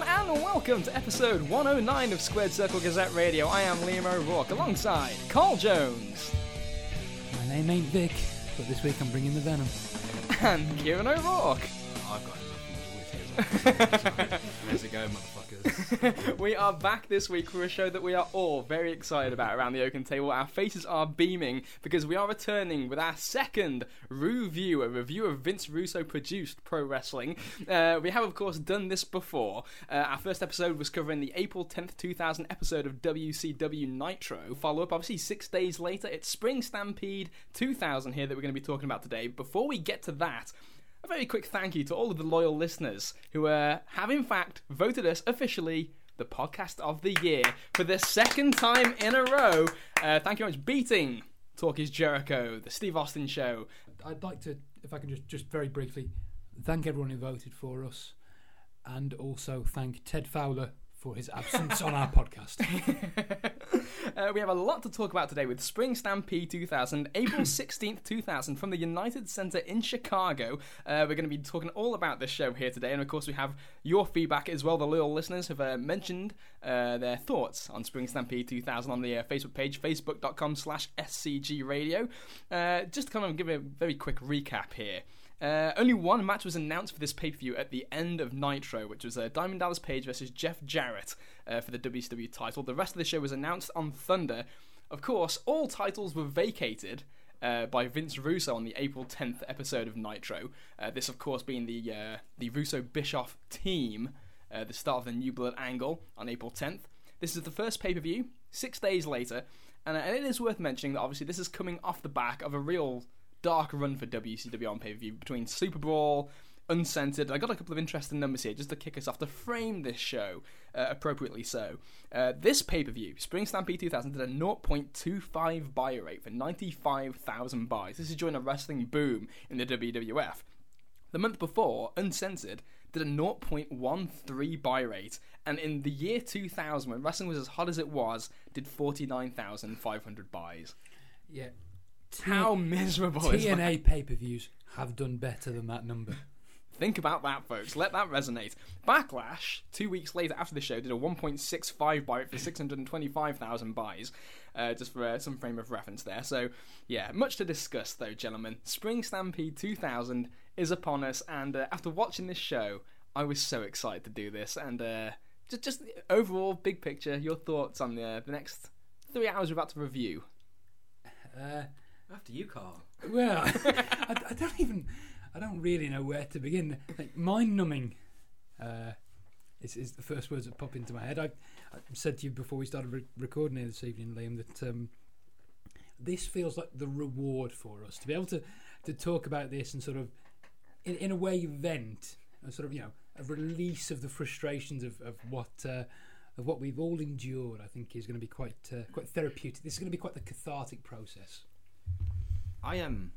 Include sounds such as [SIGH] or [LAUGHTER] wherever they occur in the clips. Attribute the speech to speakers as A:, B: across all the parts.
A: welcome to episode 109 of Squared Circle Gazette Radio. I am Liam O'Rourke alongside Carl Jones
B: My name ain't Vic, but this week I'm bringing the venom.
A: and Kieran O'Rourke.
C: I've got enough [LAUGHS] with you. How's it going,
A: [LAUGHS]
C: motherfuckers?
A: We are back this week for a show that we are all very excited about around the Oaken Table. Our faces are beaming because we are returning with our second review, a review of Vince Russo produced pro wrestling. Uh, we have, of course, done this before. Uh, our first episode was covering the April 10th, 2000 episode of WCW Nitro. Follow up, obviously, six days later. It's Spring Stampede 2000 here that we're going to be talking about today. Before we get to that, a very quick thank you to all of the loyal listeners who uh, have, in fact, voted us officially the podcast of the year for the second time in a row. Uh, thank you very much, beating Talk is Jericho, The Steve Austin Show.
B: I'd like to, if I can just, just very briefly, thank everyone who voted for us and also thank Ted Fowler for his absence on [LAUGHS] our podcast.
A: [LAUGHS] Uh, we have a lot to talk about today with Spring Stampede 2000, April 16th, 2000, from the United Center in Chicago. Uh, we're going to be talking all about this show here today, and of course, we have your feedback as well. The loyal listeners have uh, mentioned uh, their thoughts on Spring Stampede 2000 on the uh, Facebook page, facebook.com slash scgradio. Uh, just to kind of give a very quick recap here. Uh, only one match was announced for this pay per view at the end of Nitro, which was uh, Diamond Dallas Page versus Jeff Jarrett uh, for the WCW title. The rest of the show was announced on Thunder. Of course, all titles were vacated uh, by Vince Russo on the April 10th episode of Nitro. Uh, this, of course, being the uh, the Russo Bischoff team, uh, the start of the New Blood angle on April 10th. This is the first pay per view, six days later, and, and it is worth mentioning that obviously this is coming off the back of a real dark run for WCW on pay per view between Super Brawl, Uncensored. I got a couple of interesting numbers here just to kick us off to frame this show uh, appropriately. So, uh, this pay per view, Spring Stampede 2000, did a 0.25 buy rate for 95,000 buys. This is during a wrestling boom in the WWF. The month before, Uncensored did a 0.13 buy rate, and in the year 2000, when wrestling was as hot as it was, did 49,500 buys.
B: yeah. T-
A: How miserable is that?
B: TNA pay per views have done better than that number.
A: Think about that, folks. Let that resonate. Backlash, two weeks later after the show, did a 1.65 buy rate for 625,000 buys, uh, just for uh, some frame of reference there. So, yeah, much to discuss, though, gentlemen. Spring Stampede 2000 is upon us, and uh, after watching this show, I was so excited to do this. And uh, just, just overall, big picture, your thoughts on the, the next three hours we're about to review.
B: Uh,
C: After you, Carl.
B: Well, [LAUGHS] I, I don't even, I don't really know where to begin. Like mind numbing, uh, is, is the first words that pop into my head. I, I said to you before we started re- recording here this evening, Liam, that um, this feels like the reward for us to be able to to talk about this and sort of, in, in a way, vent a sort of you know a release of the frustrations of of what. Uh, of what we've all endured, I think is going to be quite uh, quite therapeutic. This is going to be quite the cathartic process.
C: I Um,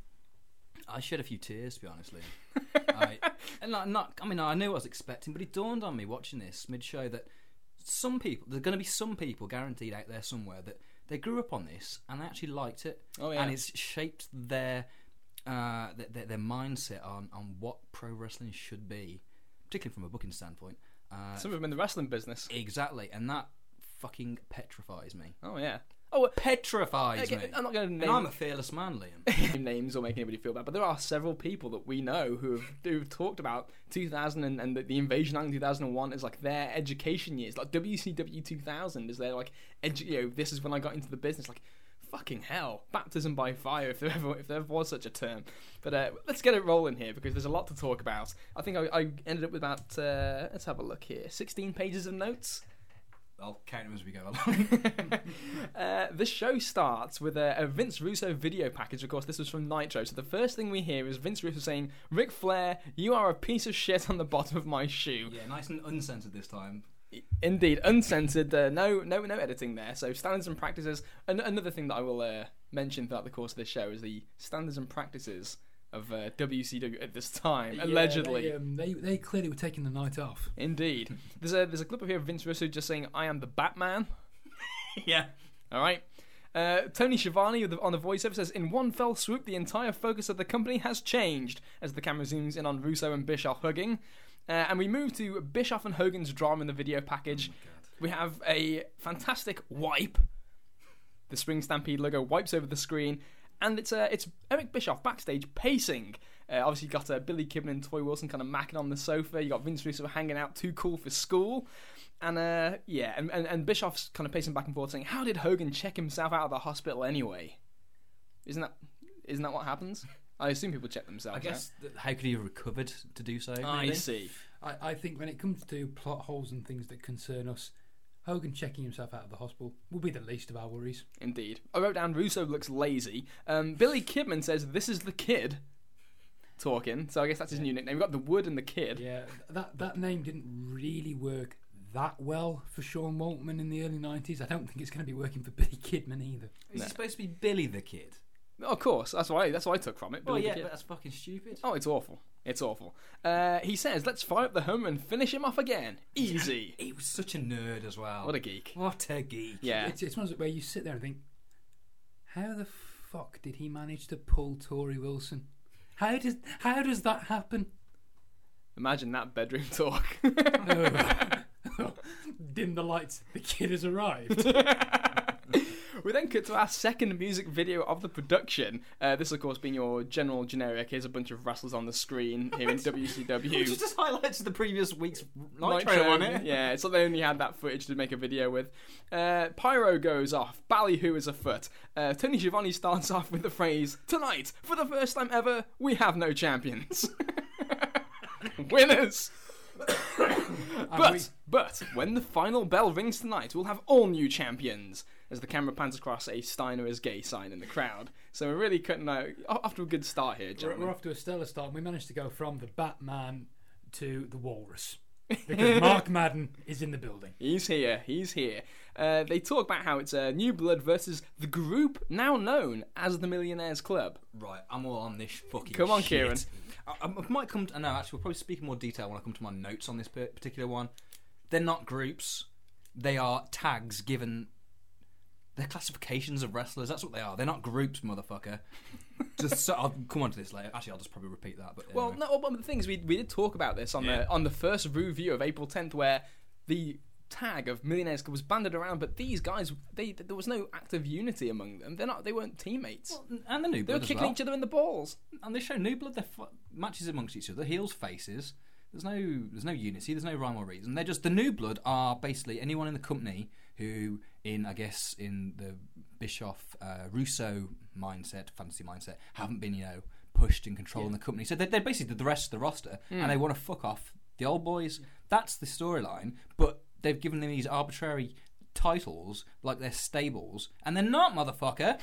C: I shed a few tears, to be honest, Liam. [LAUGHS] I, and not, not, I mean, I knew what I was expecting, but it dawned on me watching this mid-show that some people, there's going to be some people guaranteed out there somewhere that they grew up on this and they actually liked it,
A: Oh, yeah.
C: and it's shaped their, uh, their, their their mindset on on what pro wrestling should be, particularly from a booking standpoint. Uh,
A: Some of them in the wrestling business.
C: Exactly, and that fucking petrifies me.
A: Oh, yeah. Oh,
C: Petrifies
A: okay,
C: me.
A: I'm not going to
C: and
A: name
C: I'm a fearless man,
A: [LAUGHS]
C: Liam.
A: name names or make anybody feel bad, but there are several people that we know who have who've talked about 2000 and, and the, the Invasion Island 2001 as like their education years. Like WCW 2000 is their like, edu- you know, this is when I got into the business. Like, fucking hell, baptism by fire, if there ever if there was such a term. But uh, let's get it rolling here because there's a lot to talk about. I think I, I ended up with about uh, let's have a look here, 16 pages of notes.
C: [LAUGHS] I'll count them as we go along.
A: Uh, the show starts with a, a Vince Russo video package. Of course, this was from Nitro. So the first thing we hear is Vince Russo saying, "Ric Flair, you are a piece of shit on the bottom of my shoe."
C: [LAUGHS] yeah, nice and uncensored this time.
A: Indeed, uncensored. Uh, no, no, no editing there. So standards and practices. An- another thing that I will uh, mention throughout the course of this show is the standards and practices of uh, WCW at this time, allegedly.
B: Yeah, they, um, they they clearly were taking the night off.
A: Indeed. There's a there's a clip of here of Vince Russo just saying, "I am the Batman."
C: yeah.
A: All right. Uh, Tony Schiavone with the- on the voiceover says, "In one fell swoop, the entire focus of the company has changed." As the camera zooms in on Russo and Bischoff hugging, Uh, and we move to Bischoff and Hogan's drama in the video package. we have a fantastic wipe. The Spring Stampede logo wipes over the screen, and it's uh, it's Eric Bischoff backstage pacing. Uh, obviously, you got uh, Billy Kidman and Toy Wilson kind of macking on the sofa. You got Vince Russo hanging out, too cool for school. And uh, yeah, and, and, and Bischoff's kind of pacing back and forth, saying, "How did Hogan check himself out of the hospital anyway? Isn't that isn't that what happens? I assume people check themselves.
C: I guess th- how could he have recovered to do so?
A: out. I
C: really?
A: see.
B: I, I think when it comes to plot holes and things that concern us, Hogan checking himself out of the hospital will be the least of our worries.
A: Indeed. I wrote down Russo looks lazy. Um, Billy Kidman says, This is the kid talking. So I guess that's his new nickname. We've got the wood and the kid.
B: Yeah, that that name didn't really work that well for Sean Waltman in the early '90s. I don't think it's going to be working for Billy Kidman either.
C: Is he supposed to be Billy the Kid?
A: Of course. That's why. That's what I took from it.
C: Well,
A: Billy the
C: Oh, yeah,
A: Kid.
C: but that's fucking stupid.
A: Oh, it's awful. It's awful. Uh, he says, Let's fire up the Hummer and finish him off again. Easy.
C: He was such a nerd as well.
A: What a geek.
C: What a geek.
A: Yeah.
B: It's it's one of those where you sit there and think, how the fuck did he manage to pull Tory Wilson? How does how does that
A: [LAUGHS]
B: happen? [LAUGHS]
A: Imagine that bedroom talk. [LAUGHS]
B: Dim the lights. The kid has arrived.
A: we then cut to our second music video of the production. Uh, this, of course, being your general generic. Here's a bunch of wrestlers on the screen here
C: [LAUGHS]
A: in WCW.
C: Which just highlights the previous week's Nitro,
A: Nitro,
C: on it.
A: Yeah, it's like they only had that footage to make a video with. Uh, Pyro goes off. Ballyhoo is afoot. Uh, Tony Giovanni starts [LAUGHS] off with the phrase, Tonight, for the first time ever, we have no champions. [LAUGHS] Winners! but,
B: we-
A: but, when the final bell rings tonight, we'll have all new champions. As the camera pans across a Steiner is gay sign in the crowd. So we're really cutting out, off to a good start here,
B: we're,
A: gentlemen.
B: we're off to a stellar start. and We managed to go from the Batman to the Walrus because Mark Madden is in the building.
A: He's here. He's here. Uh, they talk about how it's uh, New Blood versus the group now known as the Millionaires Club.
C: Right, I'm all on this fucking.
A: Come on,
C: shit.
A: Kieran.
C: I, I might come. To, no, actually, we'll probably speak in more detail when I come to my notes on this per- particular one. They're not groups. They are tags given. They're classifications of wrestlers. That's what they are. They're not
A: [LAUGHS]
C: groups, motherfucker. just so, I'll come on to this later. Actually, I'll just probably repeat that. But
A: Well,
C: anyway.
A: no, one of the things we, we did talk about this on
C: Yeah.
A: the on the first review of April 10th, where the tag of Millionaires Club was banded around, but these guys, they there was no active unity among them. They're not. They weren't teammates.
C: and the new
A: they were
C: blood as
A: kicking
C: well.
A: each other in the balls.
C: And they show new blood. They're fu- matches amongst each other. Heels, faces. There's no, there's no unity. There's no rhyme or reason. They're just the new blood are basically anyone in the company who, in I guess, in the Bischoff uh, Russo mindset, fantasy mindset, haven't been you know pushed and controlling the company. So they're, they're basically the rest of the roster, and they want to fuck off the old boys. That's the storyline. But they've given them these arbitrary titles like they're stables, and they're not, motherfucker.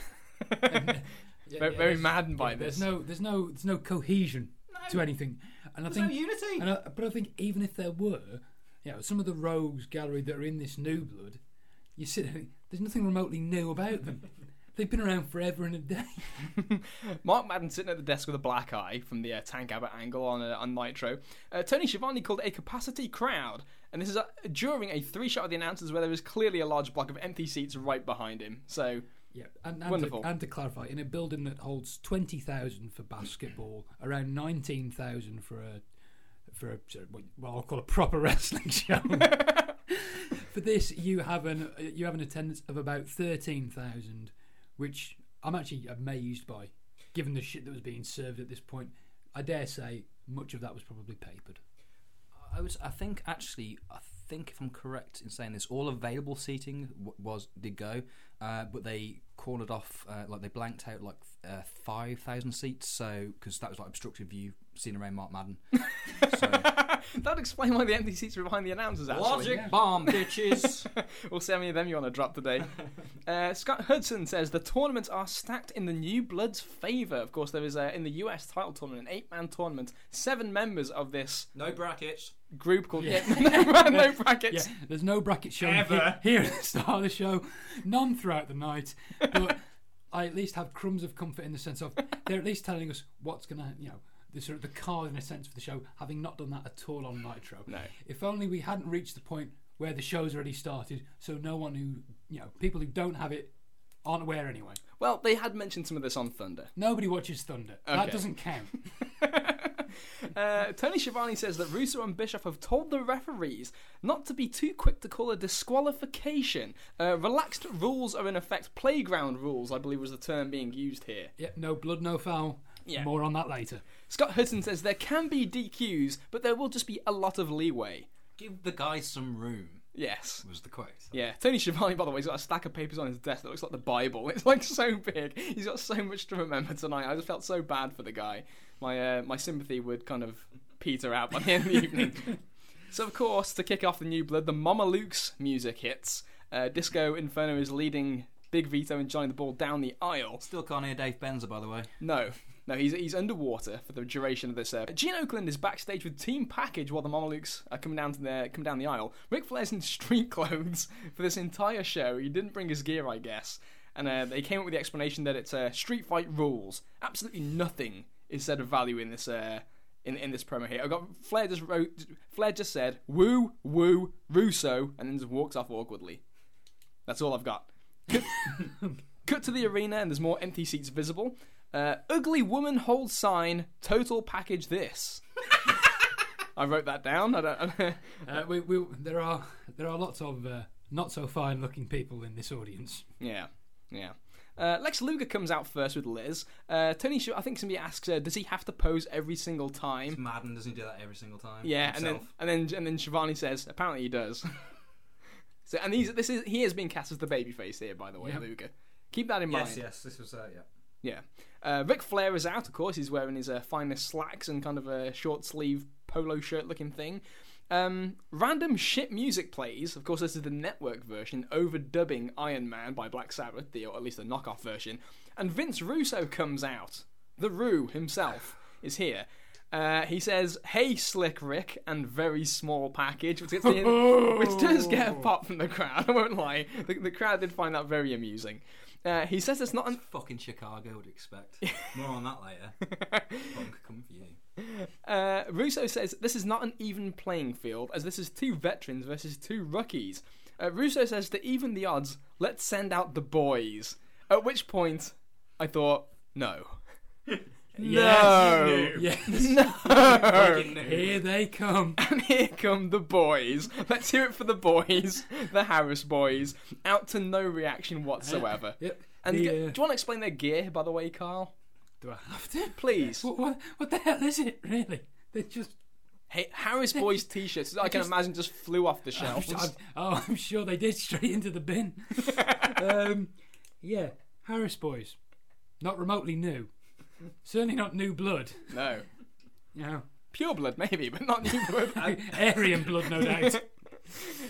A: Very-
B: yeah,
A: very
B: there's-
A: maddened by
B: there's
A: this.
B: no there's no there's no cohesion to anything and i
C: There's
B: think
C: no unity.
B: and I, but i think even if there were you know some of the rogues gallery that are in this new blood you sit there and think, there's nothing remotely new about them they've been around forever and a day
A: Mark Madden sitting at the desk with a black eye from the uh, Tank Abbott angle on, uh, on Nitro. Uh, Tony Schiavone called a capacity crowd, and this is uh during a three shot of the announcers where there is clearly a large block of empty seats right behind him. So, [LAUGHS]
B: yeah and, and,
A: Wonderful.
B: To, and to clarify in a building that holds 20,000 for basketball around 19,000 for a for a sort of- well I'll call a proper [LAUGHS] wrestling show for this you have an you have an attendance of about 13,000 which I'm actually amazed by given the shit that was being served at this point I dare say much of that was probably papered
C: I was. I think actually. I think if I'm correct in saying this, all available seating w- was did go, uh, but they cornered off. Uh, like they blanked out like uh, five thousand seats. So because that was like obstructive view seen around Mark Madden. so,
A: [LAUGHS] That'd explain why the empty seats were behind the announcers, actually.
C: logic bomb, bitches.
A: We'll see how many of them you want to drop today.
C: [LAUGHS]
A: Uh, Scott Hudson says the tournaments are stacked in the New Blood's favour. Of course, there is uh, in the US title tournament, an eight man tournament, seven members of this
C: no brackets.
A: group called. [LAUGHS] Yeah, no
B: yeah,
A: brackets.
B: [LAUGHS] there's no bracket show here, [LAUGHS] here at the start of the show, none throughout the night. But [LAUGHS] I at least have crumbs of comfort in the sense of they're at least telling us what's going to, you know, the sort of the card in a sense for the show, having not done that at all on Nitro.
A: No.
B: If only we hadn't reached the point where the show's already started, so no one who, you know, people who don't have it aren't aware anyway. Hmm.
A: Well, they had mentioned some of this on Thunder. [LAUGHS]
B: Nobody watches Thunder. That
A: Okay.
B: doesn't count.
A: Uh, Tony Schiavone says that Russo and Bischoff have told the referees not to be too quick to call a disqualification. Uh, relaxed rules are in effect playground rules, I believe was the term being used here.
B: Yep, no blood, no foul.
A: Yeah.
B: More on that later.
A: Scott Hutton says there can be DQs, but there will just be a lot of leeway.
C: Give the guy some room,
A: Yes.
C: was the quote.
A: Yeah, Tony Schiavone, by the way, he's got a stack of papers on his desk that looks like the Bible. [LAUGHS] It's like so big. He's got so much to remember tonight. I just felt so bad for the guy. My uh, my sympathy would kind of peter out by the end of the evening. So, of course, to kick off the new blood, the Mama Luke's music hits. Uh, Disco Inferno is leading Big Vito and Johnny the Ball down the aisle.
C: Still can't hear Dave Benzer, by the way.
A: No, no, he's he's underwater for the duration of this. Uh, Gene Oakland is backstage with Team Package while the Mamelukes are coming down to their come down the aisle. Ric Flair's in street [LAUGHS] clothes for this entire show. He didn't bring his gear, I guess, and uh, they came up with the explanation that it's uh, street fight rules. Absolutely nothing is said of value in this. Uh, in, in this promo here, I got Flair just wrote. Flair just said "woo woo Russo" and then just walks off awkwardly. That's all I've got. Cut to the arena, and there's more empty seats visible. Uh, ugly woman holds sign, total package this. [LAUGHS] I wrote that down. I don't. [LAUGHS]
B: Uh, we, we, there are there are lots of uh, not so fine looking people in this audience.
A: yeah, yeah. Uh, Lex Luger comes out first with Liz. Uh, Tony, Sh- I think somebody asks, uh, does he have to pose every single time?
C: Madden doesn't he do that every single time.
A: Yeah,
C: himself.
A: and then and then and then Shivani says, apparently he does. [LAUGHS] so and these this is he is being cast as the babyface here, by the way,
B: Yeah.
A: Luger. Keep that in mind.
C: yes, yes, this was uh, yeah.
A: Yeah. Uh, Ric Flair is out, of course. He's wearing his uh, finest slacks and kind of a short sleeve polo shirt looking thing. Um, random shit music plays. Of course, this is the network version, overdubbing Iron Man by Black Sabbath, the, or at least the knockoff version. And Vince Russo comes out. The Roo himself is here. Uh, he says, "Hey, Slick Rick," and very small package, which, gets the, which does get a pop from the crowd. [LAUGHS] I won't lie; the, the crowd did find that very amusing. Uh, he says it's not an
C: Fucking Chicago would expect.
A: [LAUGHS]
C: More on that later. Punk coming for you.
A: Uh, Russo says this is not an even playing field, as this is two veterans versus two rookies. Uh, Russo says to even the odds, let's send out the boys. At which point, I thought,
B: [LAUGHS]
A: no, no,
B: Yes,
A: [LAUGHS] no.
C: Fucking knew.
B: here they come.
A: And here come the boys. Let's hear it for the boys, the Harris boys, out to no reaction
B: [LAUGHS]
A: whatsoever.
B: Yep.
A: And
B: The,
A: g- do
B: uh,
A: you want to explain their gear, by the way, Carl?
B: do I have to?
A: Please.
B: What, what what the hell is it really? They just.
A: Hey, Harris boys t-shirts. I can
B: Just-
A: imagine just flew
B: [LAUGHS]
A: off the
B: I'm,
A: shelves.
B: I'm- oh, I'm sure they did straight into
A: [LAUGHS]
B: the bin. um, yeah, Harris boys, not remotely new. Certainly not new blood.
A: No.
B: You know,
A: pure blood maybe but not new
B: [LAUGHS]
A: blood
B: Aryan blood, no doubt.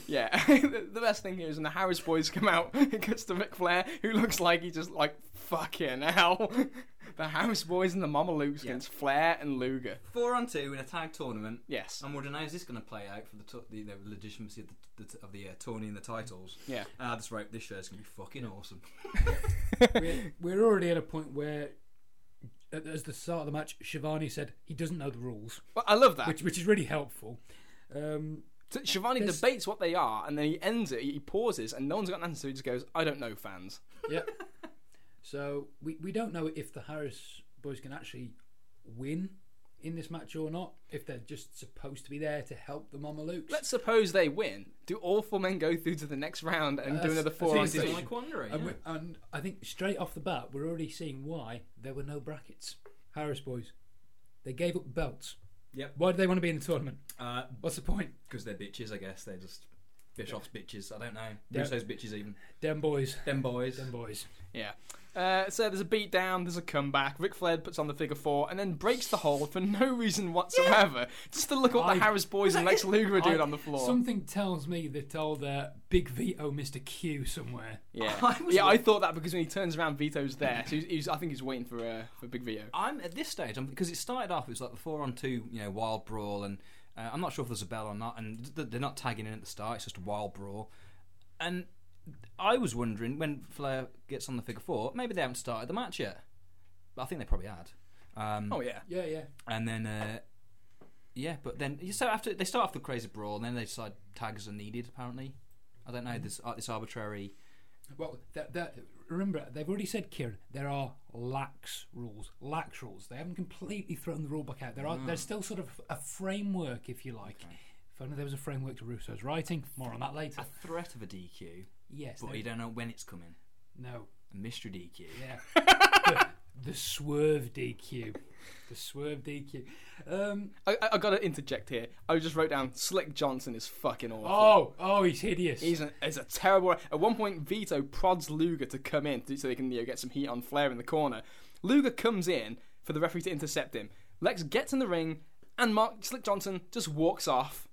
A: yeah [LAUGHS] the the best thing here is when the harris boys come out [LAUGHS] it cuts to Ric flair who looks like he just like fucking hell [LAUGHS] the harris boys and the mamelukes against flair and luger
C: Four on two in a tag tournament.
A: yes
B: Um,
C: I'm wondering how is this going to play out for the, t- the, the legitimacy of the, the of the uh, tourney and the titles.
A: yeah
C: And I just wrote this show's going to be fucking awesome.
B: we're, we're already at a point where, at- as the start of the match, Shivani said he doesn't know the rules,
A: well, i love that
B: which which is really helpful. Um,
A: So Shivani
B: This-
A: debates what they are and then he ends it he pauses and no one's got an answer so he just goes i don't know fans
B: yeah. so we, we don't know if the Harris boys can actually win in this match or not. If they're just supposed to be there to help the Mamelukes.
A: let's suppose they win do all four men go through to the next round and do
B: That's-
A: another
B: that's
A: four on
B: easy.
A: two
B: It's
C: like wondering.
B: and, we, and I think straight off the bat, we're already seeing why there were no brackets. Harris boys, they gave up belts.
C: Yep.
B: Why do they want to be in the tournament?
C: Because
B: What's the point?
C: they're bitches, I guess. They're just Bischoff's bitches. I don't know.
B: Yeah.
C: Russo's bitches even.
B: Them boys.
C: Them boys.
B: Them boys.
A: Yeah. Uh, so there's a beat down, there's a comeback. Ric Flair puts on the figure four and then breaks the hold for no reason whatsoever. Just to look at what the
B: I-
A: Harris boys and Lex Luger are doing
B: I-
A: on the floor.
B: Something tells me they told uh, Big Vito Mr. Q somewhere.
A: Yeah,
C: I was
A: yeah. I
C: like-
A: thought that because when he turns around, Vito's there. So he's, he's, I think he's waiting for uh, for Big Vito.
C: I'm at this stage I'm, because it started off. It was like the four on two, you know, wild brawl, and uh, I'm not sure if there's a bell or not. And th- they're not tagging in at the start. It's just a wild brawl. And I was wondering when Flair gets on the figure four, maybe they haven't started the match yet. But I think they probably had. Um,
A: Oh yeah.
B: Yeah, yeah.
C: and then uh, yeah, but then you start after they
B: Mm.
C: start off the crazy brawl, and then they decide tags are needed. Apparently, I don't know this uh, this arbitrary
B: Well, that, that, remember, they've already said, Kieran, there are lax rules. Lax rules. They haven't completely thrown the rule book out. There are, There's
A: Mm.
B: still sort of a framework, if you like. If only there was a framework to Russo's writing. More on that later.
C: A threat of a DQ,
B: yes.
C: but
B: there-
C: you don't know when it's coming.
B: No.
C: A mystery DQ.
A: [LAUGHS]
B: Yeah. the, the swerve DQ. The swerve DQ. Um,
A: I, I, I got to interject here. I just wrote down Slick Johnson is fucking awful.
B: oh, oh, he's hideous.
A: He's a, he's a terrible. At one point, Vito prods Luger to come in to- so they can you know, get some heat on Flair in the corner. Luger comes in for the referee to intercept him. Lex gets in the ring, and Mark Slick Johnson just walks off.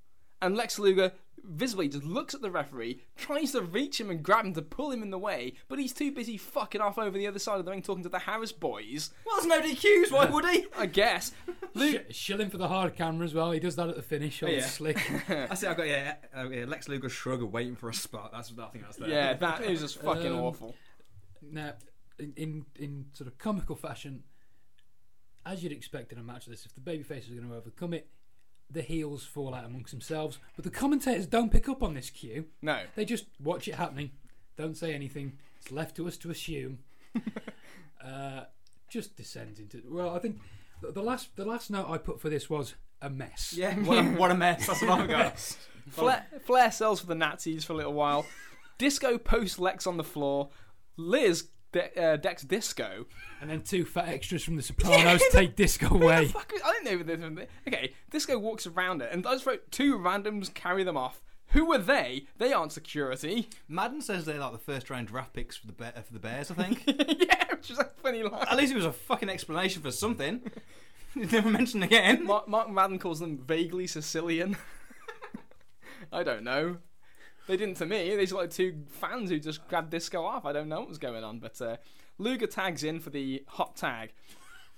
A: And Lex Luger visibly just looks at the referee, tries to reach him and grab him to pull him in the way, but he's too busy fucking off over the other side of the ring talking to the Harris boys.
C: Well, there's no DQs. Why would
B: [LAUGHS]
C: he?
A: I guess. Lu-
B: Sh- shilling for the hard camera as well. He does that at the finish. Old
A: Yeah.
B: slick.
D: I see. I've got yeah, uh, yeah, Lex Luger shrug of waiting for a spot. That's I think that's there.
A: yeah, that is just fucking
B: Um,
A: awful.
B: Now, in, in in sort of comical fashion, as you'd expect in a match like this, if the babyface is going to overcome it, the heels fall out amongst themselves. But the commentators don't pick up on this cue.
A: No.
B: They just watch it happening, don't say anything. It's left to us to assume. uh, just descends into. Well, I think the, the last the last note I put for this was a mess.
D: Yeah, [LAUGHS] what a, what a mess. That's what I've
C: [LAUGHS]
D: got.
A: Flair, Flair sells for the Nazis for a little while. Disco posts Lex on the floor. Liz de- uh, decks Disco.
B: And then two fat extras from The Sopranos take disco away.
A: Fuck, I don't know if there's anything- Okay, Disco walks around it, and I just wrote two randoms carry them off. Who were they? They aren't security. [LAUGHS]
C: Madden says they're like the first round draft picks for the Be- for the Bears. I think. [LAUGHS]
A: yeah, which is a funny line.
C: At least it was a fucking explanation for something. [LAUGHS] Never mentioned again.
A: Mark, Mark Madden calls them vaguely Sicilian. [LAUGHS] I don't know. They didn't to me. These are like two fans who just grabbed Disco off. I don't know what was going on, but uh, Luger tags in for the hot tag.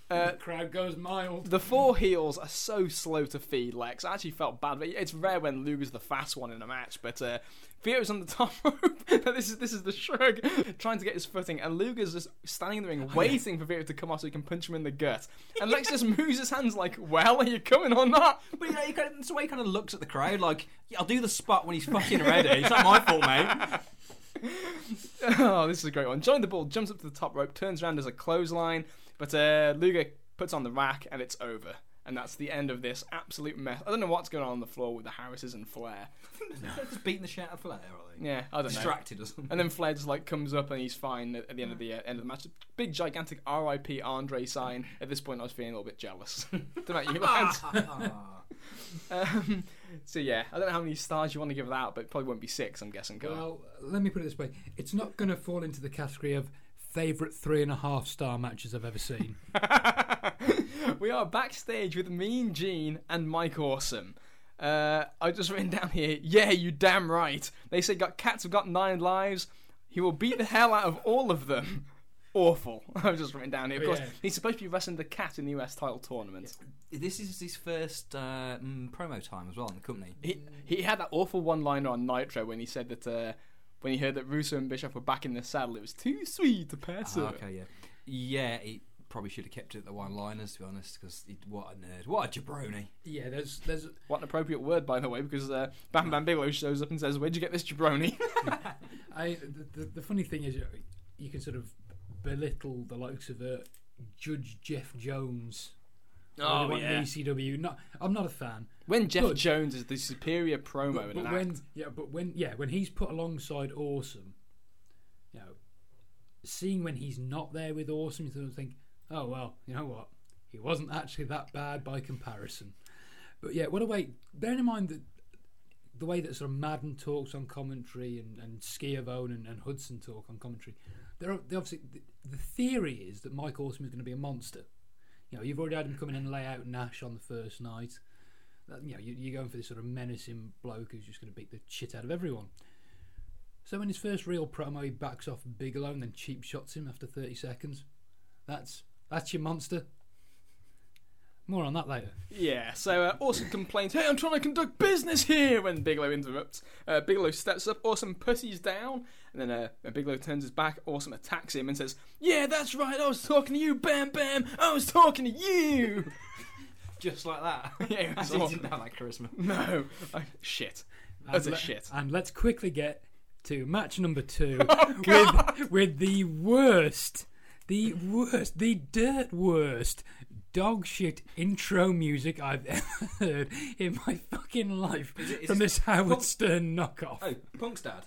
B: the crowd goes mild.
A: The four heels are so slow to feed, Lex. I actually felt bad. but It's rare when Luger's the fast one in a match, but uh, Vito's on the [LAUGHS] top rope. this is this is the shrug, trying to get his footing, and Luger's just standing in the ring, waiting for Vito to come off so he can punch him in the gut. And Lex just moves his hands like, "Well, are you coming or not?" [LAUGHS]
C: But you know, he kind of, it's the way he kind of looks at the crowd, like, yeah, I'll do the spot when
D: [LAUGHS]
C: he's fucking ready. It's not my fault, [LAUGHS] mate.
A: oh, this is a great one. Johnny the Bull jumps up to the top rope, turns around as a clothesline, but uh, Luger puts on the rack, and it's over. And that's the end of this absolute mess. I don't know what's going on on the floor with the Harrises and Flair.
C: They're just beating the shit out of Flair, are they?
A: Yeah, I don't know.
C: Distracted or something.
A: And then Flair just like comes up and he's fine at at the end of the uh, end of the match. Big gigantic R.I.P. Andre sign. At this point, I was feeling a little bit jealous. [LAUGHS] don't know about you lads.
B: [LAUGHS]
A: um, so yeah, I don't know how many stars you want to give that, but it probably won't be six. I'm guessing. Go on.
B: Well, let me put it this way: it's not going to fall into the category of favourite three and a half star matches I've ever seen.
A: we are backstage with Mean Gene and Mike Awesome. Uh, I just written down here. Yeah, you damn right. They say got cats have got nine lives. He will beat the hell out of all of them. [LAUGHS] Awful. I've just written down here. Of course,
B: Oh, Yeah.
A: he's supposed to be wrestling the cat in the US title tournament.
C: [LAUGHS] This is his first uh, mm, promo time as well in the company.
A: He he had that awful one-liner on Nitro when he said that uh, when he heard that Russo and Bischoff were back in the saddle, it was too sweet to pass
C: Ah,
A: up.
C: okay, yeah. Yeah, he probably should have kept it at the one liners, to be honest, because what a nerd. What a jabroni.
B: [LAUGHS] yeah, there's there's
A: What an appropriate word, by the way, because uh, Bam Bam Bigelow shows up and says, "Where'd you get this
B: [LAUGHS]
A: jabroni?"
B: I the, the, the funny thing is you, you can sort of belittle the likes of uh, Judge Jeff Jones.
A: Oh,
B: When he went
A: yeah.
B: ECW. Not I'm not a fan.
A: When Jeff
B: But-
A: Jones is the superior promo
B: But,
A: in an act,
B: but when yeah, but when yeah, when he's put alongside Awesome, you know, seeing when he's not there with Awesome, you sort of think, oh well, you know what, he wasn't actually that bad by comparison. But yeah, what a way. Bearing in mind that the way that sort of Madden talks on commentary and and Schiavone and, and Hudson talk on commentary, there are they obviously the, the theory is that Mike Awesome is going to be a monster. You know, you've already had him come in and lay out Nash on the first night that, you know, you, you're going for this sort of menacing bloke who's just going to beat the shit out of everyone. So in his first real promo, he backs off Bigelow and then cheap shots him after 30 seconds. That's that's your monster. More on that later.
A: yeah. So uh, Awesome complains, "Hey, I'm trying to conduct business here." When Bigelow interrupts, uh, Bigelow steps up. Awesome pussies down, and then uh, when Bigelow turns his back. Awesome attacks him and says, "Yeah, that's right. I was talking to you, Bam Bam. I was talking to you."
C: Just like that. [LAUGHS]
A: [LAUGHS] Yeah,
C: Actually,
A: so- [LAUGHS]
C: he didn't have that charisma.
A: no, I, shit. That's a [LAUGHS]
B: And le-
A: shit.
B: And let's quickly get to match number
C: [LAUGHS]
B: two
C: Oh,
B: with with the worst, the worst, the dirt worst dog shit intro music I've [LAUGHS] ever heard in my fucking life
C: Is it- is
B: from
C: this-
B: this Howard
C: Well-
B: Stern knockoff.
C: Oh, Punk's dad.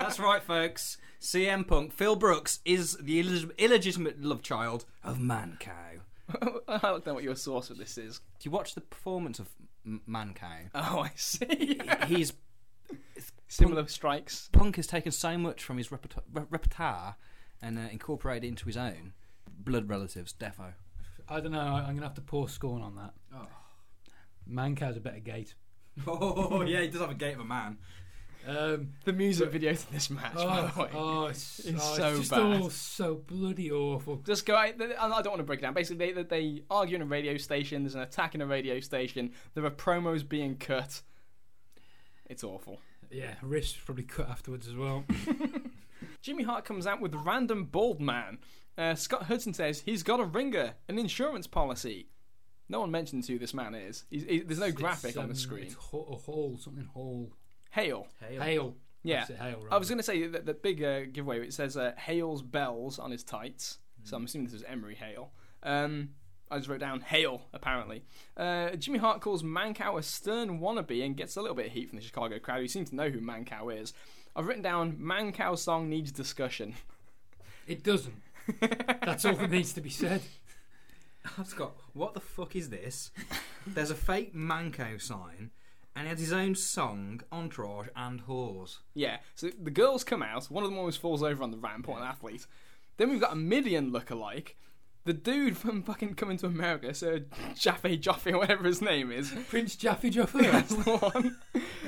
C: That's right, folks. CM Punk, Phil Brooks, is the illeg- illegitimate love child of Man Cow.
A: I don't know what your source for this is. [LAUGHS]
C: Do you watch the performance of M- Man Cow?
A: Oh, I see.
C: He's
A: Similar strikes.
C: Punk has taken so much from his reperto- re- repertoire and uh, incorporated it into his own. Blood relatives, defo.
B: I don't know. I- I'm gonna have to pour scorn on that.
D: Oh.
B: Man cow's a better gate.
D: [LAUGHS] Oh yeah, he does have a gait of a man.
A: [LAUGHS]
B: Um,
A: The music video to this match, by
B: oh,
A: the way.
B: oh, it's,
A: It's
B: oh, it's
A: so
B: just
A: bad.
B: all so bloody awful.
A: Just go. I, I don't want to break it down. Basically, they, they argue in a radio station. There's an attack in a radio station. There are promos being cut. It's awful.
B: Yeah, wrists probably cut afterwards as well.
A: Jimmy Hart comes out with random bald man. Uh, Scott Hudson says he's got a ringer, an insurance policy. No one mentions who this man is. He's, he, there's no graphic
B: It's,
A: on the
B: um,
A: screen.
B: It's ho- a hall, something hall.
A: Hale.
B: Hale.
A: Yeah.
B: That's it, Hale.
A: I was going to say that the big uh, giveaway. It says uh, Hale's bells on his tights, so I'm assuming this is Emery Hale. Um, I just wrote down Hale. Apparently, uh, Jimmy Hart calls Mancow a stern wannabe and gets a little bit of heat from the Chicago crowd, who seem to know who Mancow is. I've written down Mancow song needs discussion. [LAUGHS]
B: It doesn't. That's all that needs to be said.
D: I've just got what the fuck is this?
A: [LAUGHS]
D: There's a fake Manco sign, and he has his own song, entourage, and whores.
A: Yeah. So the girls come out. One of them always falls over on the ramp, or an athlete. Then we've got a Midian look-alike. The dude from fucking coming to America, so Jaffe Joffe [LAUGHS] or whatever his name is.
B: Prince
A: [LAUGHS]
B: Jaffe Jaffer.
A: That's the one.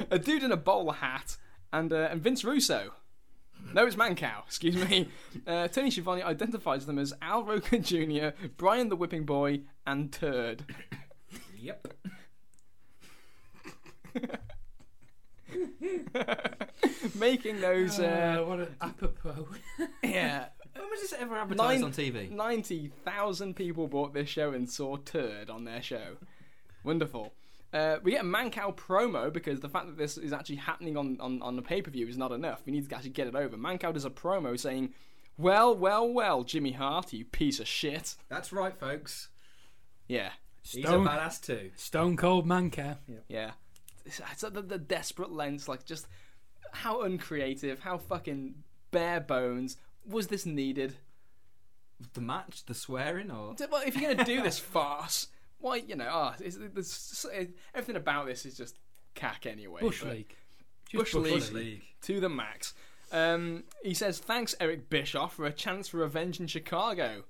A: A dude in a bowler hat and uh, and Vince Russo. No, it's Mancow. Excuse me. Uh, Tony Schiavone identifies them as Al Roker Jr., Brian the Whipping Boy, and Turd. [LAUGHS]
D: Yep.
A: Making those
B: uh,
A: uh,
B: what an apropos.
A: yeah
D: When was this ever advertised
A: Nine-
D: on TV?
A: ninety thousand people bought this show and saw Turd on their show. Wonderful. Uh, we get a Mancow promo because the fact that this is actually happening on, on, on the pay per view is not enough. We need to actually get it over. Mancow does a promo saying, Well, well, well, Jimmy Hart, you piece of shit.
D: That's right, folks.
A: Yeah,
D: He's
B: Stone-
D: a badass too.
B: Stone Cold Man Cow.
A: yeah. It's, it's the, the desperate lens, like just how uncreative, how fucking bare bones. Was this needed?
D: The match, the swearing, or
A: D- Well, if you're going to do this farce, why, you know, ah, it's, it's, it's, everything about this is just cack anyway.
B: Bush
A: but-
B: League.
A: Bush League.
D: Bush League.
A: to the max. Um, he says, Thanks, Eric Bischoff, for a chance for revenge in Chicago.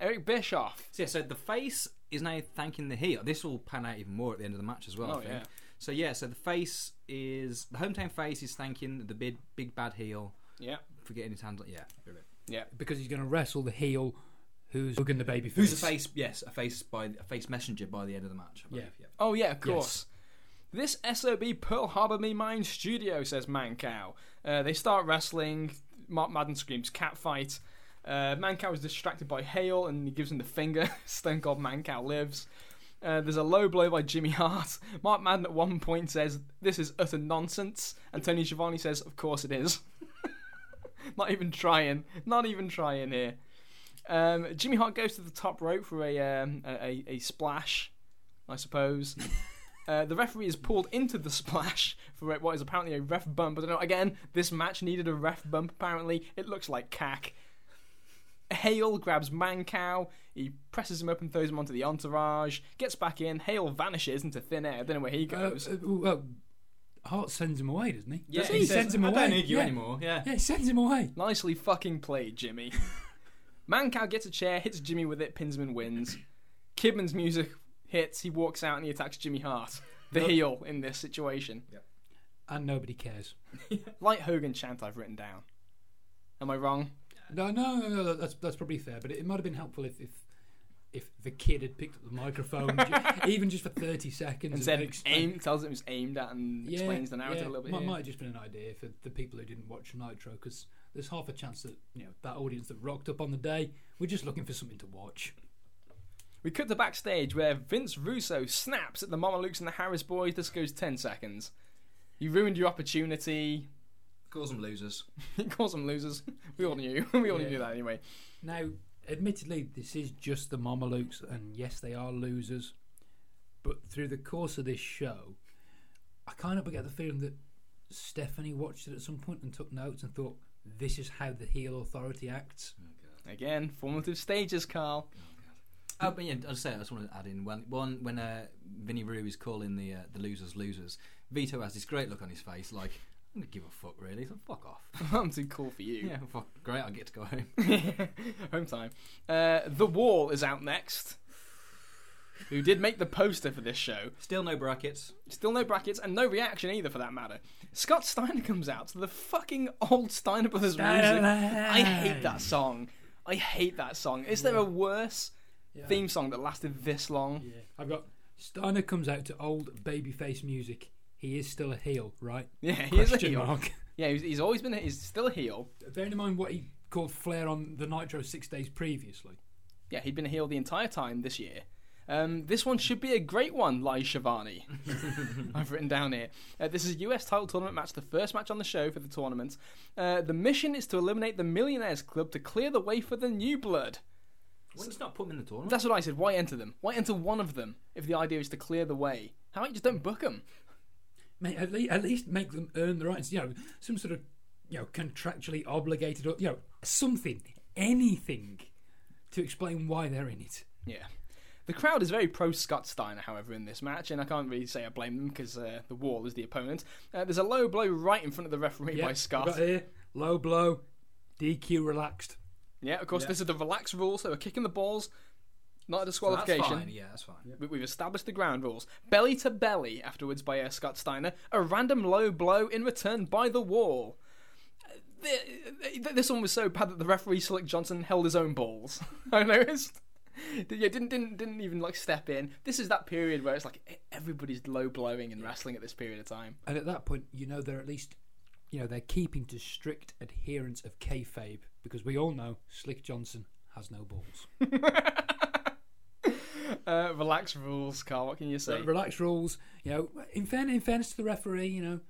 A: Eric Bischoff.
C: So, yeah, so the face is now thanking the heel. This will pan out even more at the end of the match as well,
A: Oh,
C: I think.
A: yeah.
C: So, yeah, so the face is. The hometown face is thanking the big, big bad heel
A: Yeah,
C: for getting his hands on. Yeah. brilliant.
A: yeah.
B: Because he's going to wrestle the heel who's hooking the baby
C: Who's a face? Yes, a face by a face messenger by the end of the match. I believe.
B: Yeah.
C: Yeah.
A: Oh, yeah, of course. This SOB Pearl Harbor Me Mine Studio, says Mancow. Uh, they start wrestling. Mark Madden screams catfight. Uh, Mancow is distracted by Hale and he gives him the finger. [LAUGHS] Stone Cold Mancow lives. Uh, there's a low blow by Jimmy Hart. Mark Madden at one point says, This is utter nonsense. And Tony Giovanni says, Of course it is. [LAUGHS] Not even trying. Not even trying here. Um, Jimmy Hart goes to the top rope for a, um, a, a, a splash, I suppose. Uh, the referee is pulled into the splash for what is apparently a ref bump. I don't know. Again, this match needed a ref bump. Apparently, it looks like cack. Hale grabs Mancow. He presses him up and throws him onto the entourage. Gets back in. Hale vanishes into thin air. Don't know where he
B: Uh,
A: goes.
B: uh, well, Hart sends him away, doesn't he?
D: Yeah,
B: he, sends him away.
D: I don't need you
B: yeah.
D: anymore.
B: [LAUGHS]
D: Yeah.
B: Yeah, he sends him away.
A: Nicely fucking played,
B: [LAUGHS]
A: Jimmy. Mancow gets a chair, hits Jimmy with it. Pinsman wins. Kidman's music hits. He walks out and he attacks Jimmy Hart, the heel in this situation.
B: And nobody cares.
A: Light Hogan chant I've written down. Am I wrong?
B: No, no, no, no that's that's probably fair, but it, it might have been helpful if, if if the kid had picked up the
A: [LAUGHS]
B: microphone, ju- even just for thirty seconds,
A: and said
B: explained-
A: aim tells it was aimed at and
B: Yeah,
A: explains the narrative
B: yeah,
A: a little bit.
B: Might,
A: yeah.
B: might have just been an idea for the people who didn't watch Nitro, because there's half a chance that you know that audience that rocked up on the day were just looking for something to watch.
A: We cut to backstage where Vince Russo snaps at the Mama Lukes and the Harris boys. This goes ten seconds. You ruined your opportunity. [LAUGHS]
D: Calls them losers.
A: You caused some losers. [LAUGHS] We all knew. We all
B: Yeah.
A: knew that anyway.
B: Now, admittedly, this is just the Mamelukes, and yes, they are losers. But through the course of this show, I kind of get the feeling that Stephanie watched it at some point and took notes and thought, this is how the heel authority acts.
A: Again, formative stages, Carl.
C: Oh, but yeah, I'll say I just want to add in one one when uh, Vinny Roo is calling the uh, the losers losers. Vito has this great look on his face, like I'm gonna give a fuck really. So fuck
A: [LAUGHS]
C: off. [LAUGHS]
A: I'm too cool for you.
C: yeah, fuck, great. I get to go home. [LAUGHS]
A: [LAUGHS] Home time. Uh, the Wall is out next. Who did make the poster for this show?
C: Still no brackets.
A: Still no brackets and no reaction either, for that matter. Scott Steiner comes out to the fucking old Steiner Brothers music. I hate that song. I hate that song. Is there a worse
B: Yeah.
A: theme song that lasted this long?
B: Yeah. I've got Steiner comes out to old babyface music. He is still a heel, right?
A: Yeah, he is a
B: Question
A: heel.
B: mark.
A: Yeah, he's, he's always been. He's still a heel.
B: Bearing in mind what he called Flair on the Nitro six days previously.
A: Yeah, he'd been a heel the entire time this year. Um, this one should be a great one, lies Shivani. [LAUGHS] I've written down here. Uh, this is a US title tournament match, the first match on the show for the tournament. Uh, the mission is to eliminate the Millionaires Club to clear the way for the new blood.
C: Why not put them in the tournament?
A: That's what I said. Why enter them? Why enter one of them if the idea is to clear the way? How about you just don't book them?
B: Mate, at, le- at least make them earn the rights. You know, some sort of you know contractually obligated, or you know, something, anything, to explain why they're in it.
A: Yeah. The crowd is very pro Scott Steiner, however, in this match, and I can't really say I blame them because uh, the wall is the opponent. Uh, there's a low blow right in front of the referee by
B: I've
A: Scott.
B: got here, low blow, DQ relaxed.
A: Yeah, of course, this is the relaxed rule, so we're kicking the balls, not a
D: Well, that's
A: disqualification.
D: fine. Yeah, that's fine.
A: We- We've established the ground rules. Belly to belly afterwards by uh, Scott Steiner. A random low blow in return by the wall. Uh, th- th- This one was so bad that the referee Slick Johnson held his own balls. [LAUGHS] I noticed. Yeah, didn't didn't didn't even like step in. This is that period where it's like e- everybody's low blowing and wrestling at this period of time.
B: And at that point, you know they're at least, you know, they're keeping to strict adherence of kayfabe because we all know Slick Johnson has no balls.
A: Uh, relax rules, Carl. What can you say?
B: Relax rules. You know, in fairness, in fairness to the referee, you know,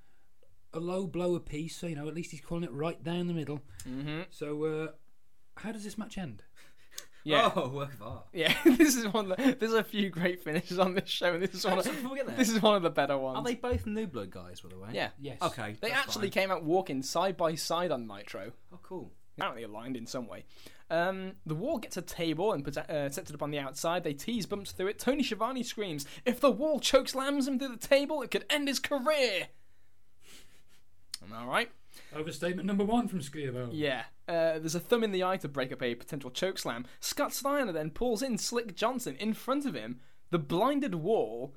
B: a low blow apiece. So you know, at least he's calling it right down the middle. Mm-hmm. So, uh, how does this match end?
A: Yeah.
D: Oh, work of art.
A: Yeah, [LAUGHS] this is one. Of the, there's a few great finishes on this show, and this is one. Of,
C: Before we get there.
A: this is one of the better ones.
C: Are they both New Blood guys, by the way?
A: Yeah.
B: Yes.
C: Okay.
A: They
C: that's
A: actually
C: fine.
A: came out walking side by side on Nitro.
C: Oh, cool.
A: Apparently aligned in some way. Um, the wall gets a table and prote- uh, sets it up on the outside. They tease bumps through it. Tony Schiavone screams, "If the wall chokes lambs him through the table, it could end his career." Am I right?
B: Overstatement number one from Scrivo.
A: Yeah. Uh, there's a thumb in the eye to break up a potential choke slam. Scott Steiner then pulls in Slick Johnson in front of him. The blinded wall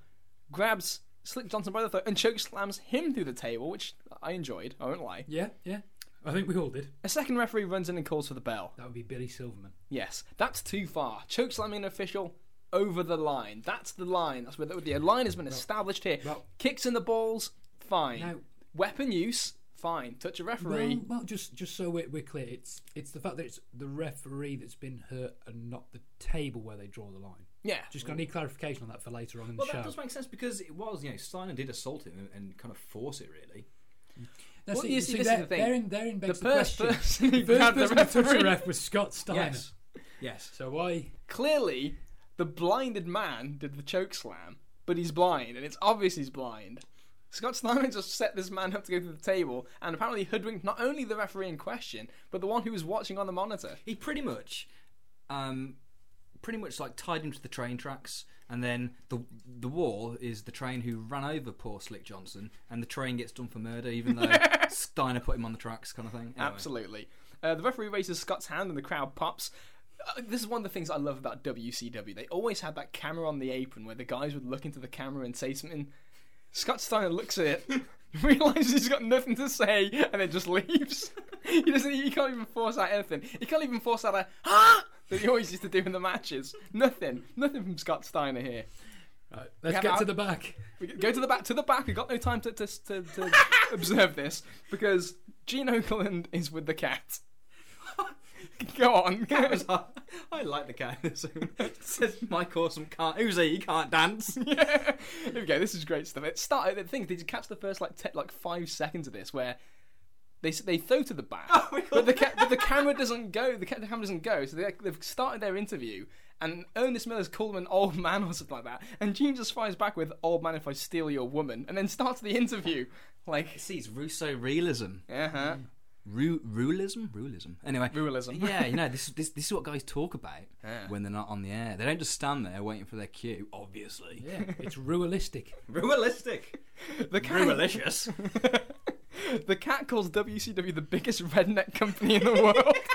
A: grabs Slick Johnson by the throat and choke slams him through the table, which I enjoyed. I won't lie.
B: Yeah, yeah. I think we all did.
A: A second referee runs in and calls for the bell.
B: That would be Billy Silverman.
A: Yes, that's too far. Choke slamming an official over the line. That's the line. That's where the, the line has been established here.
B: well-
A: Kicks in the balls, fine.
B: Now-
A: Weapon use, fine. Touch a referee.
B: Well, well, just just so we're, we're clear, it's it's the fact that it's the referee that's been hurt and not the table where they draw the line.
A: yeah.
B: Just gonna need clarification on that for later on in the
C: Well, that
B: show.
C: does make sense because it was, you know, Steiner did assault him and, and kind of force it, really.
B: That's
A: Well, you see, this is
B: there,
A: the thing.
B: therein, therein
A: the
B: begs the,
A: first
B: question.
A: person who
B: First
A: grabbed the
B: person to touch
A: referee.
B: a ref was Scott Steiner.
D: Yes. Yes.
B: So why?
A: Clearly, the blinded man did the choke slam, but he's blind, and it's obvious he's blind. Scott Steiner [LAUGHS] just set this man up to go to the table, and apparently hoodwinked not only the referee in question, but the one who was watching on the monitor.
C: He pretty much, um, pretty much like tied him to the train tracks, and then the the wall is the train who ran over poor Slick Johnson, and the train gets done for murder, even though Steiner put him on the tracks, kind of thing. Anyway. [LAUGHS]
A: Absolutely. Uh, the referee raises Scott's hand and the crowd pops. Uh, this is one of the things I love about WCW. They always had that camera on the apron where the guys would look into the camera and say something. Scott Steiner looks at it, realizes he's got nothing to say, and then just leaves. [LAUGHS] he doesn't. He can't even force out anything. He can't even force out a ah that he always used to do in the matches. Nothing. Nothing from Scott Steiner here.
B: Right,
A: Yeah,
B: let's get
A: but
B: to
A: I-
B: the back.
A: We go to the back. To the back. We've got no time to to, to, to observe this because Gene Oakland is with the cat. [LAUGHS] Go on.
D: Cat
A: [LAUGHS]
D: was like, I like the cat
C: [LAUGHS]
D: in this room. Says Mike Awesome can't. Who's he? He can't
C: [LAUGHS]
D: dance.
A: yeah. Here we go. This is great stuff. It started. The thing did you catch the first like te- like five seconds of this where they s- they throw to the back, but the ca- but the camera doesn't go. The, ca- the camera doesn't go. So they, like, they've started their interview. And Ernest Miller's called him an old man [LAUGHS] or something like that. And Gene just fires back with, Old man, if I steal your woman. And then starts the interview. Like,
D: See, it's Russo realism.
A: uh huh.
C: Ru- rulism? Rulism.
D: Anyway,
A: Ruralism.
C: yeah, you know, this, this, this is what guys talk [LAUGHS] about
A: Yeah.
C: when they're not on the air. They don't just stand there waiting for their cue, obviously.
B: [LAUGHS] Yeah, it's realistic.
D: realistic,
A: [LAUGHS] The cat,
C: [LAUGHS]
D: relicious.
A: the cat calls WCW the biggest redneck company in the world. [LAUGHS]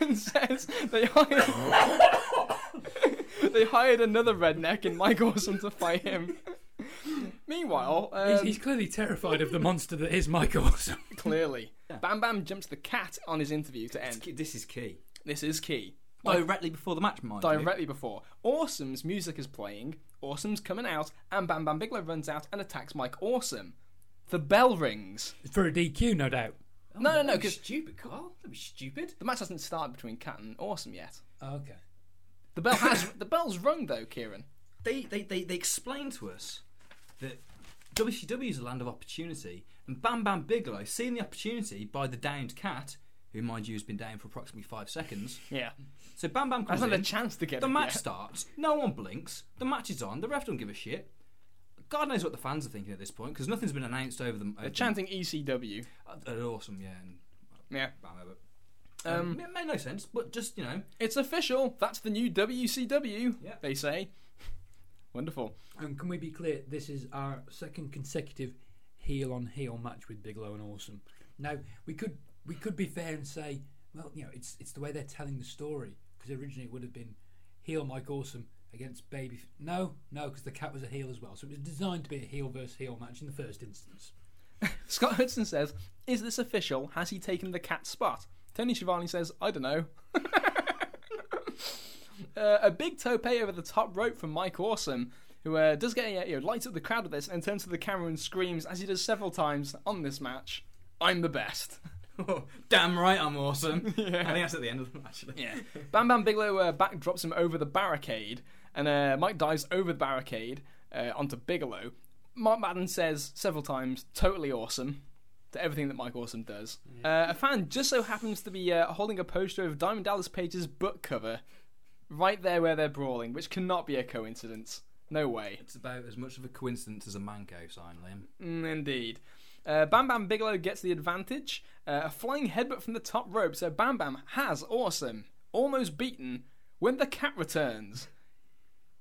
A: and says they hired they hired another redneck in Mike Awesome to fight him. Meanwhile,
B: he's,
A: um,
B: he's clearly terrified of the monster that is Mike [LAUGHS] Awesome.
A: clearly, Bam Bam jumps the cat on his interview to end.
D: this is key.
A: This is key.
C: Directly before the match, mind you.
A: directly before. Awesome's music is playing, Awesome's coming out, and Bam Bam Bigelow runs out and attacks Mike Awesome. The bell rings.
B: For a DQ, no doubt.
A: No, no, no,
D: That'd be
A: because
D: stupid, Carl. That'd be stupid.
A: the match hasn't started between Cat and Awesome yet.
B: Okay.
A: The bell has the bell's rung though, Kieran.
D: They they they, they explain to us that
C: WCW is a land of opportunity, and Bam Bam Bigelow, seeing the opportunity by the downed cat, who, mind you, has been down for approximately five seconds.
A: Yeah,
C: So Bam Bam comes
A: hasn't had
C: in,
A: a chance to get
C: the
A: it
C: match
A: yet.
C: starts, no one blinks, the match is on, the ref don't give a shit. God knows what the fans are thinking at this point, because nothing's been announced over them.
A: They're chanting E ECW.
C: awesome, yeah, and
A: Yeah,
C: Bam Bam. Um, it made no sense, but just, you know,
A: it's official. That's the new WCW.
C: Yeah.
A: They say. Wonderful.
B: And can we be clear? This is our second consecutive heel on heel match with Bigelow and Awesome. Now we could we could be fair and say, well, you know, it's it's the way they're telling the story because originally it would have been heel Mike Awesome against Baby. No, no, because the cat was a heel as well, so it was designed to be a heel versus heel match in the first instance.
A: Scott Hudson says, "Is this official? Has he taken the cat's spot?" Tony Schiavone says, "I don't know." [LAUGHS] uh, a big tope over the top rope from Mike Awesome, who uh, does get uh, you know, lights up the crowd with this and turns to the camera and screams, as he does several times on this match, "I'm the best." [LAUGHS]
C: [LAUGHS]
D: damn right I'm awesome. I think that's at the end of the match.
A: Yeah. Bam Bam Bigelow uh, back drops him over the barricade, and uh, Mike dives over the barricade uh, onto Bigelow. Mark Madden says several times, totally awesome. To everything that Mike Awesome does. Uh, a fan just so happens to be uh, holding a poster of Diamond Dallas Page's book cover right there where they're brawling, which cannot be a coincidence. No way.
C: it's about as much of a coincidence as a Manco sign, Liam.
A: Mm, indeed. Uh, Bam Bam Bigelow gets the advantage. Uh, a flying headbutt from the top rope, so Bam Bam has awesome, almost beaten when the cat returns.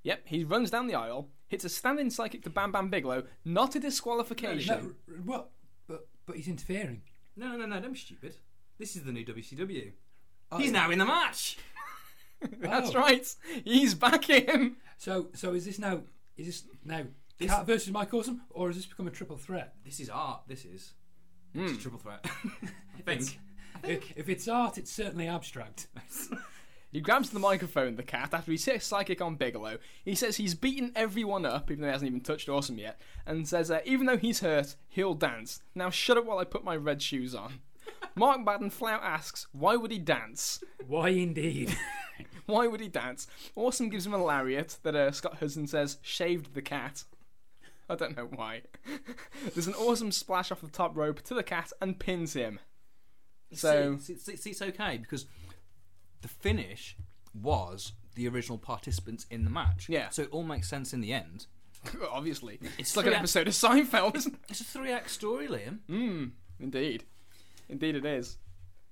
A: Yep, he runs down the aisle, hits a standing psychic to Bam Bam Bigelow, not a disqualification.
B: No, r- what? But but he's interfering.
D: No, no, no, no, don't be stupid. This is the new WCW. He's now in the match.
A: [LAUGHS] That's
B: Oh.
A: right, he's back in.
B: So so is this now? Is this now? Cat versus Mike Awesome, or has this become a triple threat?
D: This is art. This is. It's a triple
C: [LAUGHS]
D: threat. I think.
B: If, if it's art, it's certainly abstract. [LAUGHS]
A: He grabs the microphone, the cat, after he sits psychic on Bigelow. He says he's beaten everyone up, even though he hasn't even touched Awesome yet, and says uh, even though he's hurt, he'll dance. Now shut up while I put my red shoes on. [LAUGHS] Mark Baden flout asks, why would he dance? [LAUGHS]
B: Why indeed?
A: Why would he dance? Awesome gives him a lariat that uh, Scott Hudson says shaved the cat. I don't know why. [LAUGHS] There's an awesome splash off the top rope to the cat and pins him. So-
C: See, see, see, it's okay because the finish was the original participants in the match.
A: Yeah.
C: So it all makes sense in the end.
A: [LAUGHS] Obviously. It's
C: It's
A: like an
C: three-
A: episode of Seinfeld, isn't it?
C: It's a three act story, [LAUGHS] Liam.
A: Indeed. Indeed it is.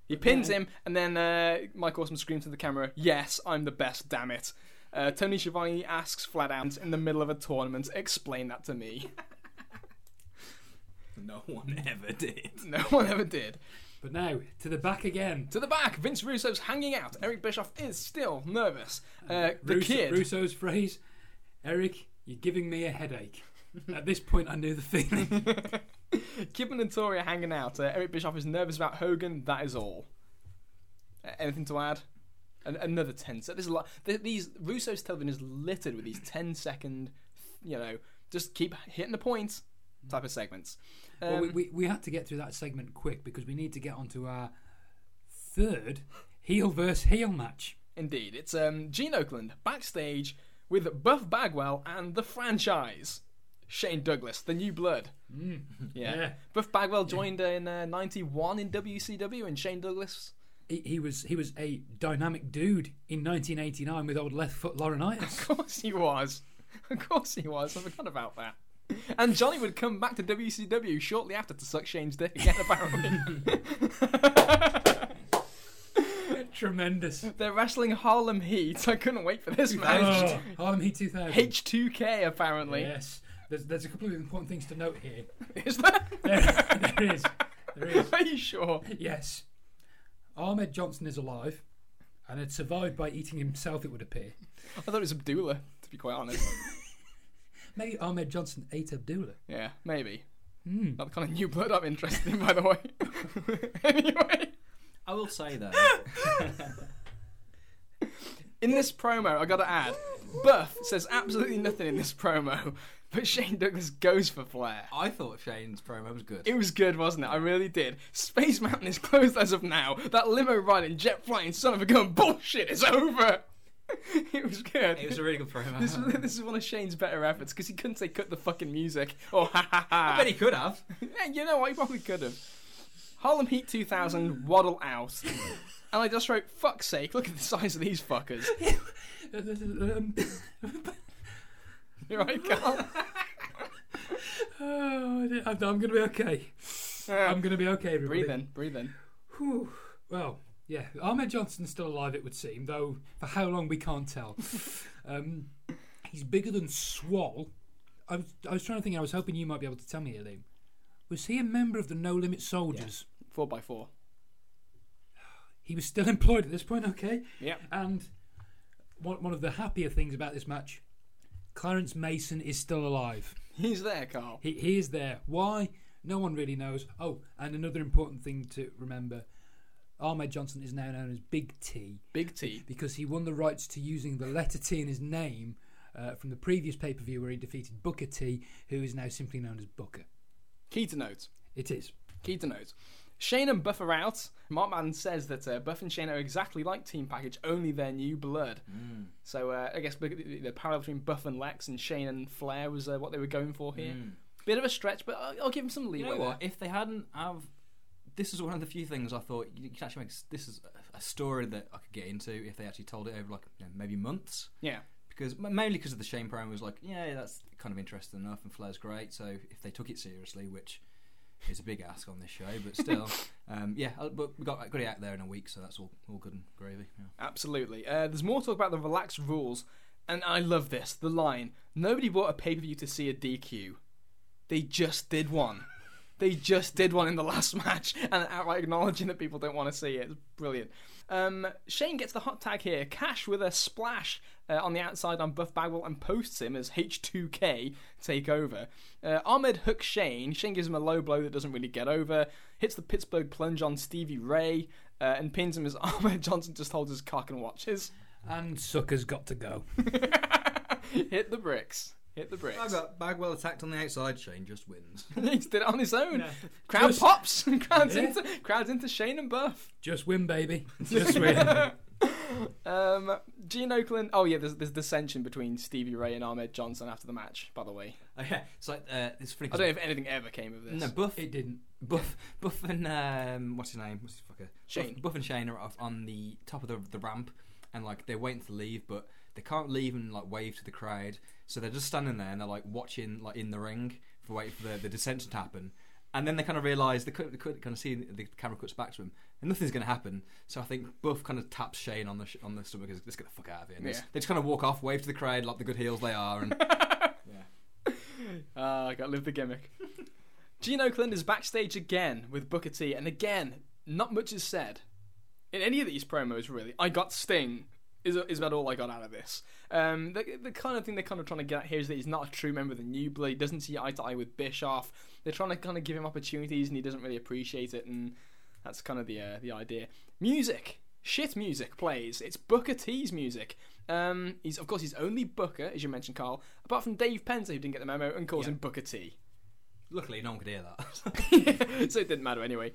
A: He pins him, and then uh, Mike Awesome screams to the camera, Yes, I'm the best, damn it. Uh, Tony Schiavone asks flat out in the middle of a tournament, Explain that to me. [LAUGHS]
D: No one ever did.
A: no one ever did.
B: But now to the back again.
A: To the back, Vince Russo's hanging out. Eric Bischoff is still nervous. Uh, the
B: Russo-
A: kid.
B: Russo's phrase, Eric, you're giving me a
A: [LAUGHS]
B: headache. At this point, I knew the feeling.
A: Kidman and Tori are hanging out. Uh, Eric Bischoff is nervous about Hogan. That is all. Uh, anything to add? An- another ten. So there's a lot. Th- these Russo's television is littered with these 10 second, you know, just keep hitting the point type of segments. Um,
B: well, we, we, we had to get through that segment quick because we need to get onto our third heel versus heel match.
A: Indeed, it's um, Gene Oakland backstage with Buff Bagwell and the franchise. Shane Douglas, the new blood. Yeah.
B: Yeah.
A: Buff Bagwell joined uh, in uh, 91 in WCW, and Shane Douglas.
B: He, he was he was a dynamic dude in 1989 with old left foot Laurinaitis.
A: Of course he was. [LAUGHS] Of course he was. I forgot about that. And Johnny would come back to WCW shortly after to suck Shane's dick again, [LAUGHS] apparently.
B: [LAUGHS] Tremendous.
A: They're wrestling Harlem Heat. I couldn't wait for this match.
B: Oh, Harlem Heat 2000.
A: H2K, apparently.
B: Yes. There's, there's a couple of important things to note here.
A: Is
B: [LAUGHS]
A: that?
B: There, there is. There is.
A: Are you sure?
B: Yes. Ahmed Johnson is alive and had survived by eating himself, it would appear.
A: I thought it was Abdullah, to be quite
B: [LAUGHS]
A: honest.
B: Maybe Ahmed Johnson ate Abdullah. [LAUGHS]
A: yeah, maybe.
B: Hmm.
A: Not the kind of new blood I'm interested in, by the way. [LAUGHS] anyway.
C: I will say [LAUGHS] though,
A: In this promo, I gotta add, Buff says absolutely nothing in this promo, but Shane Douglas goes for Flair.
C: I thought Shane's promo was good.
A: It was good, wasn't it? I really did. Space Mountain is closed as of now. That limo ride and jet flying son of a gun bullshit is over. [LAUGHS] it was good.
C: It was a really [LAUGHS] good promo.
A: this, was, this is one of Shane's better efforts because he couldn't say cut the fucking music [LAUGHS] or ha ha ha.
C: I bet he could [LAUGHS] have.
A: Yeah, you know what? He probably could have. Harlem Heat 2000, waddle out.
C: [LAUGHS]
A: and I just wrote, fuck's sake, look at the size of these fuckers. [LAUGHS]
B: Um,
A: You're right, Carl.
B: oh, I- I'm going to be okay. I'm going to be okay, everybody.
A: breathe in, breathe in.
B: Whew. Well, yeah, Ahmed Johnson's still alive, it would seem, though for how long we can't tell. um, he's bigger than Swall. I was, I was trying to think. I was hoping you might be able to tell me, Liam. Was he a member of the No Limit Soldiers?
A: 4x4.
B: He was still [LAUGHS] employed at this point, okay?
A: Yeah.
B: And one, one of the happier things about this match, Clarence Mason is still alive.
A: He's there, Carl.
B: He, he is there. Why? No one really knows. Oh, and another important thing to remember Ahmed Johnson is now known as Big T
A: Big T.
B: because he won the rights to using the letter T in his name uh, from the previous pay per view where he defeated Booker T, who is now simply known as Booker.
A: Key to note.
B: It is.
A: Key to note. Shane and Buff are out. Markman says that uh, Buff and Shane are exactly like Team Package, only they're new blood.
C: Mm.
A: So uh, I guess the, the parallel between Buff and Lex and Shane and Flair was uh, what they were going for here. Bit of a stretch, but I'll, I'll give him some
C: Mm. You
A: leeway.
C: know
A: there.
C: what? If they hadn't have, this is one of the few things I thought you could actually make. s- This is a- a story that I could get into if they actually told it over like you know, maybe months.
A: Yeah.
C: Because m- mainly because of the Shane promo was like, yeah, that's kind of interesting enough, and Flair's great. So if they took it seriously, which is a big ask on this show,
A: [LAUGHS]
C: but still, um, yeah. uh, But we got got it out there in a week, so that's all all good and gravy. Yeah.
A: Absolutely. Uh, there's more talk about the relaxed rules, and I love this. The line: Nobody bought a pay per view to see a DQ. They just did one. They just did one in the [LAUGHS] last match, and outright acknowledging that people don't want to see it. It's brilliant. Um, Shane gets the hot tag here. Cash with a splash uh, on the outside on Buff Bagwell and posts him as H2K take over. Uh, Ahmed hooks Shane. Shane gives him a low blow that doesn't really get over. Hits the Pittsburgh plunge on Stevie Ray uh, and pins him as [LAUGHS] Ahmed Johnson just holds his cock and watches. [LAUGHS]
B: And Sucker's got to go.
A: Hit the bricks. Hit the bricks.
D: I got Bagwell attacked on the outside. Shane just wins.
A: [LAUGHS] he did it on his own. Crowd pops. [LAUGHS] crowds, into, crowds into Shane and Buff.
B: Just win, baby. Just win.
A: Um, Gene Oakland. Oh yeah, there's, there's dissension between Stevie Ray and Ahmed Johnson after the match. By the way,
C: [LAUGHS] Oh, yeah, it's like uh, it's funny.
A: I don't know if anything ever came of this.
C: no, Buff,
B: it didn't.
C: Buff, Buff, and um, what's his name? What's his fucker?
A: Shane.
C: Buff, Buff and Shane are off on the top of the, the ramp, and like they're waiting to leave, but they can't leave and like wave to the crowd. So they're just standing there and they're like watching like in the ring for waiting for the, the dissension to happen. And then they kind of realise they could, they could kind of see the camera cuts back to him, and nothing's going to happen. So I think Buff kind of taps Shane on the sh- on the stomach, and says, "Let's get the fuck out of here." And they
A: Yeah.
C: just- They just kind of walk off, wave to the crowd like the good heels they
A: [LAUGHS]
C: are, and
A: Ah, I got to live the gimmick. Gene Oakland is backstage again with Booker T, and again, not much is said in any of these promos. Really, I got Sting. Is, is about all I got out of this. Um, the, the kind of thing they're kind of trying to get at here is that he's not a true member of the New Blood. He doesn't see eye to eye with Bischoff. They're trying to kind of give him opportunities, and he doesn't really appreciate it. And that's kind of the uh, the idea. Music, shit music plays. It's Booker T's music. Um, he's of course he's only Booker, as you mentioned, Carl. Apart from Dave Penzer, who didn't get the memo and calls him Booker T. [LAUGHS]
C: luckily no one could hear that. [LAUGHS]
A: so it didn't matter anyway.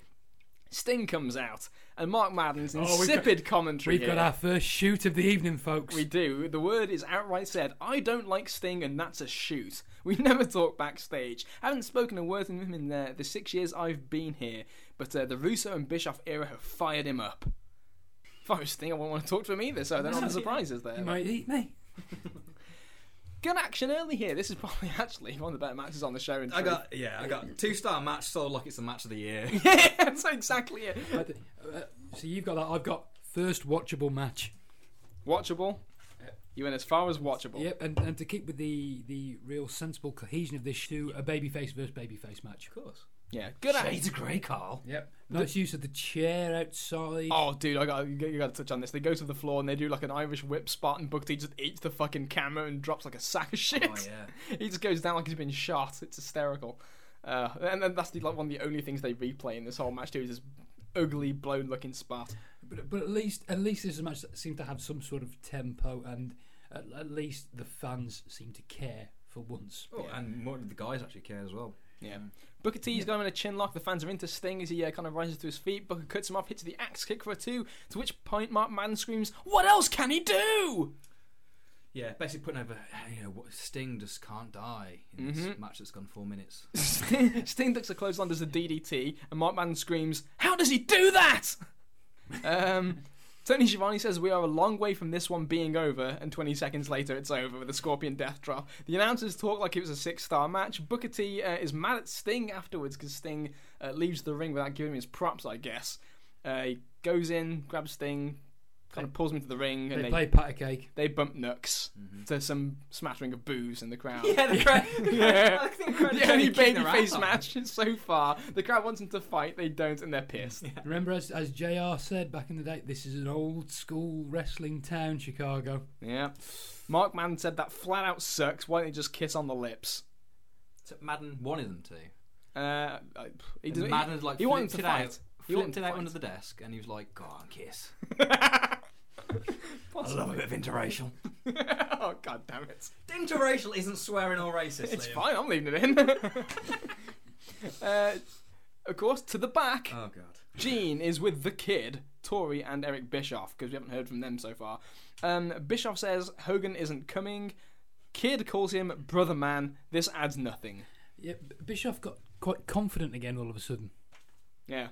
A: Sting comes out, and Mark Madden's
B: Oh, we've got-
A: insipid commentary.
B: We've got
A: here-
B: our first shoot of the evening, folks.
A: We do. The word is outright said. I don't like Sting, and that's a shoot. [LAUGHS] We never talk backstage. Haven't spoken a word to him in the, the six years I've been here, but uh, the Russo and Bischoff era have fired him up. If I was Sting, I wouldn't want to talk to him either, so I don't know what the surprise is there.
B: You might eat me.
A: Good action early here. This is [LAUGHS] probably actually one of the better matches on the show. In
D: I
A: truth.
D: got yeah, I got two star match sold like it's the match of the
A: [LAUGHS]
D: year.
A: yeah, that's exactly it.
B: But, uh, so you've got that. I've got first watchable match.
A: Watchable. You went as far as watchable.
B: Yep, and, and to keep with the the real sensible cohesion of this shoe, a babyface versus babyface match.
D: Of course.
A: Yeah. Good action.
C: Shades of
A: [LAUGHS]
C: Grey, Carl.
B: Yep. Nice use of the chair outside.
A: Oh, dude, I got you got to touch on this. They go to the floor and they do like an Irish whip spot, and Booker T just eats the fucking camera and drops like a sack of shit.
D: Oh yeah.
A: [LAUGHS] He just goes down like he's been shot. It's hysterical. Uh, and then that's the, like one of the only things they replay in this whole match too is this ugly, blown-looking spot.
B: But, but at least at least this match seemed to have some sort of tempo, and at, at least the fans seem to care for once.
D: Oh, And more the guys actually care as well.
A: Yeah. Booker T's going in a chin lock. The fans are into Sting as he uh, kind of rises to his feet. Booker cuts him off, hits the axe kick for a two. To which point, Mark Madden screams, "What else can he do?"
D: Yeah, basically putting over you know what Sting just can't die in
A: Mm-hmm.
D: this match that's gone four
A: [LAUGHS]
D: minutes.
A: Sting Sting ducks a clothesline, does a DDT, and Mark Madden screams, How does he do that? Um, Tony Schiavone says, We are a long way from this one being over, and 20 seconds later it's over with a Scorpion death drop. The announcers talk like it was a six star match. Booker T uh, is mad at Sting afterwards because Sting uh, leaves the ring without giving him his props, I guess. Uh, he goes in, grabs Sting, kind of pulls him into the ring,
B: They
A: and they,
B: play Mm-hmm. pat a cake.
A: they bump Nooks to some smattering of boos in the crowd
D: the crowd. [LAUGHS]
A: [LAUGHS] Yeah. the only
D: kicking
A: babyface
D: her
A: face
D: out.
A: match [LAUGHS] so far. The crowd wants them to fight, they don't, and they're pissed.
B: Remember, as, as JR said back in the day, this is an old school wrestling town, Chicago.
A: Yeah. Mark Mann said that flat out sucks. Why don't they just kiss on the lips?
D: So Madden wanted them to.
A: Uh, I- he doesn't.
D: Madden's
A: he,
D: like
A: he wanted
D: flipped
A: to
D: it
A: fight.
D: out,
A: He wanted
D: flipped
A: to
D: it out
A: fight.
D: under the desk, and he was like, "Go on,
A: [LAUGHS]
D: kiss." [LAUGHS]
C: I love a bit of interracial.
A: [LAUGHS] oh god damn it!
D: [LAUGHS] Interracial isn't swearing or racist.
A: It's fine. I'm leaving it in. [LAUGHS] uh, of course, to the back.
D: Oh god.
A: Gene is with the kid, Tori, and Eric Bischoff, because we haven't heard from them so far. Um, Bischoff says Hogan isn't coming. Kid calls him brother man. This adds nothing.
B: Yeah, B- Bischoff got quite confident again all of a sudden.
A: Yeah.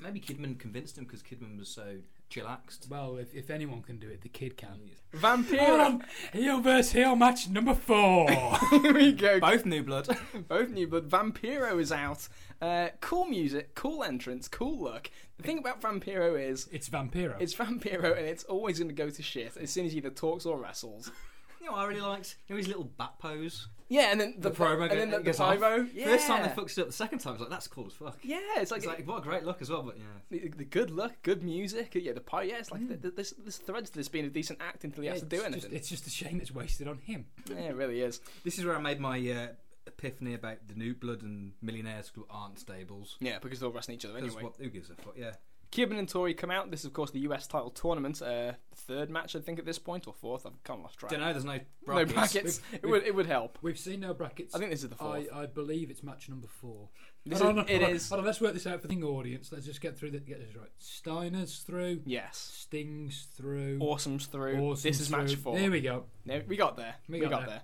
D: Maybe Kidman convinced him because Kidman was so chillaxed.
B: Well, if, if anyone can do it, the kid can. Hold
A: Vampiro.
B: on, heel versus heel match number four.
A: [LAUGHS] Here we go.
D: Both new blood. [LAUGHS]
A: Both new, but Vampiro is out. Uh, cool music, cool entrance, cool look. The thing about Vampiro is.
B: it's Vampiro.
A: It's Vampiro and it's always going to go to shit as soon as he either talks or wrestles.
D: you know, what I really liked you know his little bat pose.
A: Yeah, and then the,
D: the promo
A: and
D: go-
A: then the, the
D: goes off.
A: pyro.
D: The First time
A: Yeah.
D: they fucked it up. The second time, I was like, that's cool as fuck.
A: Yeah, it's like,
D: It's like, what a great look as well, but yeah.
A: the, the good look, good music, yeah, the pie, yeah, it's
D: Mm.
A: like th th there's, there's threads to this being a decent act until he has to do
B: It's just-
A: anything.
B: it's just a shame it's wasted on him.
A: yeah, it really is.
D: This is where I made my uh, epiphany about the new blood and millionaires who aren't stables.
A: Yeah, because they're all wrestling each other
D: 'Cause
A: anyway.
D: what, who gives a fuck? Yeah.
A: Cuban and Tori come out. This is, of course, the US title tournament. Uh, third match, I think, at this point, or fourth. I've kind of lost track.
D: Don't know. There's no
A: No
D: brackets.
A: brackets. It would, it would help.
B: We've seen no brackets.
A: I think this is the
B: I,
A: fourth.
B: I uh, believe it's match number four.
A: This
B: Hold
A: is-
B: on,
A: it
B: hold on,
A: is-
B: hold on, let's work this out for the audience. Let's just get through the, get this right. Steiner's through.
A: Yes.
B: Sting's through.
A: Awesome's through. this
B: Awesome's
A: is match
B: through.
A: four.
B: There we go.
A: No, we got there. We, got, there.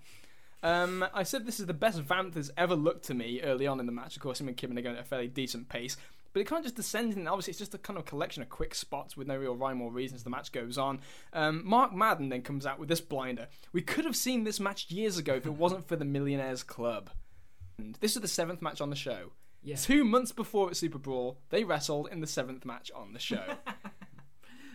A: Um, I said this is the best Vamp has ever looked to me early on in the match. Of course, him and Kibben are going at a fairly decent pace. But it kind of just descends, and obviously it's just a kind of collection of quick spots with no real rhyme or reason as the match goes on. Um, Mark Madden then comes out with this blinder. We could have seen this match years ago [LAUGHS] if it wasn't for the Millionaires Club. And this is the seventh match on the show.
B: Yeah.
A: Two months before at Super Brawl, they wrestled in the seventh match on the [LAUGHS] show.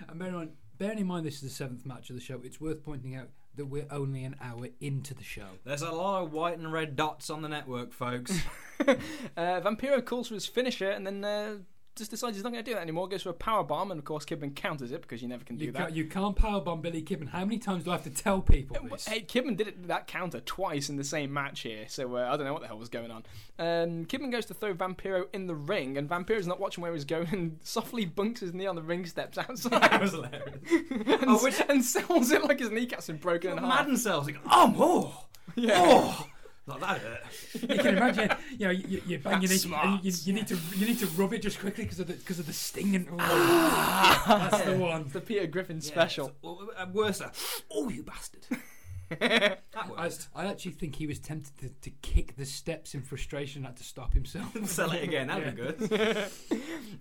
B: And bearing, on, bearing in mind this is the seventh match of the show, it's worth pointing out that we're only an hour into the show.
D: There's a lot of white and red dots on the network, [LAUGHS] folks.
A: Uh, Vampiro calls for his finisher and then uh, just decides he's not going to do that anymore. Goes for a power bomb, and of course Kidman counters it because you never can do
B: You,
A: that.
B: can't, you can't powerbomb Billy Kidman. How many times do I have to tell
A: [LAUGHS]
B: people this?
A: Hey, Kidman did it, that counter twice in the same match here, so uh, I don't know what the hell was going on. Um, Kidman goes to throw Vampiro in the ring, and Vampiro's not watching where he's going and [LAUGHS] softly bunks his knee on the ring steps outside
D: that was hilarious.
A: [LAUGHS] and,
D: Oh, which-
A: and sells it like his kneecap's been broken in half.
D: [LAUGHS] Madden sells. Like, oh, more.
A: Yeah.
D: Oh.
C: Like that hurt.
B: You can imagine, you know, you, you're banging
A: That's
B: it, and you,
A: smart. Ah!
B: you need to you need to rub it just quickly because of the because of the sting and that's
A: [LAUGHS]
B: the one.
A: It's the Peter Griffin
C: Yeah,
A: special.
C: it's- well, uh, worse. uh, Oh, you [LAUGHS] bastard. that
B: I,
C: worst.
B: I actually think he was tempted to, to kick the steps in frustration, had to stop
C: [LAUGHS]
B: himself.
C: Sell it again. That'd be [LAUGHS]
A: [LAUGHS]
C: good.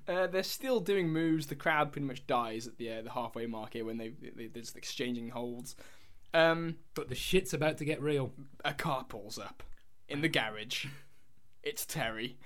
A: Uh, they're still doing moves. The crowd pretty much dies at the uh, the halfway mark here when they, they they're just exchanging holds. Um,
B: But the shit's about to get real.
A: a car pulls up in the garage. It's Terry.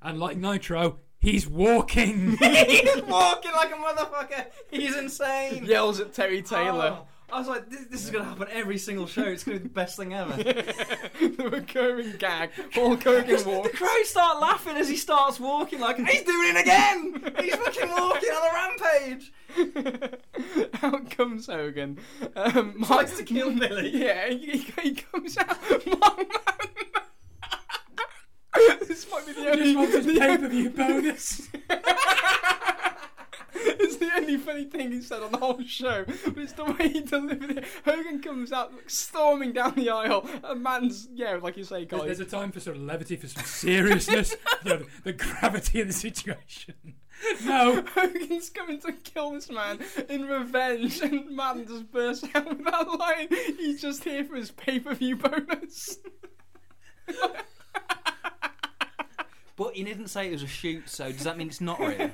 B: And like Nitro, he's walking.
C: He's walking like a motherfucker. He's insane.
A: Yells at Terry Taylor.
C: Oh, I was like, this, this is gonna happen every single show. It's gonna be the best thing [LAUGHS]
A: [LAUGHS]
C: ever.
A: the recurring gag. Hulk
C: [LAUGHS]
A: Hogan
C: the
A: walks. [LAUGHS]
C: crowd start laughing as he starts walking. Like he's doing it again. [LAUGHS] He's fucking walking on a rampage.
A: out comes Hogan. Um, Mark
C: Tries
A: [LAUGHS]
C: to kill Billy.
A: Yeah, he, he comes out. [LAUGHS] Mark Mann. this might be the only.
B: just wants
A: [LAUGHS]
B: his
A: the
B: pay per
A: [LAUGHS]
B: view bonus.
A: It's the only funny thing he said on the whole show, but it's the way he delivered it. Hogan comes out like, storming down the aisle. A man's, yeah, like you say,
B: There's,
A: guys.
B: there's a time for sort of levity, for some seriousness, [LAUGHS] you know, the, the gravity of the situation. [LAUGHS] No,
A: [LAUGHS] Hogan's coming to kill this man in revenge, and man just bursts out with that line. He's just here for his pay per view bonus. [LAUGHS]
E: But you didn't say it was a shoot, so does that mean it's
C: [LAUGHS]
E: not real?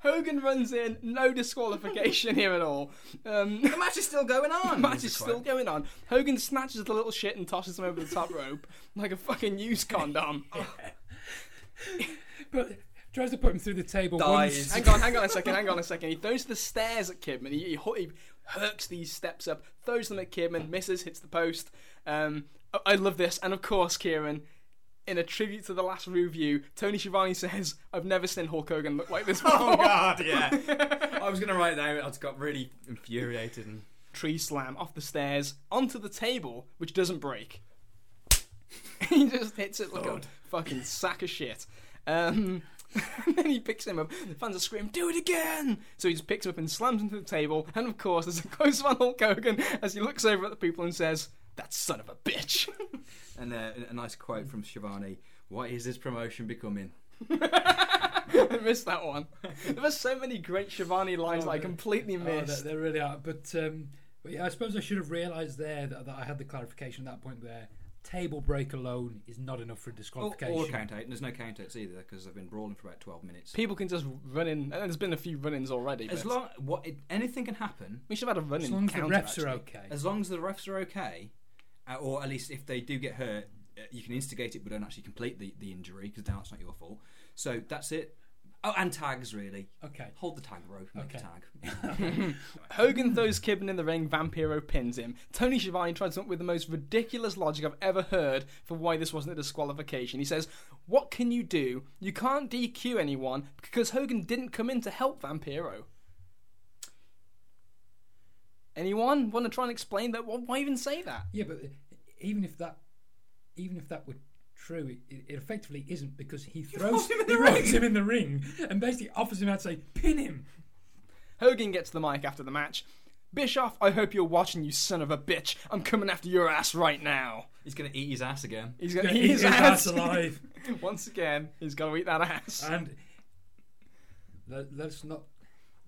A: Hogan runs in, no disqualification here at all. Um, [LAUGHS]
C: The match is still going on.
A: match is still going on. Hogan snatches the little shit and tosses him over the top rope like a fucking used
B: [LAUGHS]
A: condom.
B: but tries to put him through the table
C: Dies.
B: once.
A: hang on, hang on a second, hang on a second. He throws the stairs at Kidman. He, he, ho- he herks these steps up, throws them at Kidman, misses, hits the post. Um, I- I love this. And of course, Kieran, in a tribute to the last review, Tony Schiavone says, I've never seen Hulk Hogan look like this before.
C: [LAUGHS] Oh god, yeah.
A: [LAUGHS]
C: [LAUGHS] I was gonna write down. I just got really infuriated and
A: Tree slam off the stairs, onto the table, which doesn't break. [LAUGHS] he just hits it like
C: Lord.
A: a fucking sack of shit. Um, [LAUGHS] and then he picks him up. The fans are screaming, "Do it again!" So he just picks him up and slams him to the table. And of course, there's a close up on Hulk Hogan as he looks over at the people and says, "That son of a bitch." [LAUGHS]
C: and uh, a nice quote from Shivani. What is this promotion becoming?
A: I missed that one. There were so many great Shivani lines
B: Oh,
A: that I
B: the-
A: completely
B: Oh, they,
A: missed.
B: they really are. But, um, but yeah, I suppose I should have realised there that, that I had the clarification at that point there. Table break alone is not enough for
C: Or,
B: disqualification.
C: or count out. And there's no count outs either because I've been brawling for about twelve minutes.
A: People can just run in, and there's been a few run-ins already.
C: As
A: but
C: long what it, anything can happen,
A: we should have had a run-in.
B: as long as the
A: counter,
B: refs
A: actually.
B: are okay.
C: as long as the refs are okay, uh, or at least if they do get hurt, uh, you can instigate it but don't actually complete the, the injury because now it's not your fault. So that's it. Oh, and tags really.
B: okay.
C: Hold the tag rope, make a
B: Okay.
C: tag. [LAUGHS]
A: Hogan throws Kidman in the ring, Vampiro pins him. Tony Schiavone tries to come up with the most ridiculous logic I've ever heard for why this wasn't a disqualification. He says, What can you do? You can't DQ anyone because Hogan didn't come in to help Vampiro. Anyone want to try and explain that? Why- Why even say that?
B: Yeah, but even if that, even if that were true, it, it it effectively isn't because he throws
C: throws him in
B: he [LAUGHS]
C: the
B: throws
C: ring.
B: him in the ring and basically offers him out to say pin him.
A: Hogan gets the mic after the match. Bischoff, I hope you're watching, you son of a bitch. I'm coming after your ass right now.
C: He's gonna eat his ass again.
A: He's going to
B: Eat
A: eat his, ass.
B: alive.
A: [LAUGHS] Once again, he's going to eat that ass.
B: and let, let's not.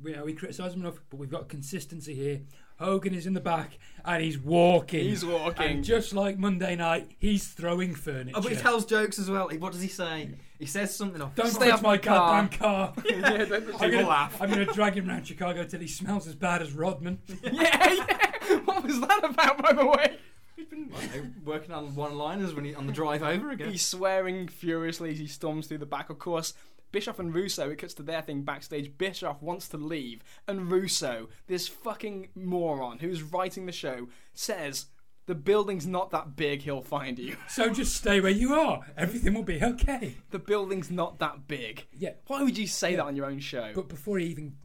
B: We, you know, we criticise him enough, but we've got consistency here. Hogan is in the back and he's walking.
A: He's walking.
B: And just like Monday night, he's throwing furniture.
C: Oh, but he tells jokes as well. He- What does he say? He says something off.
B: Don't
A: Stay
B: touch
A: off
B: my
A: my car.
B: goddamn car.
A: [LAUGHS] Yeah, don't-
B: I'm
C: People
B: gonna,
C: laugh.
B: I'm going to drag him round Chicago till he smells as bad as Rodman.
A: [LAUGHS] yeah, yeah. What was that about, by the way?
C: I don't know, working on one-liners when he on the drive over again.
A: He's swearing furiously as he storms through the back. Of course, Bischoff and Russo, it cuts to their thing backstage. Bischoff wants to leave, and Russo, this fucking moron who's writing the show, says, The building's not that big, he'll find you. [LAUGHS]
B: So just stay where you are. Everything will be okay.
A: The building's not that big.
B: Yeah.
A: Why would you say that on your own show?
B: But before he even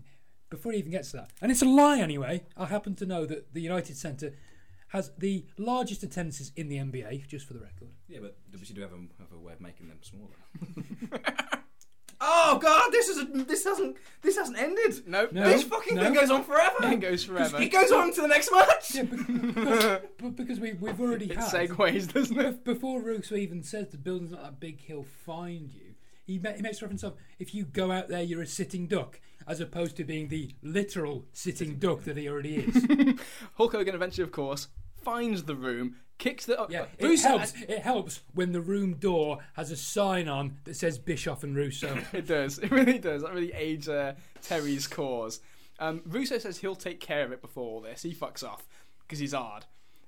B: before he even gets to that, and it's a lie anyway. I happen to know that the United Centre has the largest attendances in the NBA, just for the record.
C: [LAUGHS] Yeah, but we should have a, have a way of making them smaller. oh, oh god, this is a, this hasn't this hasn't ended.
A: Nope.
B: No.
C: This fucking thing
B: no.
C: goes on forever.
A: It
B: [LAUGHS]
A: goes forever.
C: It goes on to the next match.
B: Yeah, [LAUGHS] but, but because we, we've already
A: It
B: had.
A: segues, [LAUGHS] doesn't it?
B: Before Russo even says the building's not that big, he'll find you. He, ma- he makes reference of if you go out there, you're a sitting duck, as opposed to being the literal sitting duck that he already [LAUGHS] is.
A: Hulk Hogan eventually, of course, finds the room, kicks the.
B: Yeah, it
A: Russo-
B: helps. It helps when the room door has a sign on that says Bischoff and [LAUGHS] Russo.
A: It does. [LAUGHS] It really does. That really aids uh, Terry's cause. Um, Russo says he'll take care of it before all this. He fucks off because he's hard.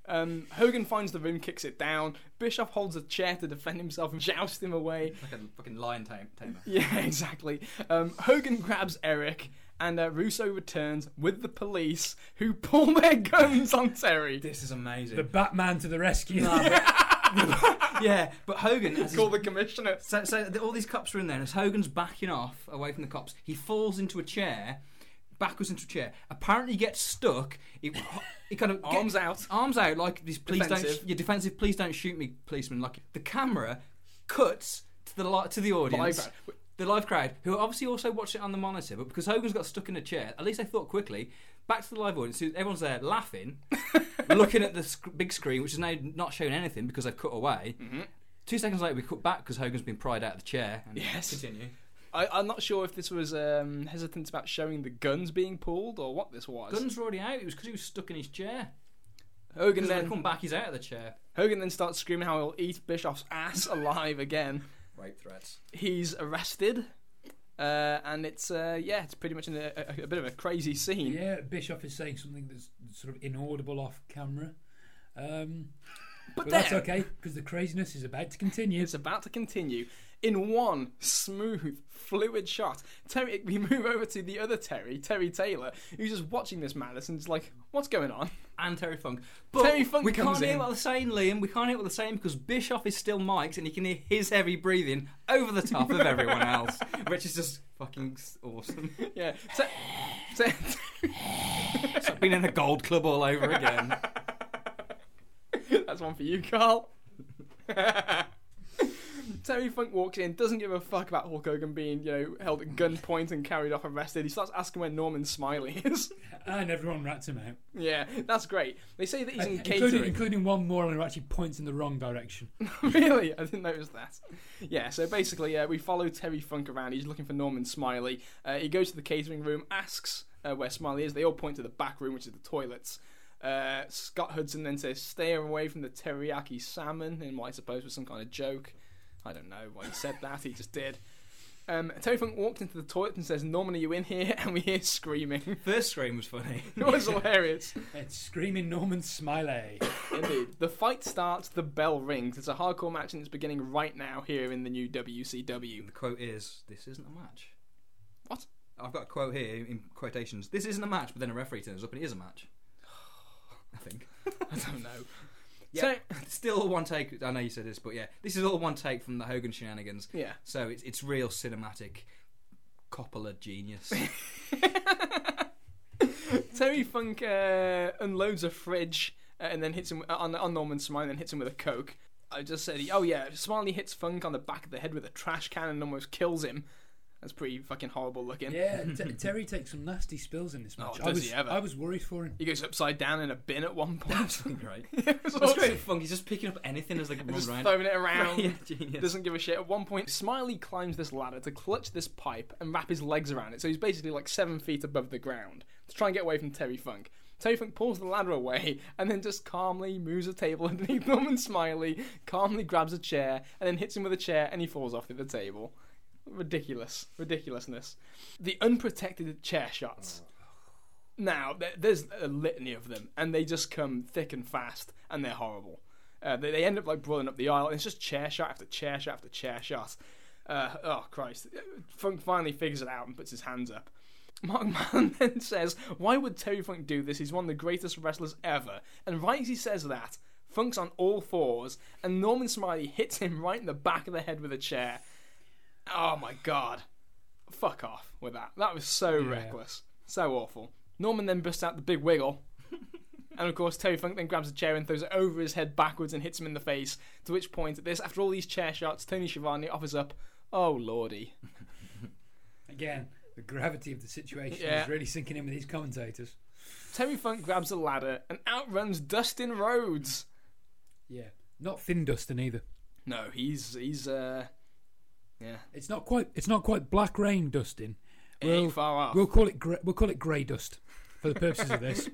A: Um, Hogan finds the room, kicks it down. Bischoff holds a chair to defend himself and [LAUGHS] jousts him away.
C: Like a fucking lion tam- tamer.
A: Yeah, [LAUGHS] exactly. Um, Hogan grabs Eric, and uh, Russo returns with the police, who pull [LAUGHS] their guns on Terry.
C: This is amazing.
B: the Batman to the rescue.
C: [LAUGHS] yeah, but Hogan has his
A: Call the commissioner.
C: So, so the, all these cops are in there, and as Hogan's backing off away from the cops, he falls into a chair, backwards into a chair. Apparently, gets stuck. He, he kind of gets-
A: Arms out.
C: arms out, like this. Please don't,
A: Defensive.
C: sh- yeah, defensive. Please don't shoot me, policeman. Like the camera cuts to the li- to the audience.
A: Live crowd.
C: The live crowd, who obviously also watched it on the monitor, but because Hogan's got stuck in a chair, at least they thought quickly. Back to the live audience, who- everyone's there [LAUGHS] laughing, looking at the sc- big screen, which is now not showing anything because they've cut away. Two seconds later, we cut back because Hogan's been pried out of the chair. And
A: Yes.
C: Continue.
A: I, I'm not sure if this was um, hesitant about showing the guns being pulled or what this was.
C: Guns were already out. It was because he was stuck in his chair.
A: Hogan
C: Because when
A: then
C: they come back, he's out of the chair.
A: Hogan then starts screaming how he'll eat Bischoff's
B: [LAUGHS]
A: ass alive again.
C: Rape threats.
A: He's arrested, uh, and it's uh, yeah, it's pretty much in a, a, a bit of a crazy scene.
B: [LAUGHS] yeah, Bischoff is saying something that's sort of inaudible off camera. Um, but that's
A: then-
B: okay because the craziness is about to continue.
A: It's about to continue in one smooth, fluid shot. Terry, we move over to the other Terry, Terry Taylor, who's just watching this madness and is like, "What's going on?"
C: And Terry Funk. But
A: Terry Funk
C: we
A: comes
C: can't
A: in.
C: hear what they're saying, Liam. We can't hear what they're saying because Bischoff is still mic'd and you can hear his heavy breathing over the top of
A: [LAUGHS]
C: everyone else, which is just fucking s- awesome.
A: Yeah, Te- Te-
C: It's like being in a gold club all over
A: [LAUGHS]
C: again.
A: That's one for you, Carl. [LAUGHS] Terry Funk walks in, doesn't give a fuck about Hulk Hogan being, you know, held at gunpoint and carried off arrested. He starts asking where Norman Smiley is. [LAUGHS]
B: And everyone rats him out,
A: yeah, that's great. They say that he's in
B: Uh, including,
A: catering.
B: including one moron who actually points in the wrong [LAUGHS] direction.
A: [LAUGHS] really? I didn't notice that. Yeah, so basically, uh, we follow Terry Funk around. He's looking for Norman Smiley. Uh, he goes to the catering room, asks uh, where Smiley is. They all point to the back room, which is the toilets. Uh, Scott Hudson then says, stay away from the teriyaki salmon, in what I suppose was some kind of joke. I don't know why he said that, he just did. Um, Terry Funk walked into the toilet and says, Norman, are you in here? [LAUGHS] And we hear screaming. [LAUGHS]
C: First scream was funny.
A: it was hilarious.
B: It's screaming Norman [COUGHS] Smiley.
A: Indeed. The fight starts, the bell rings. It's a hardcore match and it's beginning right now here in the new WCW.
C: The quote is, "This isn't a match."
A: What?
C: I've got a quote here in quotations. This isn't a match, but then a referee turns up and it is
A: [SIGHS]
C: a match. I think. [LAUGHS]
A: [LAUGHS] I don't know.
C: Yeah. Still one take. I know you said this, but yeah, this is all one take from the Hogan shenanigans.
A: So, yeah.
C: So it's it's real cinematic.
A: [LAUGHS]
C: Coppola genius.
A: Terry Funk uh, unloads a fridge uh, and then hits him on, on Norman Smiley and then hits him with a Coke. I just said, oh yeah, Smiley hits Funk on the back of the head with a trash can and almost kills him. That's pretty fucking horrible looking.
B: Yeah, T- Terry takes some nasty spills in this
A: Oh,
B: match. I
A: does
B: was,
A: he ever.
B: I was worried for him.
A: He goes upside down in a bin at one
C: [LAUGHS]
A: point. [LAUGHS]
C: right.
A: It was
C: That's
A: awesome.
C: great. Funk. He's just picking up anything as they run
A: Just
D: [LAUGHS]
C: around.
A: throwing it around.
C: [LAUGHS] yeah, genius.
A: doesn't give a shit. At one point, Smiley climbs this ladder to clutch this pipe and wrap his legs around it, so he's basically like seven feet above the ground to try and get away from Terry Funk. Terry Funk pulls the ladder away [LAUGHS] and then just calmly moves a table [LAUGHS] underneath Norman Smiley, calmly grabs a chair, and then hits him with a chair and he falls off the table. Ridiculous. Ridiculousness. The unprotected chair shots. Now, th- there's a litany of them, and they just come thick and fast, and they're horrible. Uh, they, they end up like brawling up the aisle, and it's just chair shot after chair shot after chair shot. Uh, oh, Christ. Funk finally figures it out and puts his hands up. Mark Mann [LAUGHS] then says, Why would Terry Funk do this? He's one of the greatest wrestlers ever. And right as he says that, Funk's on all fours, and Norman Smiley hits him right in the back of the head with a chair. Oh my god. Fuck off with that. That was so reckless. So awful. Norman then busts out the big wiggle. and of course, Terry Funk then grabs a chair and throws it over his head backwards and hits him in the face. To which point, at this, after all these chair shots, Tony Schiavone offers up, Oh lordy.
B: Again, the gravity of the situation
A: Yeah.
B: is really sinking in with these commentators.
A: Terry Funk grabs a ladder and outruns Dustin Rhodes.
B: Yeah. Not Thin Dustin either.
A: No, he's he's uh, yeah,
B: It's not quite. It's not quite Black Rain Dustin.
A: It ain't far off.
B: We'll call it. Gre- we'll call it Grey Dust for the purposes of this.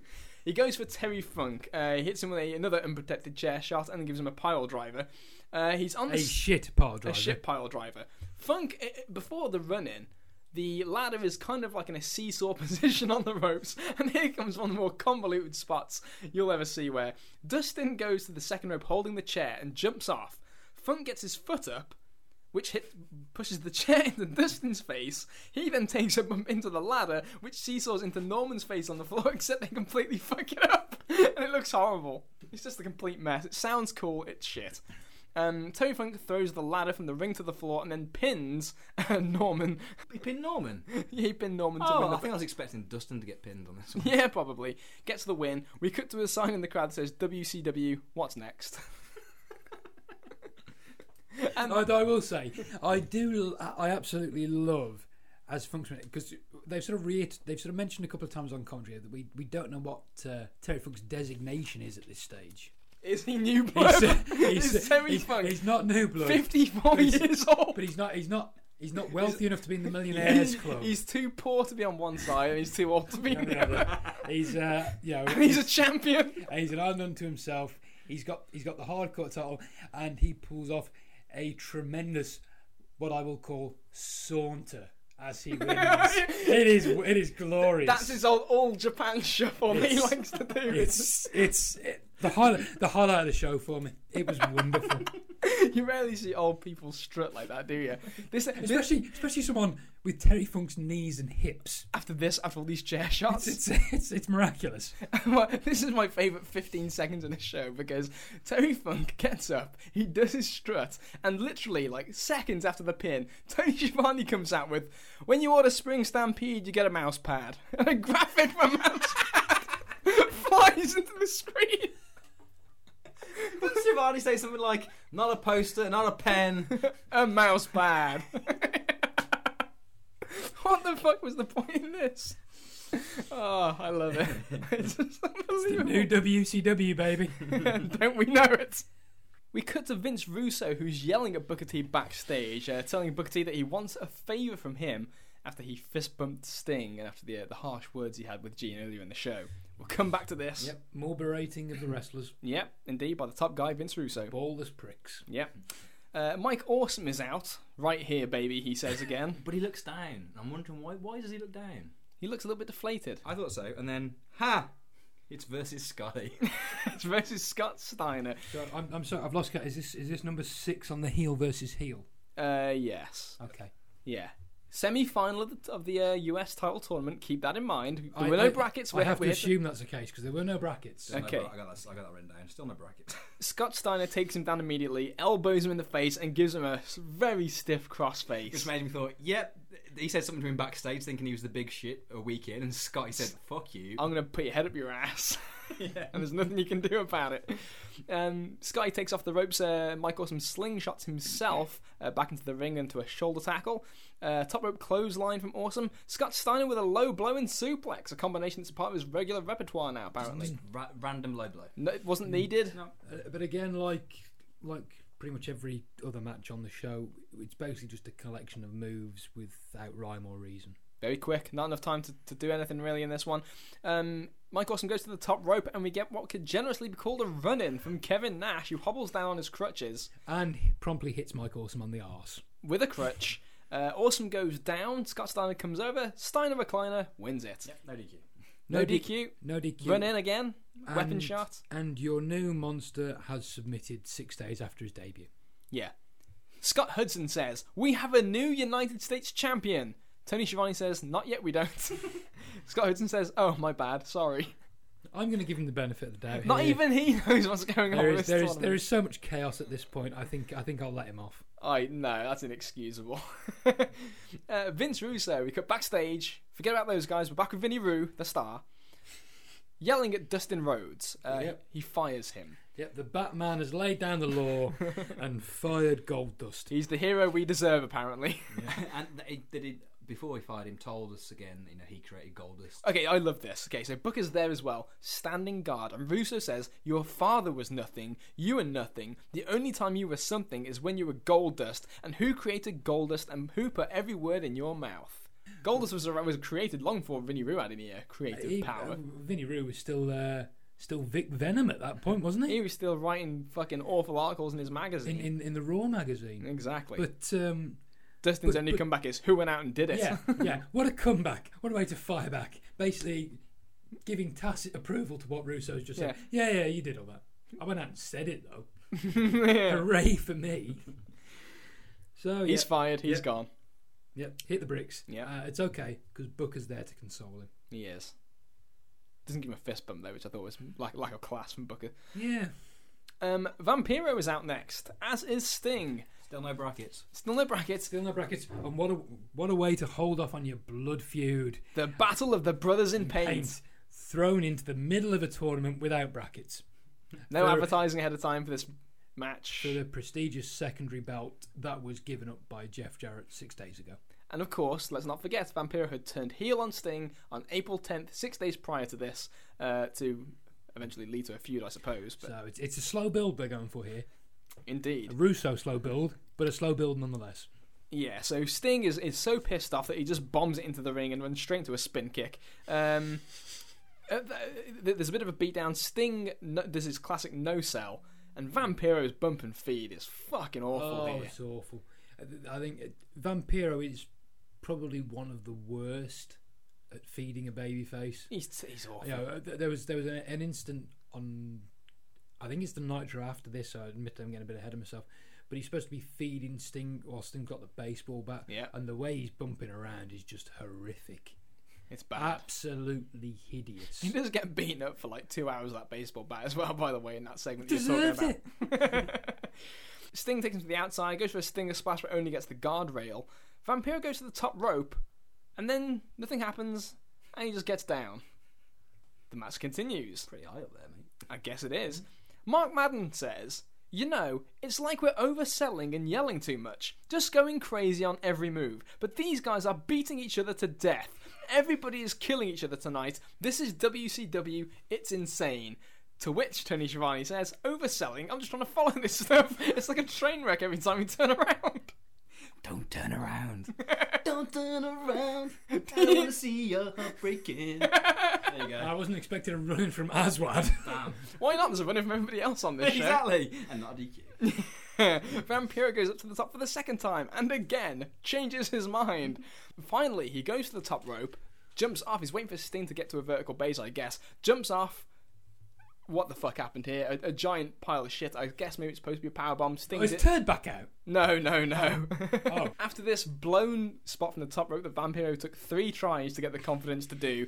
A: He goes for Terry Funk. Uh, he hits him with a, another unprotected chair shot and gives him a pile driver. Uh, he's on the
B: [LAUGHS] A
A: s-
B: shit pile
A: a
B: driver.
A: ship pile driver. Funk eh, eh, before the run in. The ladder is kind of like in a seesaw [LAUGHS] position on the ropes, and here comes one of the more convoluted spots you'll ever see where Dustin goes to the second rope holding the chair and jumps off. Funk gets his foot up, which hit, pushes the [LAUGHS] chair into Dustin's face. He then takes a bump into the ladder, which seesaws into Norman's face on the floor, [LAUGHS] except they completely fuck it up, [LAUGHS] and it looks horrible. It's just a complete mess. It sounds cool, it's shit. Um, Terry Funk throws the ladder from the ring to the floor and then pins [LAUGHS] uh, Norman. [LAUGHS]
D: He pinned Norman.
A: he pinned Norman to win
D: Oh,
A: the
D: I think I was expecting Dustin to get pinned on this one. [LAUGHS]
A: [LAUGHS] yeah, probably. Gets the win. We cut to a sign in the crowd that says WCW, what's next? [LAUGHS]
B: And I, I will say, I do. I absolutely love as Funk's because they've sort of reiter- they've sort of mentioned a couple of times on commentary that we we don't know what uh, Terry Funk's designation is at this stage.
A: Is he new blood?
B: [LAUGHS] he's-
A: is Terry
B: he's-
A: Funk
B: He's not new blood,
A: 54
B: he's-
A: years old?
B: but he's not. He's not. He's not wealthy enough to be
A: [LAUGHS]
B: in the millionaires
A: He's-
B: club.
A: He's too poor to be on one side, and he's too old to be
B: No,
A: on the
B: no,
A: other.
B: no. He's uh, yeah,
A: And [LAUGHS] he's a champion.
B: and he's an island unto himself. He's got he's got the hardcore title, and he pulls off a tremendous, what I will call saunter as
A: [LAUGHS]
B: he wins. it is it is glorious.
A: That's his old all Japan shuffle that he [LAUGHS]
B: It's-
A: likes to do.
B: It's it's it, the highlight the highlight of the show for me. It was
A: [LAUGHS]
B: wonderful,
A: You rarely see old people strut like that, do you? This, this
B: especially especially someone with Terry Funk's knees and hips.
A: after this, after all these chair
B: It's
A: shots,
B: it's it's,
A: [LAUGHS]
B: it's miraculous.
A: Well, this is my favourite 15 seconds in the show because Terry Funk gets up, he does his strut, and literally, like, seconds after the pin, [LAUGHS] Tony Schiavone comes out with, When you order Spring Stampede, you get a mouse pad. [LAUGHS] And a graphic for a mouse pad [LAUGHS] flies into the screen.
D: Doesn't Shivani say something like, not a poster, not a
A: [LAUGHS]
D: pen?
A: A mouse pad. [LAUGHS] what the fuck was the point in this? [LAUGHS] Oh, I love it. [LAUGHS] It's just unbelievable.
B: New WCW baby. [LAUGHS]
A: Don't we know it? We cut to Vince Russo, who's yelling at Booker T backstage, uh, telling Booker T that he wants a favour from him after he fist bumped Sting and after the uh, the harsh words he had with Gene earlier in the show. We'll come back to this.
B: Yep, more berating of the wrestlers,
A: Yep, indeed, by the top guy, Vince Russo.
B: ballless pricks.
A: Yep. Uh, Mike Awesome is out. Right here, baby, he says
B: [LAUGHS]
A: again.
D: But he looks down. I'm wondering why. Why does he look down?
A: he looks a little bit deflated. [LAUGHS]
D: I thought so. And then, ha! It's versus Scotty.
A: It's versus Scott Steiner.
B: So I'm, I'm sorry, I've lost. count. Is this is this number six on the heel versus heel?
A: Uh, yes.
B: Okay.
A: Yeah. Semi final of the, of the uh, US title tournament. Keep that in mind. There
B: I-
A: were no
B: I-
A: brackets.
B: I
A: we're-
B: have to
A: we're-
B: assume that's the case because there were no brackets.
D: [LAUGHS]
A: Okay.
D: I got that, I got that written down. Still no bracket. [LAUGHS]
A: Scott Steiner takes him down immediately, elbows him in the face, and gives him a s- very stiff
D: Just
A: crossface.
D: made me thought, yep. He said something to him backstage thinking he was the big shit a weekend, and Scotty said, fuck you.
A: I'm gonna put your head up your ass, [LAUGHS] and there's nothing you can do about it. Um, Scotty takes off the ropes. Uh, Mike Awesome slingshots himself uh, back into the ring into a shoulder tackle. Uh, top rope clothesline from Awesome. Scott Steiner with a low blow and suplex, a combination that's part of his regular repertoire now. Apparently,
D: Ra- random low blow.
A: no, it wasn't needed.
B: Uh, but again, like like pretty much every other match on the show, it's basically just a collection of moves without rhyme or reason.
A: very quick. Not enough time to, to do anything really in this one. Um, Mike Awesome goes to the top rope, and we get what could generously be called a run in from Kevin Nash, who hobbles down on his crutches
B: And promptly hits Mike Awesome on the arse.
A: with a crutch. Uh, awesome goes down. Scott Steiner comes over. Steiner recliner wins it.
D: No DQ.
C: [LAUGHS]
A: No, DQ.
B: No DQ.
A: Run in again. Weapon
B: And-
A: shot.
B: And your new monster has submitted six days after his debut.
A: Yeah. Scott Hudson says, We have a new United States champion. Tony Schiavone says, Not yet, we don't. [LAUGHS] Scott Hudson says, Oh, my bad,
B: [LAUGHS]
A: sorry.
B: I'm going to give him the benefit of the doubt.
A: Not
B: here.
A: even he knows what's going on.
B: There
A: with this
B: is there is
A: tournament.
B: there is so much chaos at this point. I think I think I'll let him off.
A: I no, that's inexcusable. [LAUGHS] uh, Vince Russo, we cut backstage. Forget about those guys. We're back with Vinny Roo, the star, yelling at Dustin Rhodes. Uh,
B: Yep.
A: He fires him.
B: Yep, the Batman has laid down
A: [LAUGHS]
B: the law and fired Gold Dust.
A: He's the hero we deserve, apparently.
D: and they, they did
C: before he fired him, told us again, you know, he created Goldust.
A: [LAUGHS] Okay, I love this. Okay, so Booker's there as well, standing guard, and Russo says, Your father was nothing, you were nothing, the only time you were something is when you were gold dust, and who created gold dust and who put every word in your mouth? Goldust was, ar- was created long before Vinny Roo had any uh, creative
B: He-
A: power.
B: uh, Vinny Roo was still uh, still Vic Venom at that point, wasn't
A: He
B: he?
A: was still writing fucking awful articles in his
B: In
A: magazine.
B: in, in the Raw magazine.
A: exactly.
B: But um,
A: Dustin's
B: but-
A: only
B: but-
A: comeback is who went out and did it. [LAUGHS]
B: yeah, [LAUGHS] yeah. What a comeback! What a way to fire back. Basically, giving tacit approval to what Russo's just said. Yeah, yeah, you did all that. I went out and said it though. Hooray for
A: [LAUGHS]
B: me! So
A: He's
B: yeah,
A: fired, He's
B: Yeah.
A: gone.
B: Yep, hit the bricks.
A: Yeah.
B: uh, it's okay because Booker's there to console him.
A: He is. Doesn't give him a fist bump though, which I thought was lack, lack of class from Booker.
B: Yeah,
A: Um, Vampiro is out next, as is Sting.
C: Still no brackets.
A: Still no brackets.
B: still no brackets. And what a what a way to hold off on your blood feud.
A: The battle of the brothers in paint.
B: Paint thrown into the middle of a tournament without brackets
A: No
B: For-
A: advertising ahead of time for this match.
B: for the prestigious secondary belt that was given up by Jeff Jarrett six days ago.
A: And of course, let's not forget, Vampiro had turned heel on Sting on April 10th, six days prior to this, uh, to eventually lead to a feud, I suppose. But
B: So it's, it's a slow build they're going for here.
A: indeed.
B: A Russo slow build, but a slow build nonetheless.
A: Yeah, so Sting is, is so pissed off that he just bombs it into the ring and runs straight into a spin kick. Um, uh, th- th- there's a bit of a beatdown. Sting no- does his classic no sell, and Vampiro's bump and feed is fucking awful
B: oh,
A: here.
B: it's awful. I th- I think uh, Vampiro is probably one of the worst at feeding a babyface.
A: He's, he's awful.
B: You know, uh, th- there was there was an, an instant on, I think it's the Nitro after this. So I admit I'm getting a bit ahead of myself, but he's supposed to be feeding Sting. Or Sting's got the baseball bat,
A: Yeah.
B: and the way he's bumping around is just horrific,
A: It's bad.
B: absolutely hideous.
A: He does get beaten up for like two hours with that baseball bat as well, [LAUGHS] by the way, in that segment you're talking
B: Deserved
A: about.
B: it.
A: [LAUGHS] Sting takes him to the outside, goes for a Stinger splash, but only gets the guardrail. Vampiro goes to the top rope, and then nothing happens, and he just gets down. The match continues.
C: Pretty high up there, mate.
A: I guess it is. Mark Madden says, You know, it's like we're overselling and yelling too much, just going crazy on every move. But these guys are beating each other to death. Everybody is killing each other tonight. This is WCW. It's insane. To which Tony Schiavone says, Overselling? I'm just trying to follow this stuff. [LAUGHS] It's like a train wreck every time we turn around. [LAUGHS]
C: Don't turn [LAUGHS] around. Don't turn around. I don't want to see your heart [LAUGHS] breaking. Uh, There you go.
B: I wasn't expecting a running from Aswad. [LAUGHS]
A: Why not? There's a running from everybody else on this show.
C: [LAUGHS] Exactly. And not a DQ.
A: [LAUGHS] Vampiro goes up to the top for the second time and again changes his mind. Finally, he goes to the top rope, jumps off. He's waiting for Sting to get to a vertical base, I guess. Jumps off. What the fuck happened here? A, a giant pile of shit. I guess maybe it's supposed to be a power bomb. Sting.
B: his turd Oh, back out.
A: no, no, no.
B: Oh.
A: [LAUGHS] After this blown spot from the top rope that Vampiro took three tries to get the confidence to do,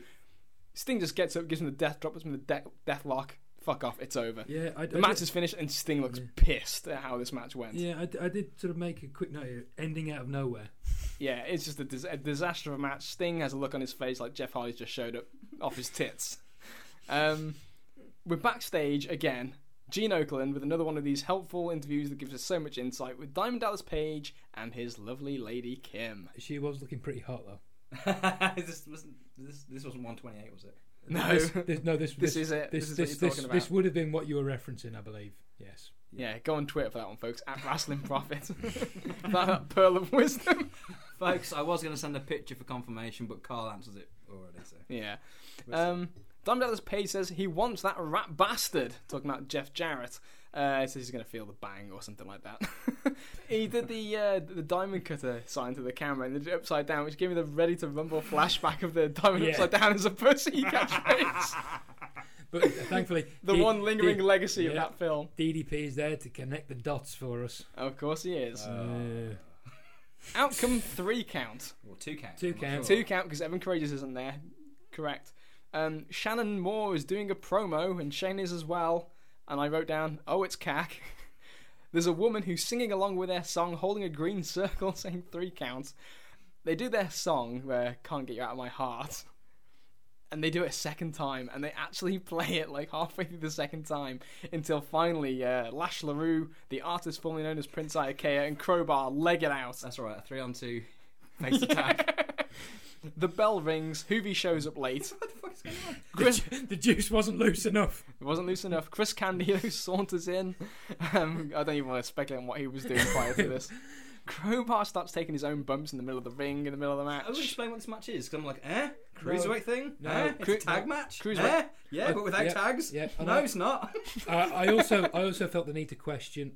A: Sting just gets up, gives him the death drop, puts him in the de- death lock. Fuck off. It's over.
B: Yeah, I,
A: The match is finished, and Sting looks pissed at how this match went.
B: Yeah, I, d- I did sort of make a quick note here, ending out of nowhere.
A: Yeah, it's just a, dis- a disaster of a match. Sting has a look on his face like Jeff Hardy's just showed up off his tits. Um, we're backstage again. Gene Oakland with another one of these helpful interviews that gives us so much insight with Diamond Dallas Page and his lovely lady Kim.
B: She was looking pretty hot though.
C: [LAUGHS] this, wasn't, this, this wasn't 128, was it?
A: No,
B: This, this- no, this,
A: This is it.
B: This,
A: This is what
B: this,
A: you're
B: this,
A: talking
B: this
A: about.
B: would have been what you were referencing, I believe. Yes.
A: [LAUGHS] yeah, go on Twitter for that one, folks. At Wrestling Profit, [LAUGHS] that pearl of wisdom.
C: Folks, I was going to send a picture for confirmation, but Carl answers it already, so.
A: Yeah. Um, Dom Dallas Page says he wants that rat bastard. Talking about Jeff Jarrett. Uh, says he's going to feel the bang or something like that. [LAUGHS] he did the uh, the diamond cutter sign to the camera and did it upside down, which gave me the ready to rumble flashback of the diamond
B: Yeah.
A: upside down as a
B: [LAUGHS]
A: pussy catchphrase. [LAUGHS]
B: But uh, thankfully,
A: the
B: D-
A: one lingering
B: D-
A: legacy of
B: yeah.
A: that film.
B: DDP is there to connect the dots for us.
A: Of course he is.
B: Uh,
A: Outcome three count.
C: Well, two count.
B: Two
C: I'm not
B: count.
C: sure.
A: Two count because Evan Courageous isn't there. Correct. Um, Shannon Moore is doing a promo, and Shane is as well. And I wrote down, oh, it's cack. [LAUGHS] There's a woman who's singing along with their song, holding a green [LAUGHS] circle, saying three counts. They do their song, where Can't Get You Out of My Heart. And they do it a second time, and they actually [LAUGHS] play it like halfway through the second time until finally uh, Lash LaRue, the artist formerly known as Prince Iakea, and Crowbar leg it out.
C: That's alright, a three on two face attack.
A: The bell rings. Hoovy shows up late.
C: What the fuck is going on?
A: Chris
B: the juice wasn't loose enough.
A: it wasn't loose enough. Chris [LAUGHS] Candio saunters in. Um, I don't even want to speculate on what he was doing prior to this. Crowbar starts taking his own bumps in the middle of the ring, in the middle of the
C: I will
A: match.
C: explain what this match is because I'm like, eh, cruiserweight thing,
B: No.
C: eh,
A: Cru-
C: it's a tag
A: no.
C: match,
A: Cruiserweight.
C: eh, yeah,
B: Uh,
C: but without
B: yeah,
C: tags.
B: yeah, I
C: no,
B: know. [LAUGHS]
C: it's not.
B: Uh, I, I also I also felt the need to question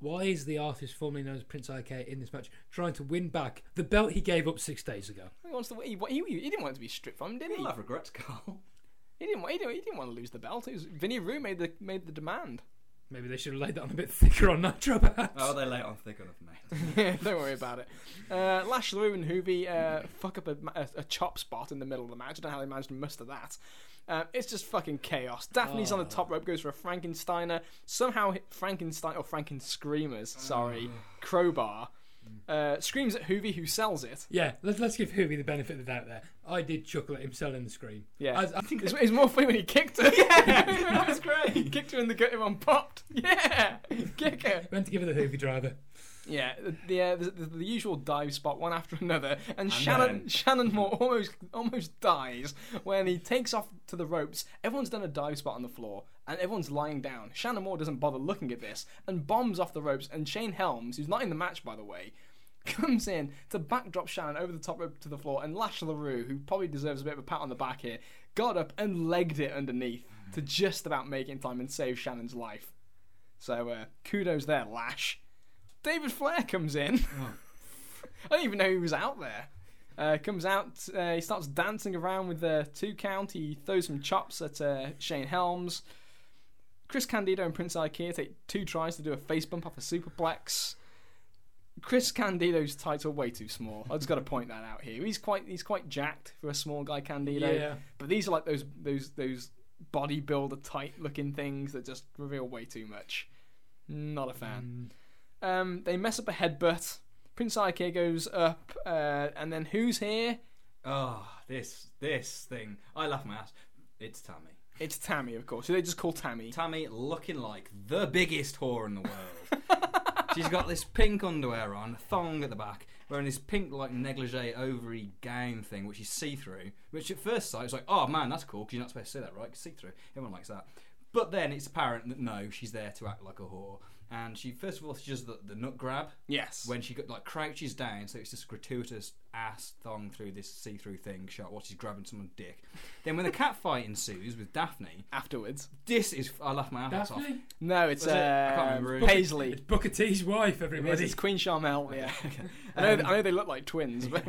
B: why is the artist formerly known as Prince IK in this match trying to win back the belt he gave up six days ago?
A: He, wants to, he, he, he didn't want it to be stripped from him, did he?
C: You'll have regrets, Carl.
B: [LAUGHS]
A: He didn't, he didn't. He didn't want to lose the belt. It was Vinny Roo made the made the demand.
B: Maybe they should have laid that on a bit thicker on Nitro, perhaps.
C: Oh, they late on thick enough,
A: [LAUGHS]
C: mate.
A: Don't worry about it. Uh, Lash Lou and Hoovy uh, fuck up a, ma- a, a chop spot in the middle of the match. I don't know how they managed to muster that. Uh, it's just fucking chaos. Daphne's on the top rope, goes for a Frankensteiner. Somehow hit Frankenstein or Frankenscreamers, sorry, crowbar. Uh, screams at Hoovy, who sells it.
B: Yeah, let's, let's give Hoovy the benefit of the doubt there. I did chuckle at him selling the screen.
A: Yeah.
B: As- I think
A: It's, it's more funny when he kicked her. [LAUGHS] Yeah, that [LAUGHS] was great. He kicked her in the gut. Everyone popped. [LAUGHS] Yeah, kick her.
B: meant to give it the Hoovy driver.
A: Yeah, the the, uh, the the the usual dive spot one after another, and, Shannon
C: then-
A: Shannon Moore almost almost dies when he takes off to the ropes. Everyone's done a dive spot on the floor, and everyone's lying down. Shannon Moore doesn't bother looking at this and bombs off the ropes. And Shane Helms, who's not in the match by the way, [LAUGHS] comes in to backdrop Shannon over the top rope to the floor, and Lash LaRue, who probably deserves a bit of a pat on the back here, got up and legged it underneath to just about make it in time and save Shannon's life. So uh, kudos there, Lash. David Flair comes in. [LAUGHS] I didn't even know he was out there. Uh, comes out, uh, he starts dancing around with the two count. He throws some chops at uh, Shane Helms. Chris Candido and Prince Ikea take two tries to do a face bump off a superplex. Chris Candido's tights are way too small. I just got to point that out here. He's quite he's quite jacked for a small guy, Candido.
B: Yeah.
A: But these are like those those those bodybuilder tight looking things that just reveal way too much. Not a fan. Um, they mess up a headbutt. Prince Ike goes up, uh, and then who's here?
C: Oh, this this thing. I laugh my ass. It's Tammy.
A: It's Tammy, of course. Who they just call Tammy.
C: Tammy looking like the biggest whore in the world. She's got this pink underwear on, a thong at the back, wearing this pink like negligee ovary gown thing, which is see through. Which at first sight is like, oh man, that's cool because you're not supposed to say that, right? See through. Everyone likes that. But then it's apparent that no, she's there to act like a whore. And she first of all she does the, the nut grab
A: Yes.
C: when she got, like crouches down, so it's this gratuitous ass thong through this see-through thing shot while she's grabbing someone's dick. Then when the cat fight ensues with Daphne,
A: Afterwards.
C: this is I laugh my ass off.
B: Daphne?
C: [LAUGHS]
A: No, it's
C: Was it? I can't
A: uh,
C: remember who-
A: Paisley.
C: [LAUGHS]
B: It's Booker T's wife,
A: It
B: everybody.
A: is, It's Queen Charmel, yeah. [LAUGHS] I, know, I know they look like twins,
C: [LAUGHS]
A: but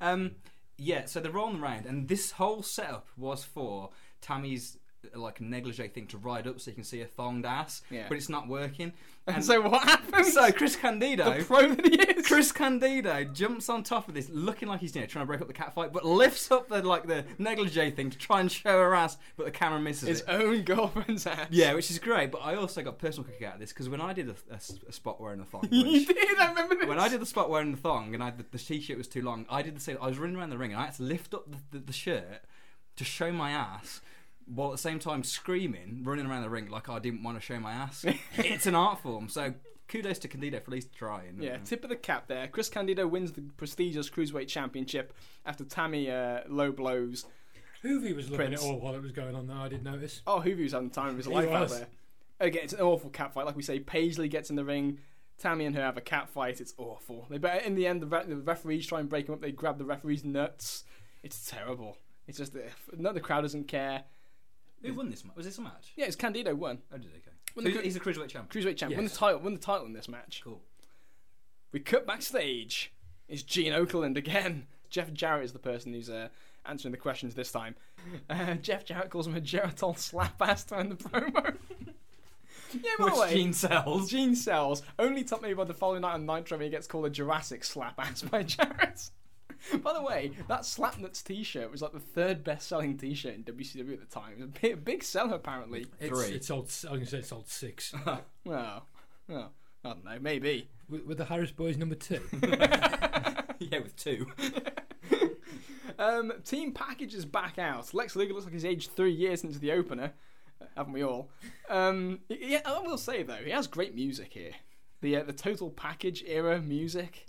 C: um, yeah, so they're rolling around, and this whole setup was for Tammy's uh, like negligee thing to ride up so you can see a thonged ass,
A: Yeah.
C: but it's
A: [LAUGHS]
C: not working.
A: and so what happens?
C: so Chris Candido,
A: the pro that he is.
C: Chris Candido jumps on top of this, looking like he's you know, trying to break up the cat fight, but lifts up the like the negligee thing to try and show her ass, but the camera misses
A: his
C: it.
A: own girlfriend's ass.
C: Yeah, which is great. But I also got personal kick out of this because when I did a, a s- a spot wearing
A: [LAUGHS]
C: a thong,
A: He
C: which-
A: did. I remember this.
C: when I did the spot wearing the thong and I the, the t-shirt was too long, I did the same. I was running around the ring and I had to lift up the, the, the shirt to show my ass. While at the same time screaming, running around the ring like I didn't want to show my ass.
A: [LAUGHS]
C: it's an art form, so kudos to Candido for at least trying. Um,
A: Yeah, tip of the cap there. Chris Candido wins the prestigious Cruiserweight Championship after Tammy uh, low blows
B: Hoovy was looking
A: Prince.
B: at all while it was going on, though, I did notice.
A: Oh, Hoover was having the time of his
B: He
A: life out
B: was.
A: there. Again, it's an awful cat fight. Like we say, Paisley gets in the ring. Tammy and her have a cat fight. It's awful. They but in the end, the, re- the referees try and break them up. They grab the referee's nuts. It's terrible. It's just that no, the crowd doesn't care.
C: Who won this match? Was this a match?
A: Yeah, it's Candido won.
C: Oh, did he? Okay.
A: When
C: So
A: the-
C: he's, he's a cruiserweight champion.
A: Cruiserweight champ. Won the
C: Yes.
A: title. Won the title in this match.
C: Cool.
A: We cut backstage. It's Gene Oakland again. [LAUGHS] Jeff Jarrett is the person who's uh, answering the questions this time. [LAUGHS] Uh, Jeff Jarrett calls him a Geritol slap ass during the promo. [LAUGHS] yeah, by the way,
C: Which Gene sells.
A: Gene sells, only top made by the following night on Nitro when he gets called a Jurassic slap ass by [LAUGHS] Jarrett. By the way, that Slapnuts t-shirt was like the third best-selling t-shirt in WCW at the time. It was a bi- big, seller, apparently.
B: It's,
C: Three.
B: it's old, I'm going to say it's old six.
A: Oh, oh, I don't know, maybe. [LAUGHS]
B: with, with the Harris boys number two.
C: [LAUGHS] yeah,
A: [LAUGHS]
C: with two.
A: Um, team package is back out. Lex Luger looks like he's aged three years into the opener, haven't we all? Um, yeah, I will say though, he has great music here. The uh, the total package era music.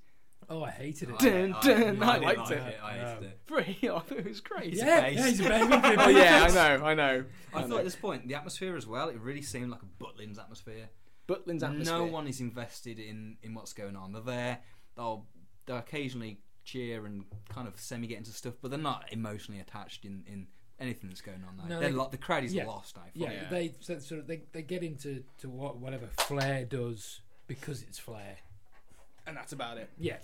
B: Oh, I hated it.
A: Did- Dun, dun, I
D: didn't
A: liked
D: like
A: it.
D: I hated it.
A: [LAUGHS] Free, I thought it was crazy.
B: yeah,
D: face.
B: yeah, he's a baby. [LAUGHS] Give
A: Oh
B: him a
A: yeah, I
B: face.
A: know, I know.
D: I
A: I
D: thought
A: know.
D: at this point the atmosphere as well. It really seemed like a Butlins atmosphere.
A: Butlin's atmosphere.
D: No one is invested in in what's going on. They're there. They'll they will occasionally cheer and kind of semi get into stuff, but they're not emotionally attached in in anything that's going on. There.
B: No,
D: they're
B: they-
D: lo- the crowd is
B: yeah.
D: lost. I
B: Yeah,
D: thought.
A: Yeah.
B: they so, so they they get into to what whatever Flair does because it's Flair.
A: and that's about it.
B: Yeah,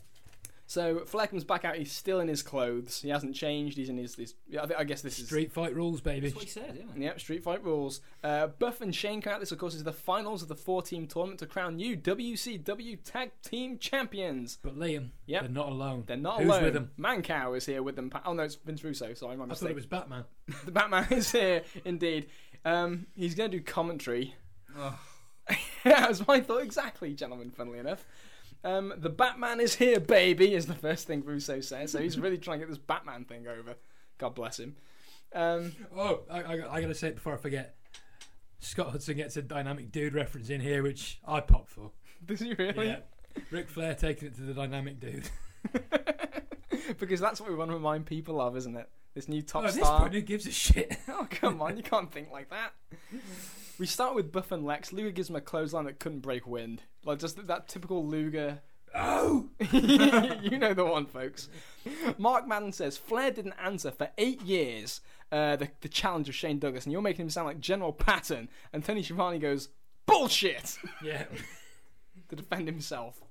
A: So Flair comes back out. He's still in his clothes. He hasn't changed. He's in his. his I, thi- I guess this is.
B: street fight rules, baby.
D: That's what he said. Yeah.
A: Yep, Street Fight rules. Uh, Buff and Shane come out. This, of course, is the finals of the four-team tournament to crown new WCW Tag Team Champions.
B: But Liam,
A: Yep.
B: they're not alone.
A: They're not
B: Who's
A: alone.
B: with them?
A: Mancow is here with them. Pa- Oh no, it's Vince Russo. Sorry, my
B: I thought
A: mistake.
B: it was Batman.
A: The [LAUGHS] Batman is here indeed. Um, he's going to do commentary.
D: Ugh.
A: [LAUGHS] that was my thought exactly, gentlemen. Funnily enough, um, the Batman is here, baby, is the first thing Russo says. So he's really trying to get this Batman thing over. God bless him. Um, [LAUGHS]
B: Oh, I, I, I gotta say it before I forget. Scott Hudson gets a dynamic dude reference in here, which I pop for.
A: does he really?
B: Yeah, Ric Flair taking it to the dynamic dude.
A: because that's what we want to remind people of, isn't it? This new top
B: oh, at this
A: star.
B: point, who gives a shit?
A: [LAUGHS] Oh, come on, you can't think like that. We start with Buff and Lex. Luger gives him a clothesline that couldn't break wind. Like, just that- that typical Luger.
B: Oh,
A: [LAUGHS] you know the one, folks. Mark Madden says Flair didn't answer for eight years uh, the, the challenge of Shane Douglas, and you're making him sound like General Patton. And Tony Schiavone goes, Bullshit! [LAUGHS]
B: [LAUGHS] yeah.
A: to defend himself.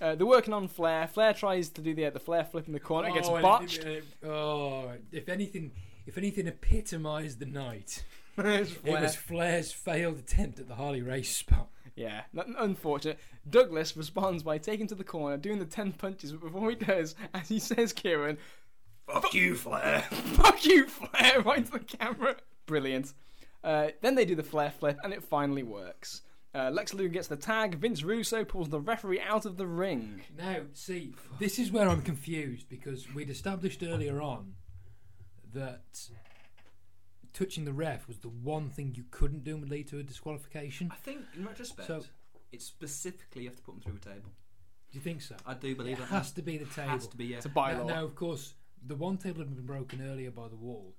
A: Uh, they're working on Flair. Flair tries to do the, the Flair flip in the corner, it gets
B: Oh, and-
A: botched. [LAUGHS]
B: and- oh, if anything, if anything epitomised the night,
A: It's Flair.
B: it was Flair's failed attempt at the Harley race spot.
A: Yeah, n- unfortunate. Douglas responds by taking to the corner, doing the 10 punches, but before he does, as he says, Kieran, Fuck you, Flair! [LAUGHS] Fuck you, Flair! Right to the camera. Brilliant. Uh, then they do the Flair flip, and it finally works. Uh, Lex Luger gets the tag, Vince Russo pulls the referee out of the ring.
B: Now, see, this is where I'm confused because we'd established earlier on that touching the ref was the one thing you couldn't do and would lead to a disqualification.
D: I think in retrospect,
B: So-
D: it's specifically you have to put them through a table.
B: Do you think so?
D: I do believe
B: It
D: that
B: has to be the [LAUGHS] table.
D: has to be. Yeah.
A: It's a bylaw.
B: Now, now, of course, the one table had been broken earlier by the wall,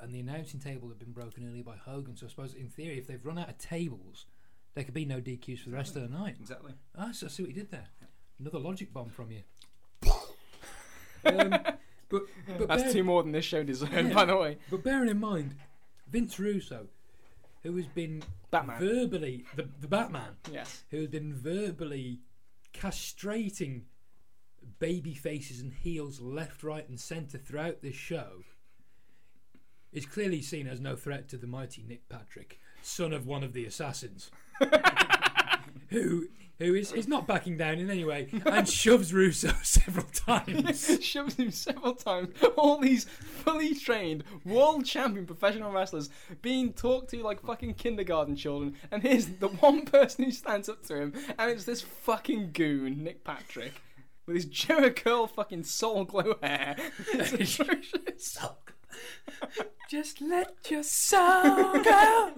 B: and the announcing table had been broken earlier by Hogan. So I suppose, in theory, if they've run out of tables, there could be no DQs for the rest of the night.
D: Exactly.
B: Ah, so I see what you did there. Another logic bomb
A: [LAUGHS]
B: from you. um, but, but
A: That's
B: bear-
A: two more than this show deserved, by the way.
B: But bearing in mind, Vince Russo, who has been
A: Batman.
B: verbally the, the Batman,
A: yes.
B: who has been verbally castrating baby faces and heels left, right, and centre throughout this show, is clearly seen as no threat to the mighty Nick Patrick, son of one of the [LAUGHS] assassins, who who is, is not backing down in any way [LAUGHS] and shoves Russo several
A: [LAUGHS]
B: times.
A: shoves him several times. All these fully trained world champion professional wrestlers being talked to like fucking kindergarten children, and here's the one [LAUGHS] person who stands up to him, and it's this fucking goon, Nick Patrick, with his Jericho curl fucking soul glow hair. [LAUGHS] It's atrocious.
B: Just let your soul go.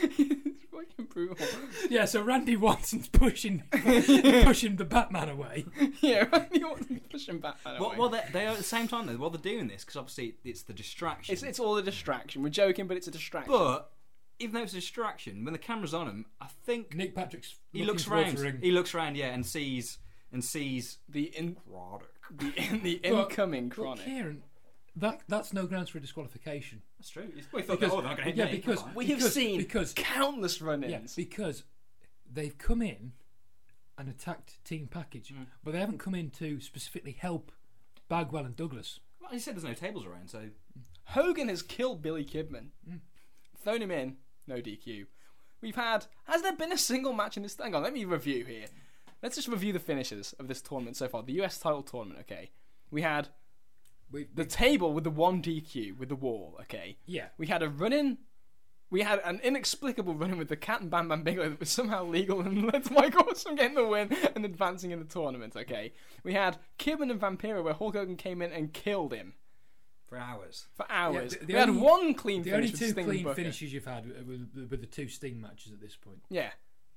A: it's fucking brutal.
B: [LAUGHS] Yeah, so Randy Watson's [LAUGHS] pushing pushing the Batman away.
A: Yeah, [LAUGHS] Randy Orton pushing back. By the
D: Well,
A: way.
D: well they, they are at the same time though. While they're doing this, because obviously it's the distraction.
A: it's it's all a distraction. We're joking, but it's a distraction.
D: But even though it's a distraction, when the camera's on him, I think
B: Nick Patrick's
D: he looks
B: towards
D: round.
B: the ring.
D: He looks round, yeah, and sees and sees
A: the in
D: Roddick.
A: the in the
B: But-
A: incoming
B: but
A: chronic.
B: Kieran, that that's no grounds for a disqualification.
D: That's true. It's- Well, he thought, oh, they're not going to hit
B: yeah,
D: me.
B: because
D: Come on.
A: we have
B: because-
A: seen
B: because
A: countless
B: yeah,
A: run-ins.
B: because they've come in and attacked Team Package,
A: Mm.
B: but they haven't come in to specifically help Bagwell and Douglas.
D: Well, he said there's no tables around, so
A: Hogan has killed Billy Kidman. Thrown him in, no DQ. We've had. Has there been a single match in this? Hang on, let me review here. Let's just review the finishes of this tournament so far. The US title tournament, okay. We had
B: We,
A: the table with the one DQ with the wall, okay.
B: Yeah.
A: We had a run in. We had an inexplicable run in with the cat and Bam Bam Bigelow that was somehow legal and [LAUGHS] led to Mike Awesome getting the win and advancing in the tournament, okay. We had Kidman and Vampiro where Hulk Hogan came in and killed him
D: for hours.
A: for hours.
B: the- the
A: we had
B: only-
A: one clean
B: the
A: finish
B: only
A: with
B: two
A: Sting and
B: clean
A: Booker.
B: finishes you've had were, were, were the two Sting matches at this point.
A: Yeah.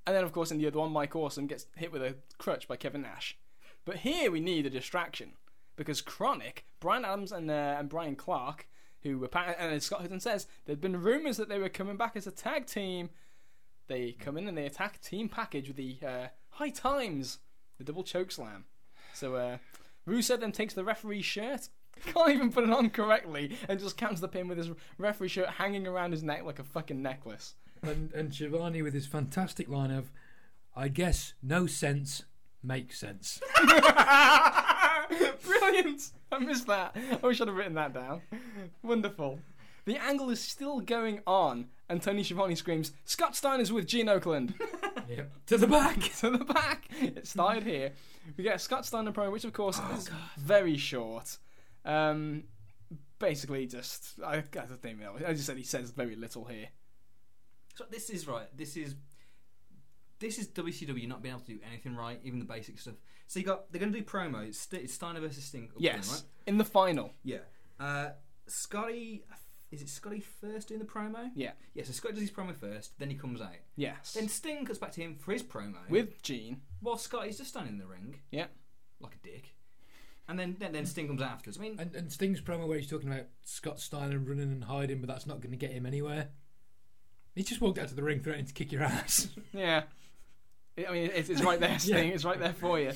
A: And then, of course, in the other one, Mike Awesome gets hit with a crutch by Kevin Nash. But here we need a distraction because Chronic, Brian Adams, and uh, and Brian Clark, who apparently and as Scott Hudson says there'd been rumours that they were coming back as a tag team. They come in and they attack Team Package with the uh, High Times, the double choke slam. So uh, Rusev then takes the referee's shirt. [LAUGHS] Can't even put it on correctly and just counts the pin with his referee shirt hanging around his neck like a fucking necklace.
B: and, and Giovanni with his fantastic line of, I guess no sense makes sense.
A: [LAUGHS] Brilliant! I missed that. I wish I'd have written that down. Wonderful. The angle is still going on, and Tony Schiavone screams, Scott Steiner's with Gene Oakland. [LAUGHS]
B: yep.
A: to the back! to the back! It started here. We get a Scott Steiner promo, which of course is very short. Um, basically, just. I, I don't even know. I just said he says very little here.
C: So this is right. This is this is WCW not being able to do anything right, even the basic stuff. So you got they're going to do promos. It's St- it's Steiner versus Sting. Upton,
A: Yes.
C: right?
A: In the final.
C: Yeah. Uh, Scotty, is it Scotty first doing the promo?
A: Yeah.
C: Yeah. So Scotty does his promo first, then he comes out.
A: Yes.
C: Then Sting comes back to him for his promo.
A: With Gene.
C: while Scotty's just standing in the ring
A: Yeah.
C: like a dick, and then then, then Sting comes out afterwards. I mean,
B: And, and Sting's promo where he's talking about Scott Steiner running and hiding, but that's not going to get him anywhere. He just walked out to the ring threatening to kick your ass. [LAUGHS]
A: Yeah. I mean, it's, it's right there, Sting. It's right there for you.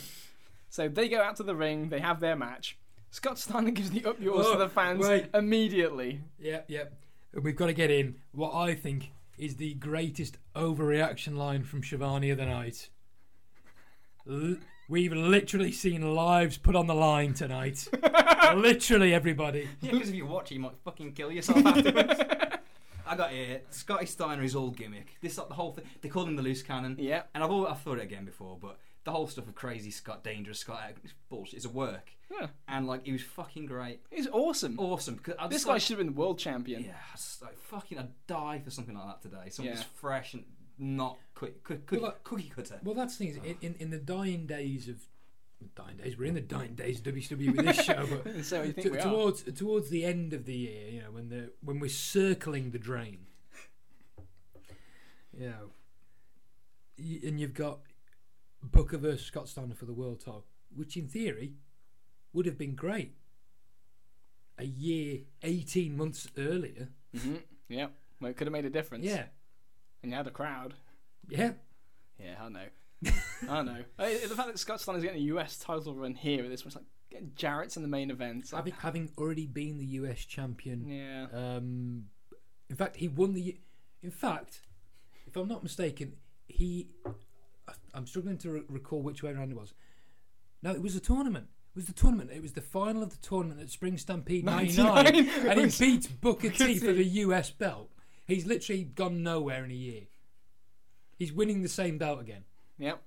A: So they go out to the ring. They have their match. Scott Steiner gives the up yours to
B: Oh,
A: the fans
B: wait.
A: immediately.
B: yep, yep. And we've got to get in what I think is the greatest overreaction line from Shivani of the night. L- we've literally seen lives put on the line [LAUGHS] tonight. literally, everybody.
C: yeah, because if you watch it, you might fucking kill yourself afterwards. I got it. Scotty Steiner is all gimmick. This like the whole thing. They call him the loose cannon.
A: Yeah.
C: And I've always, I've thought it again before, but the whole stuff of crazy Scott, dangerous Scott, uh, it's bullshit. It's a work.
A: Yeah.
C: And like he was fucking great,
A: He's awesome.
C: awesome. Because Oh, I
A: this
C: just,
A: guy
C: like,
A: should have been world champion.
C: yeah, I just, like fucking, I'd die for something like that today. Something
A: Yeah.
C: that's fresh and not quick, quick, quick
B: Well, like-
C: cookie cutter.
B: Well, that's the thing. Is in, in, in the dying days of dying days, we're in the dying days of WWE with this show, but
A: So you think
B: [LAUGHS] to-
A: we are.
B: towards towards the end of the year, you know, when the when we're circling the drain,
A: [LAUGHS]
B: you know, y- and you've got Booker versus Scott Steiner for the world title, which in theory would have been great a year, eighteen months earlier.
A: Mhm. Yeah. Well, it could have made a difference.
B: Yeah,
A: And you had a crowd.
B: yeah.
A: Yeah, I know. I know. Uh, The fact that Scott Steiner's getting a US title run here at this one's like getting Jarrett's in the main event. It's like,
B: Having having already been the US champion
A: yeah.
B: Um, in fact, he won the. In fact, if I'm not mistaken, he. I- I'm struggling to re- recall which way around it was. No, it was a tournament. It was the tournament. It was the final of the tournament at Spring Stampede 99.
A: 99.
B: And he beats Booker
A: Booker
B: T for
A: T.
B: the US belt. He's literally gone nowhere in a year. He's winning the same belt again.
A: Yep.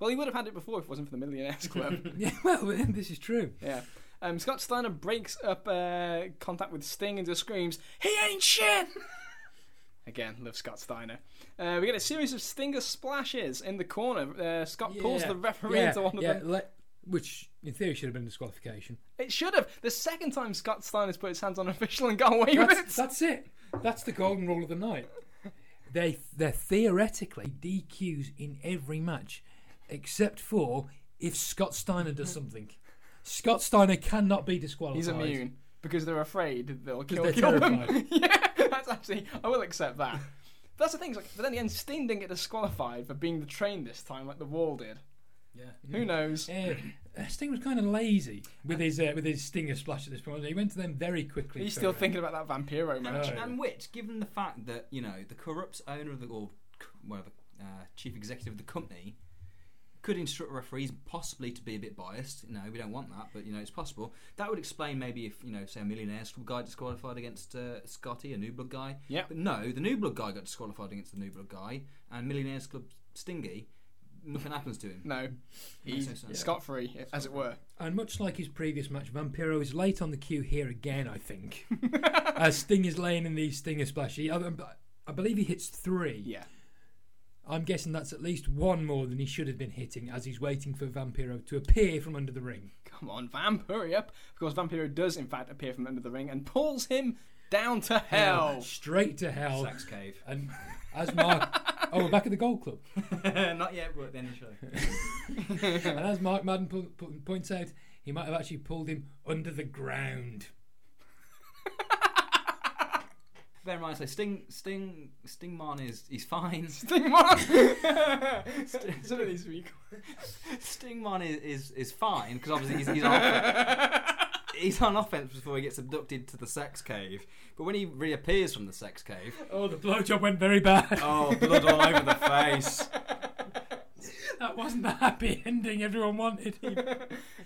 A: Well, he would have had it before if it wasn't for the Millionaires Club.
B: [LAUGHS] Yeah, well, this is true.
A: Yeah. Um, Scott Steiner breaks up uh, contact with Sting and just screams, He ain't shit! [LAUGHS] Again, love Scott Steiner. Uh, we get a series of Stinger splashes in the corner. Uh, Scott pulls the referee
B: yeah,
A: into one of
B: yeah,
A: them.
B: le- which, in theory, should have been a disqualification.
A: It should have. The second time Scott Steiner's put his hands on an official and got [LAUGHS] away with it.
B: That's, that's it. That's the golden rule of the night. They they're theoretically DQs in every match, except for if Scott Steiner does something. Scott Steiner cannot be disqualified.
A: He's immune because they're afraid they'll kill,
B: they're
A: kill them.
B: terrified.
A: [LAUGHS] yeah, that's actually. I will accept that. That's the thing. it's Like, but then again, Sting didn't get disqualified for being the train this time, like the Wall did.
C: Yeah.
A: Who knows?
B: Uh, Sting was kind of lazy with his uh, with his stinger splash at this point. He went to them very quickly.
A: He's
B: for
A: still
B: it.
A: thinking about that Vampiro match.
B: Oh, yeah.
C: And which, given the fact that you know the corrupt owner of the or c- well, the uh, chief executive of the company could instruct referees possibly to be a bit biased. You know, we don't want that, but you know it's possible. That would explain maybe if you know, say, a millionaire's guy disqualified against uh, Scotty, a new blood guy.
A: Yeah.
C: But no, the new blood guy got disqualified against the new blood guy, and millionaires club Stingy. Nothing happens to him.
A: No, he's
C: Makes no sense.
A: scot free, as it were.
B: And much like his previous match, Vampiro is late on the queue here again, I think. [LAUGHS] As Sting is laying in the Stinger Splash. He, I, I believe he hits three.
A: [LAUGHS] Yeah.
B: I'm guessing that's at least one more than he should have been hitting as he's waiting for Vampiro to appear from under the ring.
A: Come on, Vamp, hurry up. Of course, Vampiro does, in fact, appear from under the ring and pulls him down to hell.
B: Straight to hell. [LAUGHS]
C: Sax cave.
B: And as Mark Oh, we're back at the Gold Club.
C: Not yet, but then the show.
B: and as Mark Madden po- po- points out, he might have actually pulled him under the ground.
C: Bear in mind, so Sting, Sting, Stingman is he's
A: [LAUGHS]
C: fine. [LAUGHS]
A: Stingmon. Some of these [LAUGHS] weak.
C: Stingman is is, is fine because obviously he's, he's on offense. [LAUGHS] He's on offense before he gets abducted to the sex cave. But when he reappears from the sex cave,
B: Oh, the blowjob went very bad.
C: [LAUGHS] oh, blood all over the [LAUGHS] face.
B: [LAUGHS] That wasn't the happy ending everyone wanted.
A: Well,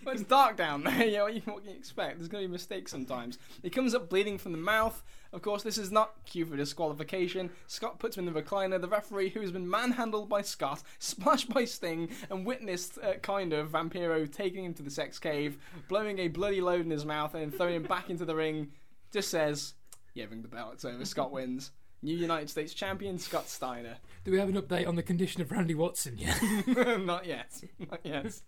A: [LAUGHS] it's dark down there. Yeah, what, you, what can you expect? There's going to be mistakes sometimes. He comes up bleeding from the mouth. Of course, this is not cue for disqualification. Scott puts him in the recliner. The referee, who has been manhandled by Scott, [LAUGHS] splashed by Sting, and witnessed uh, kind of Vampiro taking him to the sex cave, blowing a bloody load in his mouth, and throwing him back into the ring, just says, "Yeah, ring the bell. It's over. Scott wins." New United States champion Scott Steiner.
B: Do we have an update on the condition of Randy Watson yet? [LAUGHS]
A: [LAUGHS] Not yet. Not yet.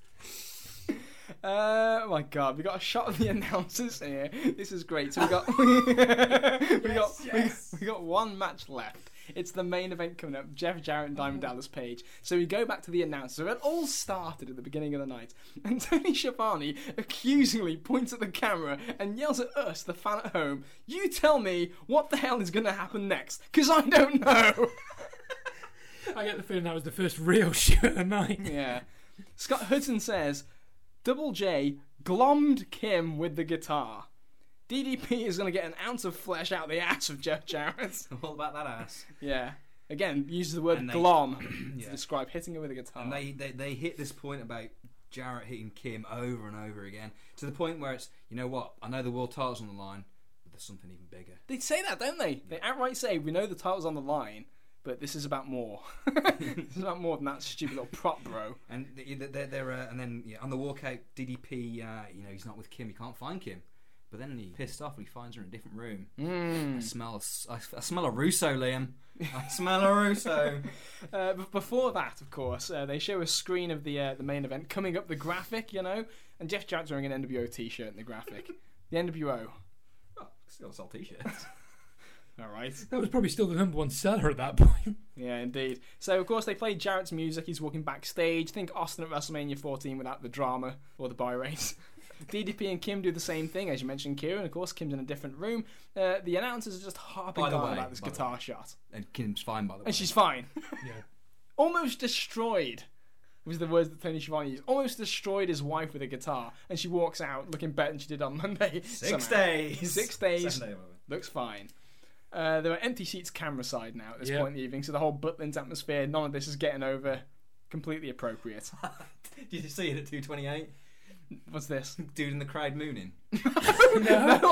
A: Uh, oh my god, we got a shot of the [LAUGHS] announcers here. This is great. So we got [LAUGHS] we got we, we got one match left. It's the main event coming up. Jeff Jarrett and Diamond Dallas Page. So we go back to the announcers. It all started at the beginning of the night, [LAUGHS] and Tony Schiavone accusingly points at the camera and yells at us, the fan at home. You tell me what the hell is going to happen next, because I don't know.
B: I get the feeling that was the first real [LAUGHS] shoot of the night.
A: Yeah. Scott Hudson says, Double J glommed Kim with the guitar. DDP is going to get an ounce of flesh out the ass of Jeff Jarrett.
C: All about that ass.
A: Yeah. Again, uses the word
C: And they-
A: glom to
C: [COUGHS] Yeah.
A: describe hitting her with a guitar.
C: And they, they they hit this point about Jarrett hitting Kim over and over again to the point where it's you know what I know the world title's on the line, but there's something even bigger.
A: They say that, don't they? They outright say, "We know the title's on the line, but this is about more. [LAUGHS] this is about more than that stupid little prop, bro."
C: And they- they- they're, they're uh, and then yeah, on the walkout, DDP, uh, you know, he's not with Kim. He can't find Kim. But then he pissed off and he finds her in a different room. I smell, a s I I smell a Russo, Liam. [LAUGHS] I smell a Russo.
A: Uh, but before that, of course, uh, they show a screen of the uh, the main event coming up the graphic, you know, and Jeff Jarrett's wearing an NWO t-shirt in the
C: [LAUGHS]
A: graphic. the NWO.
C: oh, still sell t-shirts.
A: All right.
B: That was probably still the number one seller at that point.
A: Yeah, indeed. So, of course, they play Jarrett's music. He's walking backstage. Think Austin at WrestleMania 14 without the drama or the buy
C: [LAUGHS]
A: rate. DDP and Kim do the same thing, as you mentioned, Kieran. Of course, Kim's in a different room. Uh, the announcers are just harping
C: By the
A: on
C: way,
A: about this
C: by the
A: guitar shot.
C: [LAUGHS] and Kim's fine by the way.
A: And she's fine.
B: Yeah.
A: Almost destroyed was the words that Tony Schiavone used. Almost destroyed his wife with a guitar. And she walks out looking better than she did on Monday.
C: six
A: somehow.
C: days.
A: Six days.
C: Seven days, [LAUGHS] by the way.
A: Looks fine. Uh, there are empty seats camera side now at this
B: Yeah.
A: point in the evening, so the whole Butlins atmosphere, none of this is getting over. Completely appropriate.
C: Did you see it at two twenty-eight?
A: What's this? [LAUGHS]
C: Dude in the crowd mooning.
A: no,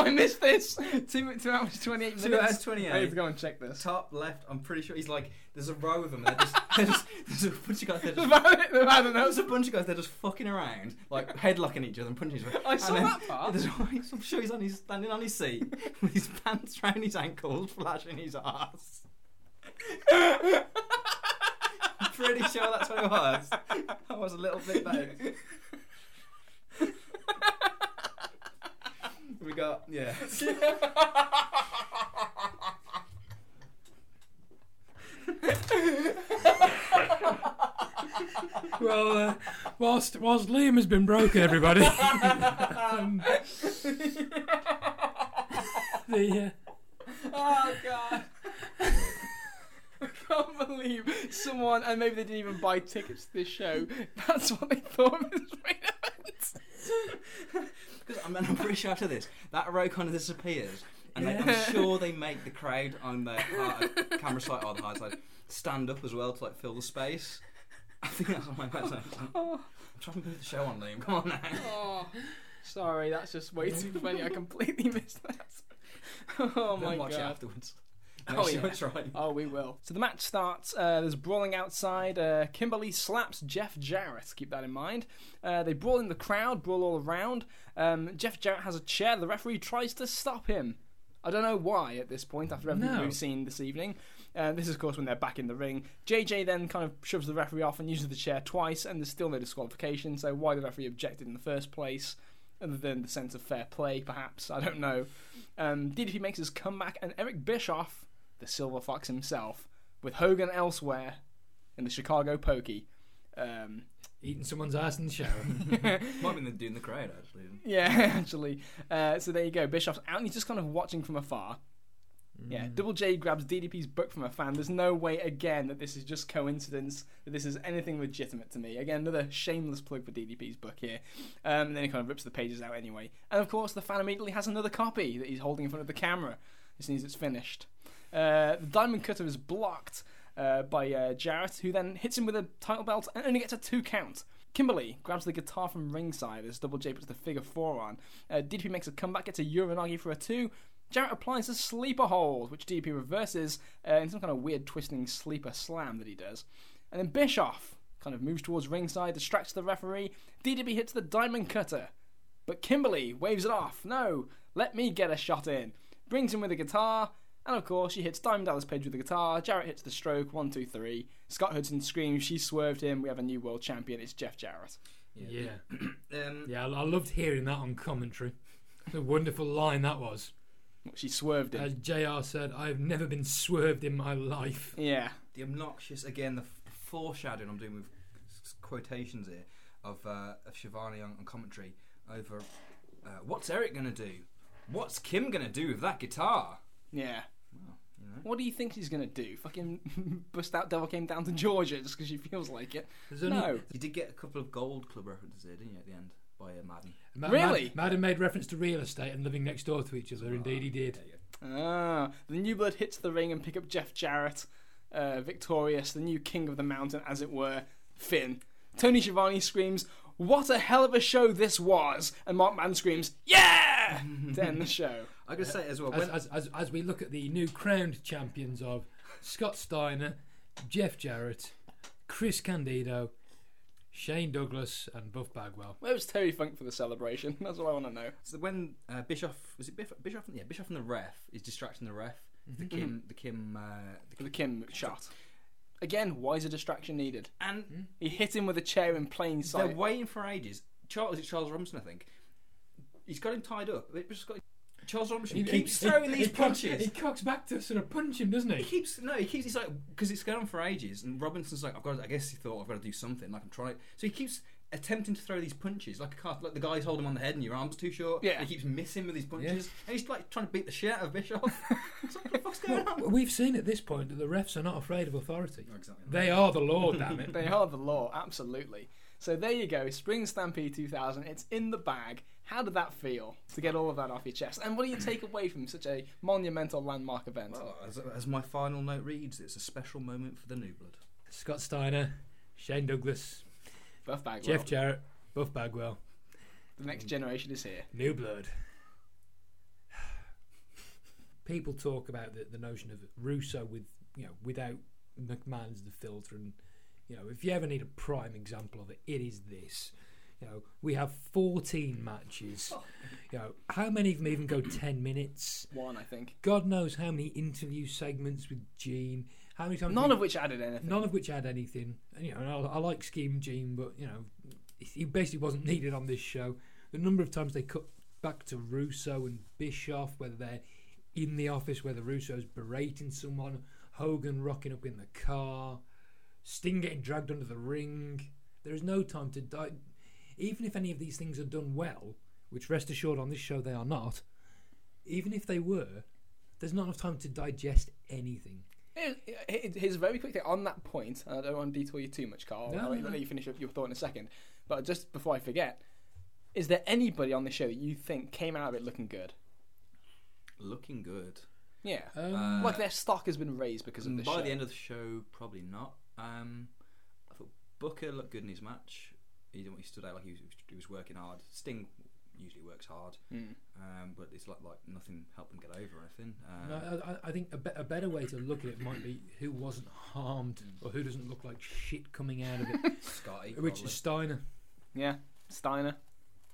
A: I missed this. Two, two hours twenty eight minutes.
C: Two hours
A: I need to
C: 28.
A: go and check this. [LAUGHS]
C: Top left, I'm pretty sure he's like, there's a row of them. They're just, they're just, [LAUGHS] there's a bunch of guys. They're just, [LAUGHS]
A: I don't
C: That
A: know.
C: was a bunch of guys. They're just fucking around, like headlocking each other and punching each other.
A: I saw
C: And then-
A: that part.
C: There's, I'm sure he's on his standing on his seat [LAUGHS] with his pants round his ankles, [LAUGHS] flashing his ass. I'm pretty sure that's what it was. I was a little bit vague. we got [LAUGHS] yeah.
B: Well, uh, whilst whilst Liam has been broken, [LAUGHS] everybody.
C: [LAUGHS]
B: um, the uh,
A: Oh god. I can't believe someone, and maybe they didn't even buy tickets to this show. That's what they thought of this main event.
C: [LAUGHS] Because I'm, I'm pretty sure after this, that row kind of disappears, and they,
A: Yeah.
C: I'm sure they make the crowd on the uh, camera side or the high side stand up as well to like fill the space. [LAUGHS] I think that's what my
A: [LAUGHS]
C: best. I'm trying to move the show on, Liam. Come on now. [LAUGHS]
A: Oh, sorry, that's just way too funny. I completely missed that. Oh
C: Then
A: my
C: watch
A: god.
C: it afterwards. Make
A: Oh,
C: sure
A: yeah.
C: it's right.
A: Oh, we will. So the match starts. Uh, there's brawling outside. Uh, Kimberly slaps Jeff Jarrett. Keep that in mind. Uh, they brawl in the crowd, brawl all around. Um, Jeff Jarrett has a chair. The referee tries to stop him. I don't know why at this point, after everything
B: No.
A: we've seen this evening. Uh, this is, of course, when they're back in the ring. JJ then kind of shoves the referee off and uses the chair twice, and there's still no disqualification, so why the referee objected in the first place, other than the sense of fair play, perhaps. I don't know. Um, DDP makes his comeback, and Eric Bischoff the Silver Fox himself, with Hogan elsewhere, in the Chicago Pokey. Um,
B: Eating someone's ass in the shower.
C: Might have been doing the crowd actually.
A: yeah, [LAUGHS] actually. Uh, so there you go. Bischoff's out and he's just kind of watching from afar. Yeah, Double J grabs DDP's book from a fan. There's no way, again, that this is just coincidence, that this is anything legitimate to me. Again, another shameless plug for DDP's book here. Um, and then he kind of rips the pages out anyway. And of course, the fan immediately has another copy that he's holding in front of the camera as soon as it's finished. Uh, the Diamond Cutter is blocked uh, by uh, Jarrett, who then hits him with a title belt and only gets a two count. Kimberly grabs the guitar from ringside as Double J puts the figure four on. Uh, DDP makes a comeback, gets a Uranagi for a two. Jarrett applies a sleeper hold, which DDP reverses uh, in some kind of weird twisting sleeper slam that he does. And then Bischoff kind of moves towards ringside, distracts the referee. DDP hits the Diamond Cutter. But Kimberly waves it off. No, let me get a shot in. Brings him with a guitar, and of course she hits Diamond Dallas Page with the guitar. Jarrett hits the stroke. One, two, three. Scott Hudson screams. She swerved him. We have a new world champion. It's Jeff Jarrett.
B: yeah.
C: Um,
B: Yeah, I, I loved hearing that on commentary. What a wonderful line that was.
A: Well, She swerved him.
B: As JR said, I've never been swerved in my life.
A: yeah.
C: the obnoxious again the f- foreshadowing I'm doing with s- quotations here of uh, of Shivani on, on commentary over uh, what's Eric gonna do? What's Kim gonna do with that guitar?
A: Yeah.
C: you know.
A: What do you think she's gonna do? Fucking [LAUGHS] bust out Devil Came Down to Georgia just because she feels like it?
B: There's only-
A: No.
C: You did get a couple of Gold Club references there, didn't you? At the end by uh, Madden.
B: Ma-
A: Really?
B: Ma- Madden made reference to real estate and living next door to each other. Indeed, he did.
A: Ah, the new blood hits the ring and pick up Jeff Jarrett, uh, victorious, the new king of the mountain, as it were, Finn. Tony Schiavone screams, "What a hell of a show this was!" And Mark Mann screams, "Yeah!" to end the show.
C: I gotta say as well.
B: Uh, As,
C: When,
B: as, as, as we look at the new crowned champions of Scott Steiner, Jeff Jarrett, Chris Candido, Shane Douglas, and Buff Bagwell.
A: Where was Terry Funk for the celebration? [LAUGHS] That's what I want to know.
C: so when uh, Bischoff was it Bischoff? Bischoff? Yeah, Bischoff and the ref is distracting the ref.
B: Mm-hmm.
C: The Kim, the Kim, uh, the
A: The Kim shot. Again, why is a distraction needed?
C: and
B: Hmm?
A: He hit him with a chair in plain
C: They're
A: sight.
C: waiting for ages. Charles, is it Charles Robinson, I think. He's got him tied up. They've just got- Charles Robinson keeps
B: [LAUGHS]
C: throwing
B: he
C: these
B: cocks-
C: punches.
B: He cocks back to sort of punch him, doesn't
C: He
B: [LAUGHS] he?
C: keeps no, he keeps. It's like because it's going on for ages, and Robinson's like, I've got. To, I guess he thought I've got to do something. Like I'm trying. So he keeps attempting to throw these punches, like a cart, like the guy's holding him on the head, and your arm's too short.
A: Yeah.
C: he keeps missing with these punches, and he's like trying to beat the shit out of Bischoff. it's like, what the fuck's going on?
B: We've seen at this point that the refs are not afraid of authority.
C: Exactly.
B: They are the law, damn it. [LAUGHS]
A: They are the law, absolutely. So there you go, Spring Stampede 2000. It's in the bag. How did that feel to get all of that off your chest? And what do you take away from such a monumental landmark event?
C: Well, as, as my final note reads, it's a special moment for the new blood.
B: Scott Steiner, Shane Douglas,
A: Buff Bagwell,
B: Jeff Jarrett, Buff Bagwell,
A: the next generation is here.
B: New Blood. [SIGHS] People talk about the, the notion of Russo with you know without McMahon's the filter, and you know if you ever need a prime example of it, it is this. You know we have 14 matches.
A: Oh.
B: You know how many of them even go 10 minutes?
A: One, I think.
B: God knows how many interview segments with Gene. How many times?
A: None of which added anything.
B: None of which had anything. And, you know, and I, I like Scheme Gene, but you know, he basically wasn't needed on this show. The number of times they cut back to Russo and Bischoff, whether they're in the office, whether Russo's berating someone, Hogan rocking up in the car, Sting getting dragged under the ring. There is no time to die. Even if any of these things are done well, which rest assured on this show they are not, even if they were, there's not enough time to digest anything.
A: Here- here- Here's a very quick thing on that point, and I don't want to detour you too much, Carl.
B: No,
A: I'll let
B: no,
A: I'll
B: no.
A: let you finish up your thought in a second. But just before I forget, is there anybody on the show that you think came out of it looking good?
C: Looking good.
A: Yeah.
B: Um,
A: like their stock has been raised because of
C: Mm,
A: this
C: by
A: show.
C: the end of the show, probably not. Um, I thought Booker looked good in his match. He didn't. He stood out like he was, he was working hard. Sting usually works hard,
A: Mm.
C: um, but it's like like nothing helped him get over or anything. Um,
B: No, I- I, I think a, be- a better way to look at it might be who wasn't harmed or who doesn't look like shit coming out of [LAUGHS] it,
C: Scotty,
B: which
C: probably.
B: is Steiner.
A: Yeah, Steiner,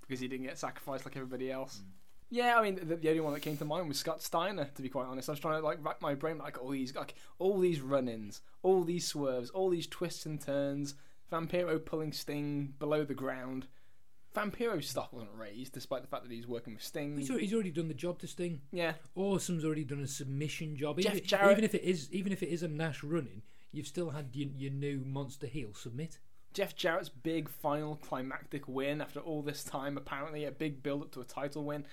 A: because he didn't get sacrificed like everybody else. Yeah, I mean, the, the only one that came to mind was Scott Steiner. To be quite honest, I was trying to like rack my brain like all these like all these run-ins, all these swerves, all these twists and turns. Vampiro pulling Sting below the ground. Vampiro's stock wasn't raised, despite the fact that he's working with Sting.
B: He's, al- he's already done the job to Sting.
A: Yeah,
B: Awesome's already done a submission job.
A: Jeff
B: even,
A: Jarrett-
B: even if it is even if it is a Nash running, you've still had your, your new monster heel submit.
A: Jeff Jarrett's big final climactic win after all this time, apparently a big build up to a title win.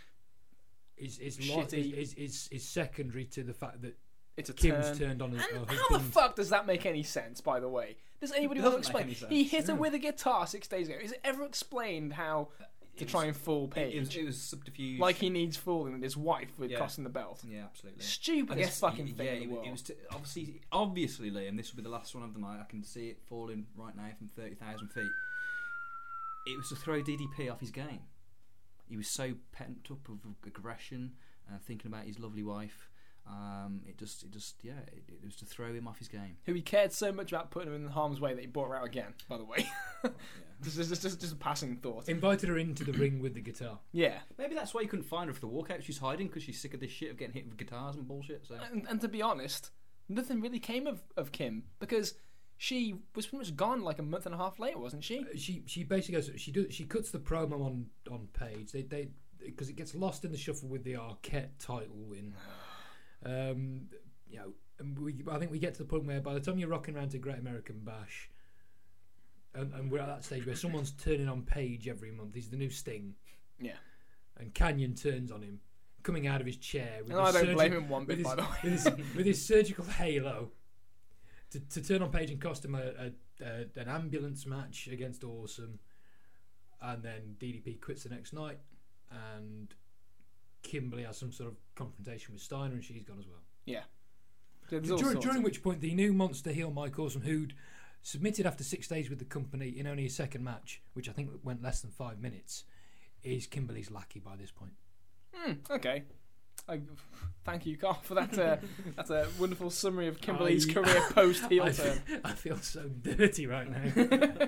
B: Is is lo- is,
A: Shitty.
B: is is is secondary to the fact that
A: It's a
B: Kim's
A: turn.
B: turned on her, her
A: And how the
B: husband.
A: fuck does that make any sense, by the way? Does anybody ever
C: doesn't make
A: explain?
C: any
A: He hit her with a guitar six days ago. Is it ever explained how
C: Uh,
A: to try and fool
C: It was,
A: Paige?
C: it was subterfuge.
A: Like he needs fooling with his wife with
C: Yeah.
A: crossing the belt.
C: yeah, absolutely.
A: Stupidest fucking
C: y-
A: thing
C: Yeah,
A: in the
C: it, wa-
A: world.
C: it was t- obviously, obviously, Liam. This will be the last one of the night. I can see it falling right now from thirty thousand feet. It was to throw DDP off his game. He was so pent up of aggression and thinking about his lovely wife. Um, it just, it just, yeah, it, it was to throw him off his game.
A: Who he cared so much about putting her in harm's way that he brought her out again. By the way, [LAUGHS] just, just, just, just a passing thought.
B: Invited her into the ring with the guitar.
A: Yeah,
C: Maybe that's why you couldn't find her for the walkout. She's hiding because she's sick of this shit of getting hit with guitars and bullshit. So
A: and, and to be honest, nothing really came of, of Kim because she was pretty much gone like a month and a half later, wasn't
C: Uh,
A: she?
B: She she basically goes she do she cuts the promo on on page. They they because it gets lost in the shuffle with the Arquette title win. Um, you know, and we, I think we get to the point where by the time you're rocking around to Great American Bash, and, and we're at that stage where someone's turning on Page every month. He's the new Sting.
A: Yeah.
B: and Canyon turns on him, coming out of his chair. With
A: And I
B: his
A: don't blame
B: surgi-
A: him one bit,
B: with
A: by
B: his,
A: the way.
B: with his, with his surgical halo, to, to turn on Page and cost him a, a, a an ambulance match against Awesome, and then DDP quits the next night, and Kimberly has some sort of confrontation with Steiner, and she's gone as well.
A: There's all
B: During,
A: sorts.
B: during which point, the new monster heel Mike Awesome, who'd submitted after six days with the company in only a second match, which I think went less than five minutes, is Kimberly's lackey by this point.
A: Hmm, okay. I, thank you, Carl, for that.
B: [LAUGHS]
A: Uh, that's a wonderful summary of Kimberly's
B: I- [LAUGHS]
A: career post heel
B: I,
A: turn.
B: I feel so dirty
A: [LAUGHS]
B: right now.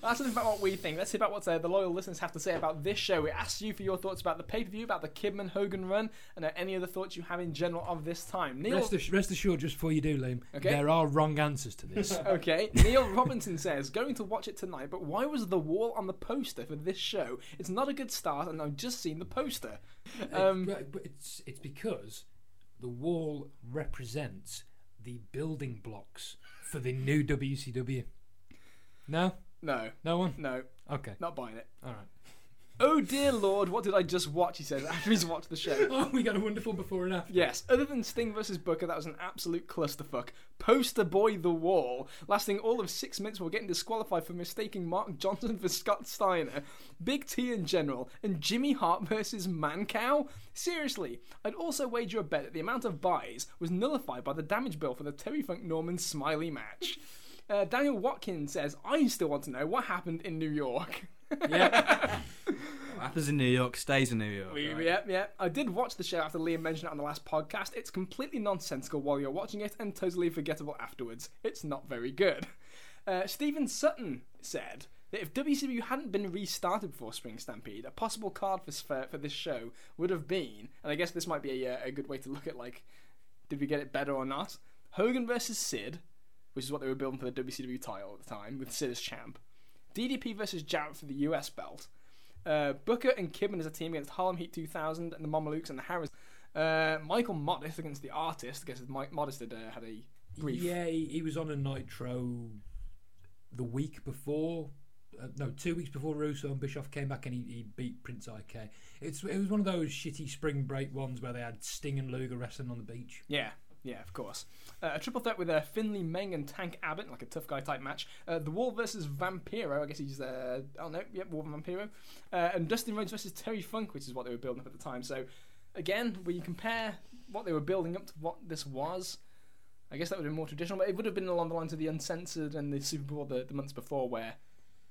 A: That's enough about what we think. Let's hear about what uh, the loyal listeners have to say about this show. We asked you for your thoughts about the pay per view, about the Kidman Hogan run, and uh, any other thoughts you have in general of this time. Neil,
B: rest, assured, rest assured, just before you do, Liam,
A: Okay.
B: there are wrong answers
A: [LAUGHS]
B: to this.
A: okay. Neil Robinson says, going to watch it tonight, but why was the wall on the poster for this show? It's not a good start, and I've just seen the poster. Um,
B: But- but it's, it's because the wall represents the building blocks for the new WCW. No?
A: No,
B: No one?
A: no,
B: Okay.
A: not buying it.
B: All right. [LAUGHS]
A: Oh dear lord, what did I just watch? He says [LAUGHS] after he's watched the show.
B: Oh, we got a wonderful before and after.
A: Yes, other than Sting versus Booker, that was an absolute clusterfuck. Poster boy the wall, lasting all of six minutes while getting disqualified for mistaking Mark Johnson for Scott Steiner. Big T in general, and Jimmy Hart versus Man Cow? Seriously, I'd also wager a bet that the amount of buys was nullified by the damage bill for the Terry Funk Norman Smiley match. Uh, Daniel Watkins says, I still want to know what happened in New York. [LAUGHS]
C: what happens in New York stays in New York.
A: We-
C: right?
A: Yep, yep. I did watch the show after Liam mentioned it on the last podcast. It's completely nonsensical while you're watching it and totally forgettable afterwards. It's not very good. Uh, Stephen Sutton said that if WCW hadn't been restarted before Spring Stampede, a possible card for, for, for this show would have been, and I guess this might be a, uh, a good way to look at like, did we get it better or not? Hogan versus Sid, which is what they were building for the WCW title at the time, with Sid as champ. DDP versus Jarrett for the US belt. Uh, Booker and Kidman as a team against Harlem Heat 2000 and the Mamelukes and the Harris. Uh, Michael Modest against the Artist. I guess Mike Modest had, uh, had a brief.
B: Yeah, he, he was on a Nitro the week before. Uh, no, two weeks before Russo and Bischoff came back and he, he beat Prince IK. It's it was one of those shitty spring break ones where they had Sting and Luger wrestling on the beach.
A: Yeah, yeah, of course. Uh, a triple threat with uh, Finley Meng and Tank Abbott, like a tough guy type match. Uh, the Wall versus Vampiro, I guess he's, uh, oh no, yep, Wall and Vampiro. Uh, and Dustin Rhodes versus Terry Funk, which is what they were building up at the time. So, again, when you compare what they were building up to what this was, I guess that would have been more traditional, but it would have been along the lines of the Uncensored and the Super Bowl the, the months before, where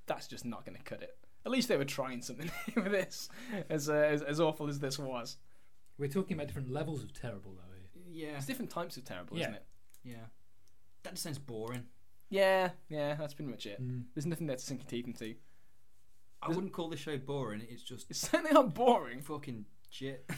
A: that's just not going to cut it. At least they were trying something [LAUGHS] with this, as, uh, as as awful as this was.
B: We're talking about different levels of terrible though. here.
C: Yeah,
A: It's different types of terrible,
B: Yeah.
A: isn't it?
C: yeah. That just sounds boring.
A: Yeah, yeah, that's pretty much it. There's nothing there to sink your teeth into.
C: I wouldn't call this show boring. It's just [LAUGHS]
A: [LAUGHS] It's certainly not boring.
C: fucking shit.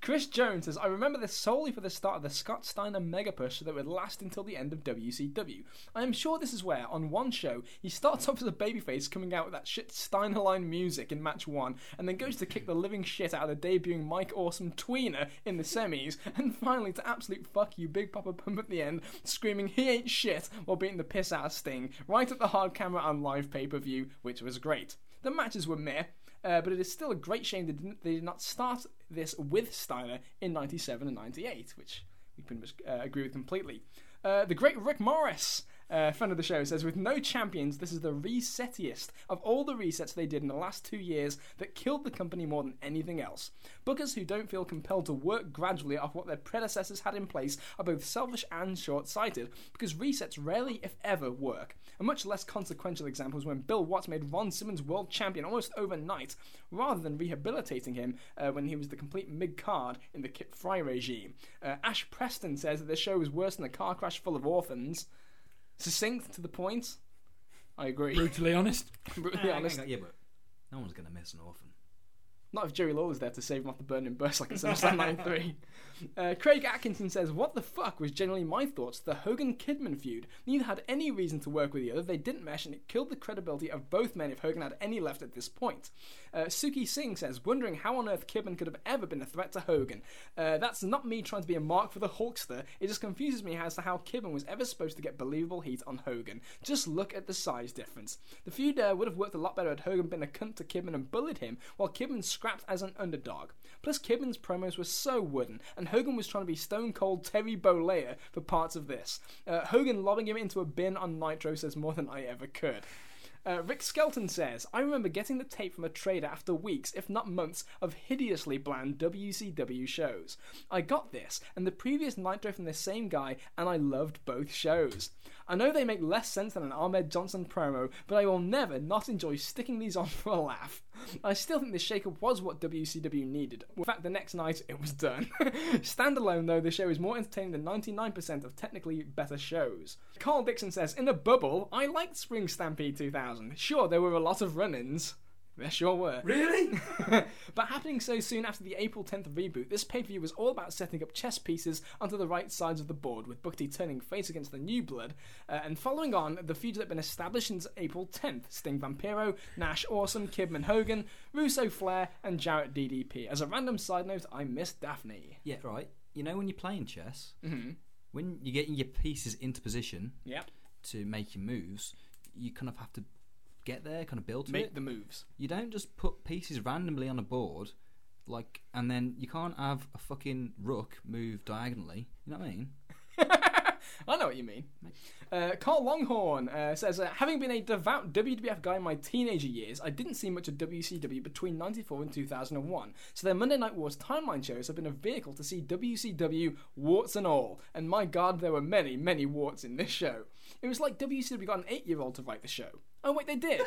A: Chris Jones says, I remember this solely for the start of the Scott Steiner mega push that would last until the end of WCW. I am sure this is where, on one show, he starts off as a babyface coming out with that shit Steiner line music in match one, and then goes to kick the living shit out of the debuting Mike Awesome tweener in the semis, and finally to absolute fuck you Big Papa Pump at the end, screaming he ain't shit while beating the piss out of Sting, right at the hard camera on live pay per view, which was great. The matches were meh, uh, but it is still a great shame they, didn't, they did not start this with Steiner in 97 and 98, which we pretty much uh, agree with completely. Uh, the great Rick Morris, uh, friend of the show, says With no champions, this is the resettiest of all the resets they did in the last two years that killed the company more than anything else. Bookers who don't feel compelled to work gradually off what their predecessors had in place are both selfish and short sighted, because resets rarely, if ever, work. A much less consequential example is when Bill Watts made Ron Simmons world champion almost overnight, rather than rehabilitating him uh, when he was the complete mid card in the Kip Fry regime. Uh, Ash Preston says that the show is worse than a car crash full of orphans. Succinct to the point. I [LAUGHS] agree.
B: Brutally honest.
A: Brutally honest.
C: Yeah, but no one's going to miss an orphan.
A: Not if Jerry Law was there to save him off the burning bus like in SummerSlam 93. Uh, Craig Atkinson says, What the fuck was generally my thoughts? The Hogan Kidman feud. Neither had any reason to work with the other, they didn't mesh, and it killed the credibility of both men if Hogan had any left at this point. Uh, Suki Singh says, Wondering how on earth Kidman could have ever been a threat to Hogan. Uh, that's not me trying to be a mark for the Hulkster, it just confuses me as to how Kidman was ever supposed to get believable heat on Hogan. Just look at the size difference. The feud uh, would have worked a lot better had Hogan been a cunt to Kidman and bullied him, while Kidman scrapped as an underdog. Plus, Kidman's promos were so wooden, and Hogan was trying to be stone cold Terry Bollea for parts of this. Uh, Hogan lobbing him into a bin on Nitro says more than I ever could. Uh, Rick Skelton says, I remember getting the tape from a trader after weeks, if not months, of hideously bland WCW shows. I got this and the previous Nitro from the same guy, and I loved both shows. I know they make less sense than an Ahmed Johnson promo, but I will never not enjoy sticking these on [LAUGHS] for a laugh. I still think the shakeup was what WCW needed. In fact, the next night it was done. [LAUGHS] Standalone, though, the show is more entertaining than 99% of technically better shows. Carl Dixon says, In a bubble, I liked Spring Stampede 2000. Sure, there were a lot of run ins. There sure were.
D: Really?
A: [LAUGHS] but happening so soon after the April 10th reboot, this pay per view was all about setting up chess pieces onto the right sides of the board, with Booker T turning face against the new blood. Uh, and following on, the feud that had been established since April 10th Sting Vampiro, Nash Awesome, Kidman Hogan, Russo Flair, and Jarrett DDP. As a random side note, I miss Daphne. Mm-hmm.
C: Yeah, right. You know when you're playing chess, when you're getting your pieces into position
A: Yep.
C: to make your moves, you kind of have to get there, kind of build to it.
A: Make the moves.
C: You don't just put pieces randomly on a board, like, and then you can't have a fucking rook move diagonally. You know what I mean?
A: [LAUGHS] I know what you mean. Uh, Carl Longhorn uh, says, uh, having been a devout WWF guy in my teenager years, I didn't see much of WCW between 94 and 2001, so their Monday Night Wars timeline shows have been a vehicle to see WCW warts and all, and my god, there were many, many warts in this show. It was like WCW got an eight-year-old to write the show. Oh wait, they did.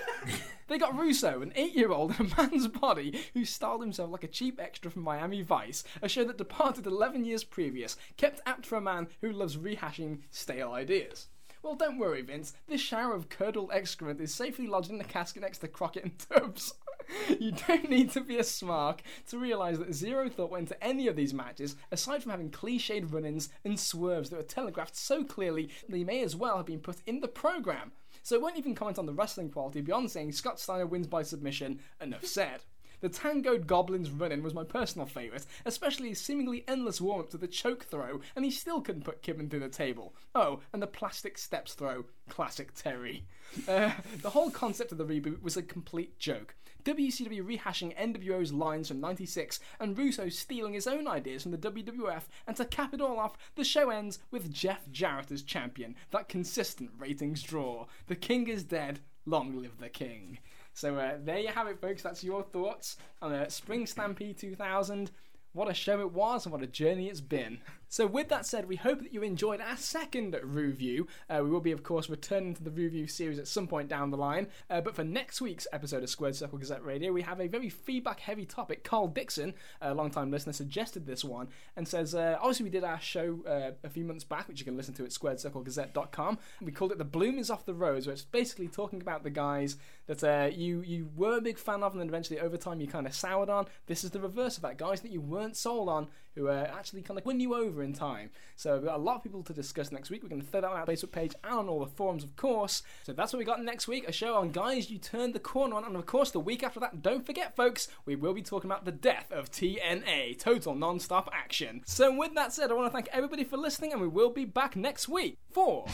A: they got Russo, an eight-year-old in a man's body, who styled himself like a cheap extra from Miami Vice, a show that departed 11 years previous, kept apt for a man who loves rehashing stale ideas. Well, don't worry, Vince. This shower of curdled excrement is safely lodged in the casket next to Crockett and Tubbs. [LAUGHS] you don't need to be a smark to realise that zero thought went to any of these matches, aside from having cliched run ins and swerves that were telegraphed so clearly they may as well have been put in the programme. So it won't even comment on the wrestling quality beyond saying Scott Steiner wins by submission, enough said. The tangoed goblins running was my personal favourite, especially his seemingly endless warm up to the choke throw, and he still couldn't put Kidman through the table. Oh, and the plastic steps throw, classic Terry. Uh, the whole concept of the reboot was a complete joke. WCW rehashing NWO's lines from 96, and Russo stealing his own ideas from the WWF, and to cap it all off, the show ends with Jeff Jarrett as champion, that consistent ratings draw. The king is dead, long live the king. So uh, there you have it, folks. That's your thoughts on uh, Spring Stampede 2000. What a show it was and what a journey it's been. So, with that said, we hope that you enjoyed our second review. Uh, we will be, of course, returning to the review series at some point down the line. Uh, but for next week's episode of Squared Circle Gazette Radio, we have a very feedback heavy topic. Carl Dixon, a long-time listener, suggested this one and says, uh, obviously, we did our show uh, a few months back, which you can listen to at squaredcirclegazette.com. We called it The Bloom is Off the Rose, where it's basically talking about the guys that uh, you you were a big fan of, and then eventually over time you kind of soured on. This is the reverse of that. Guys that you weren't sold on, who uh, actually kind of win you over in time. So we've got a lot of people to discuss next week. We're going to throw that on our Facebook page and on all the forums, of course. So that's what we got next week. A show on guys you turned the corner on, and of course the week after that. Don't forget, folks, we will be talking about the death of TNA, total non-stop action. So with that said, I want to thank everybody for listening, and we will be back next week for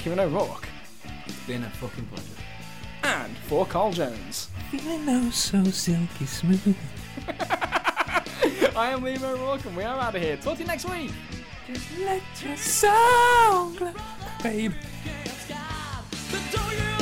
A: Kieran O'Rourke
C: It's been a fucking pleasure.
A: and for Carl Jones.
B: Feeling oh so silky smooth.
A: [LAUGHS] I am Liam O'Rourke, and we are out of here. Talk to you next week.
B: Let your soul, glow, babe.
F: But don't you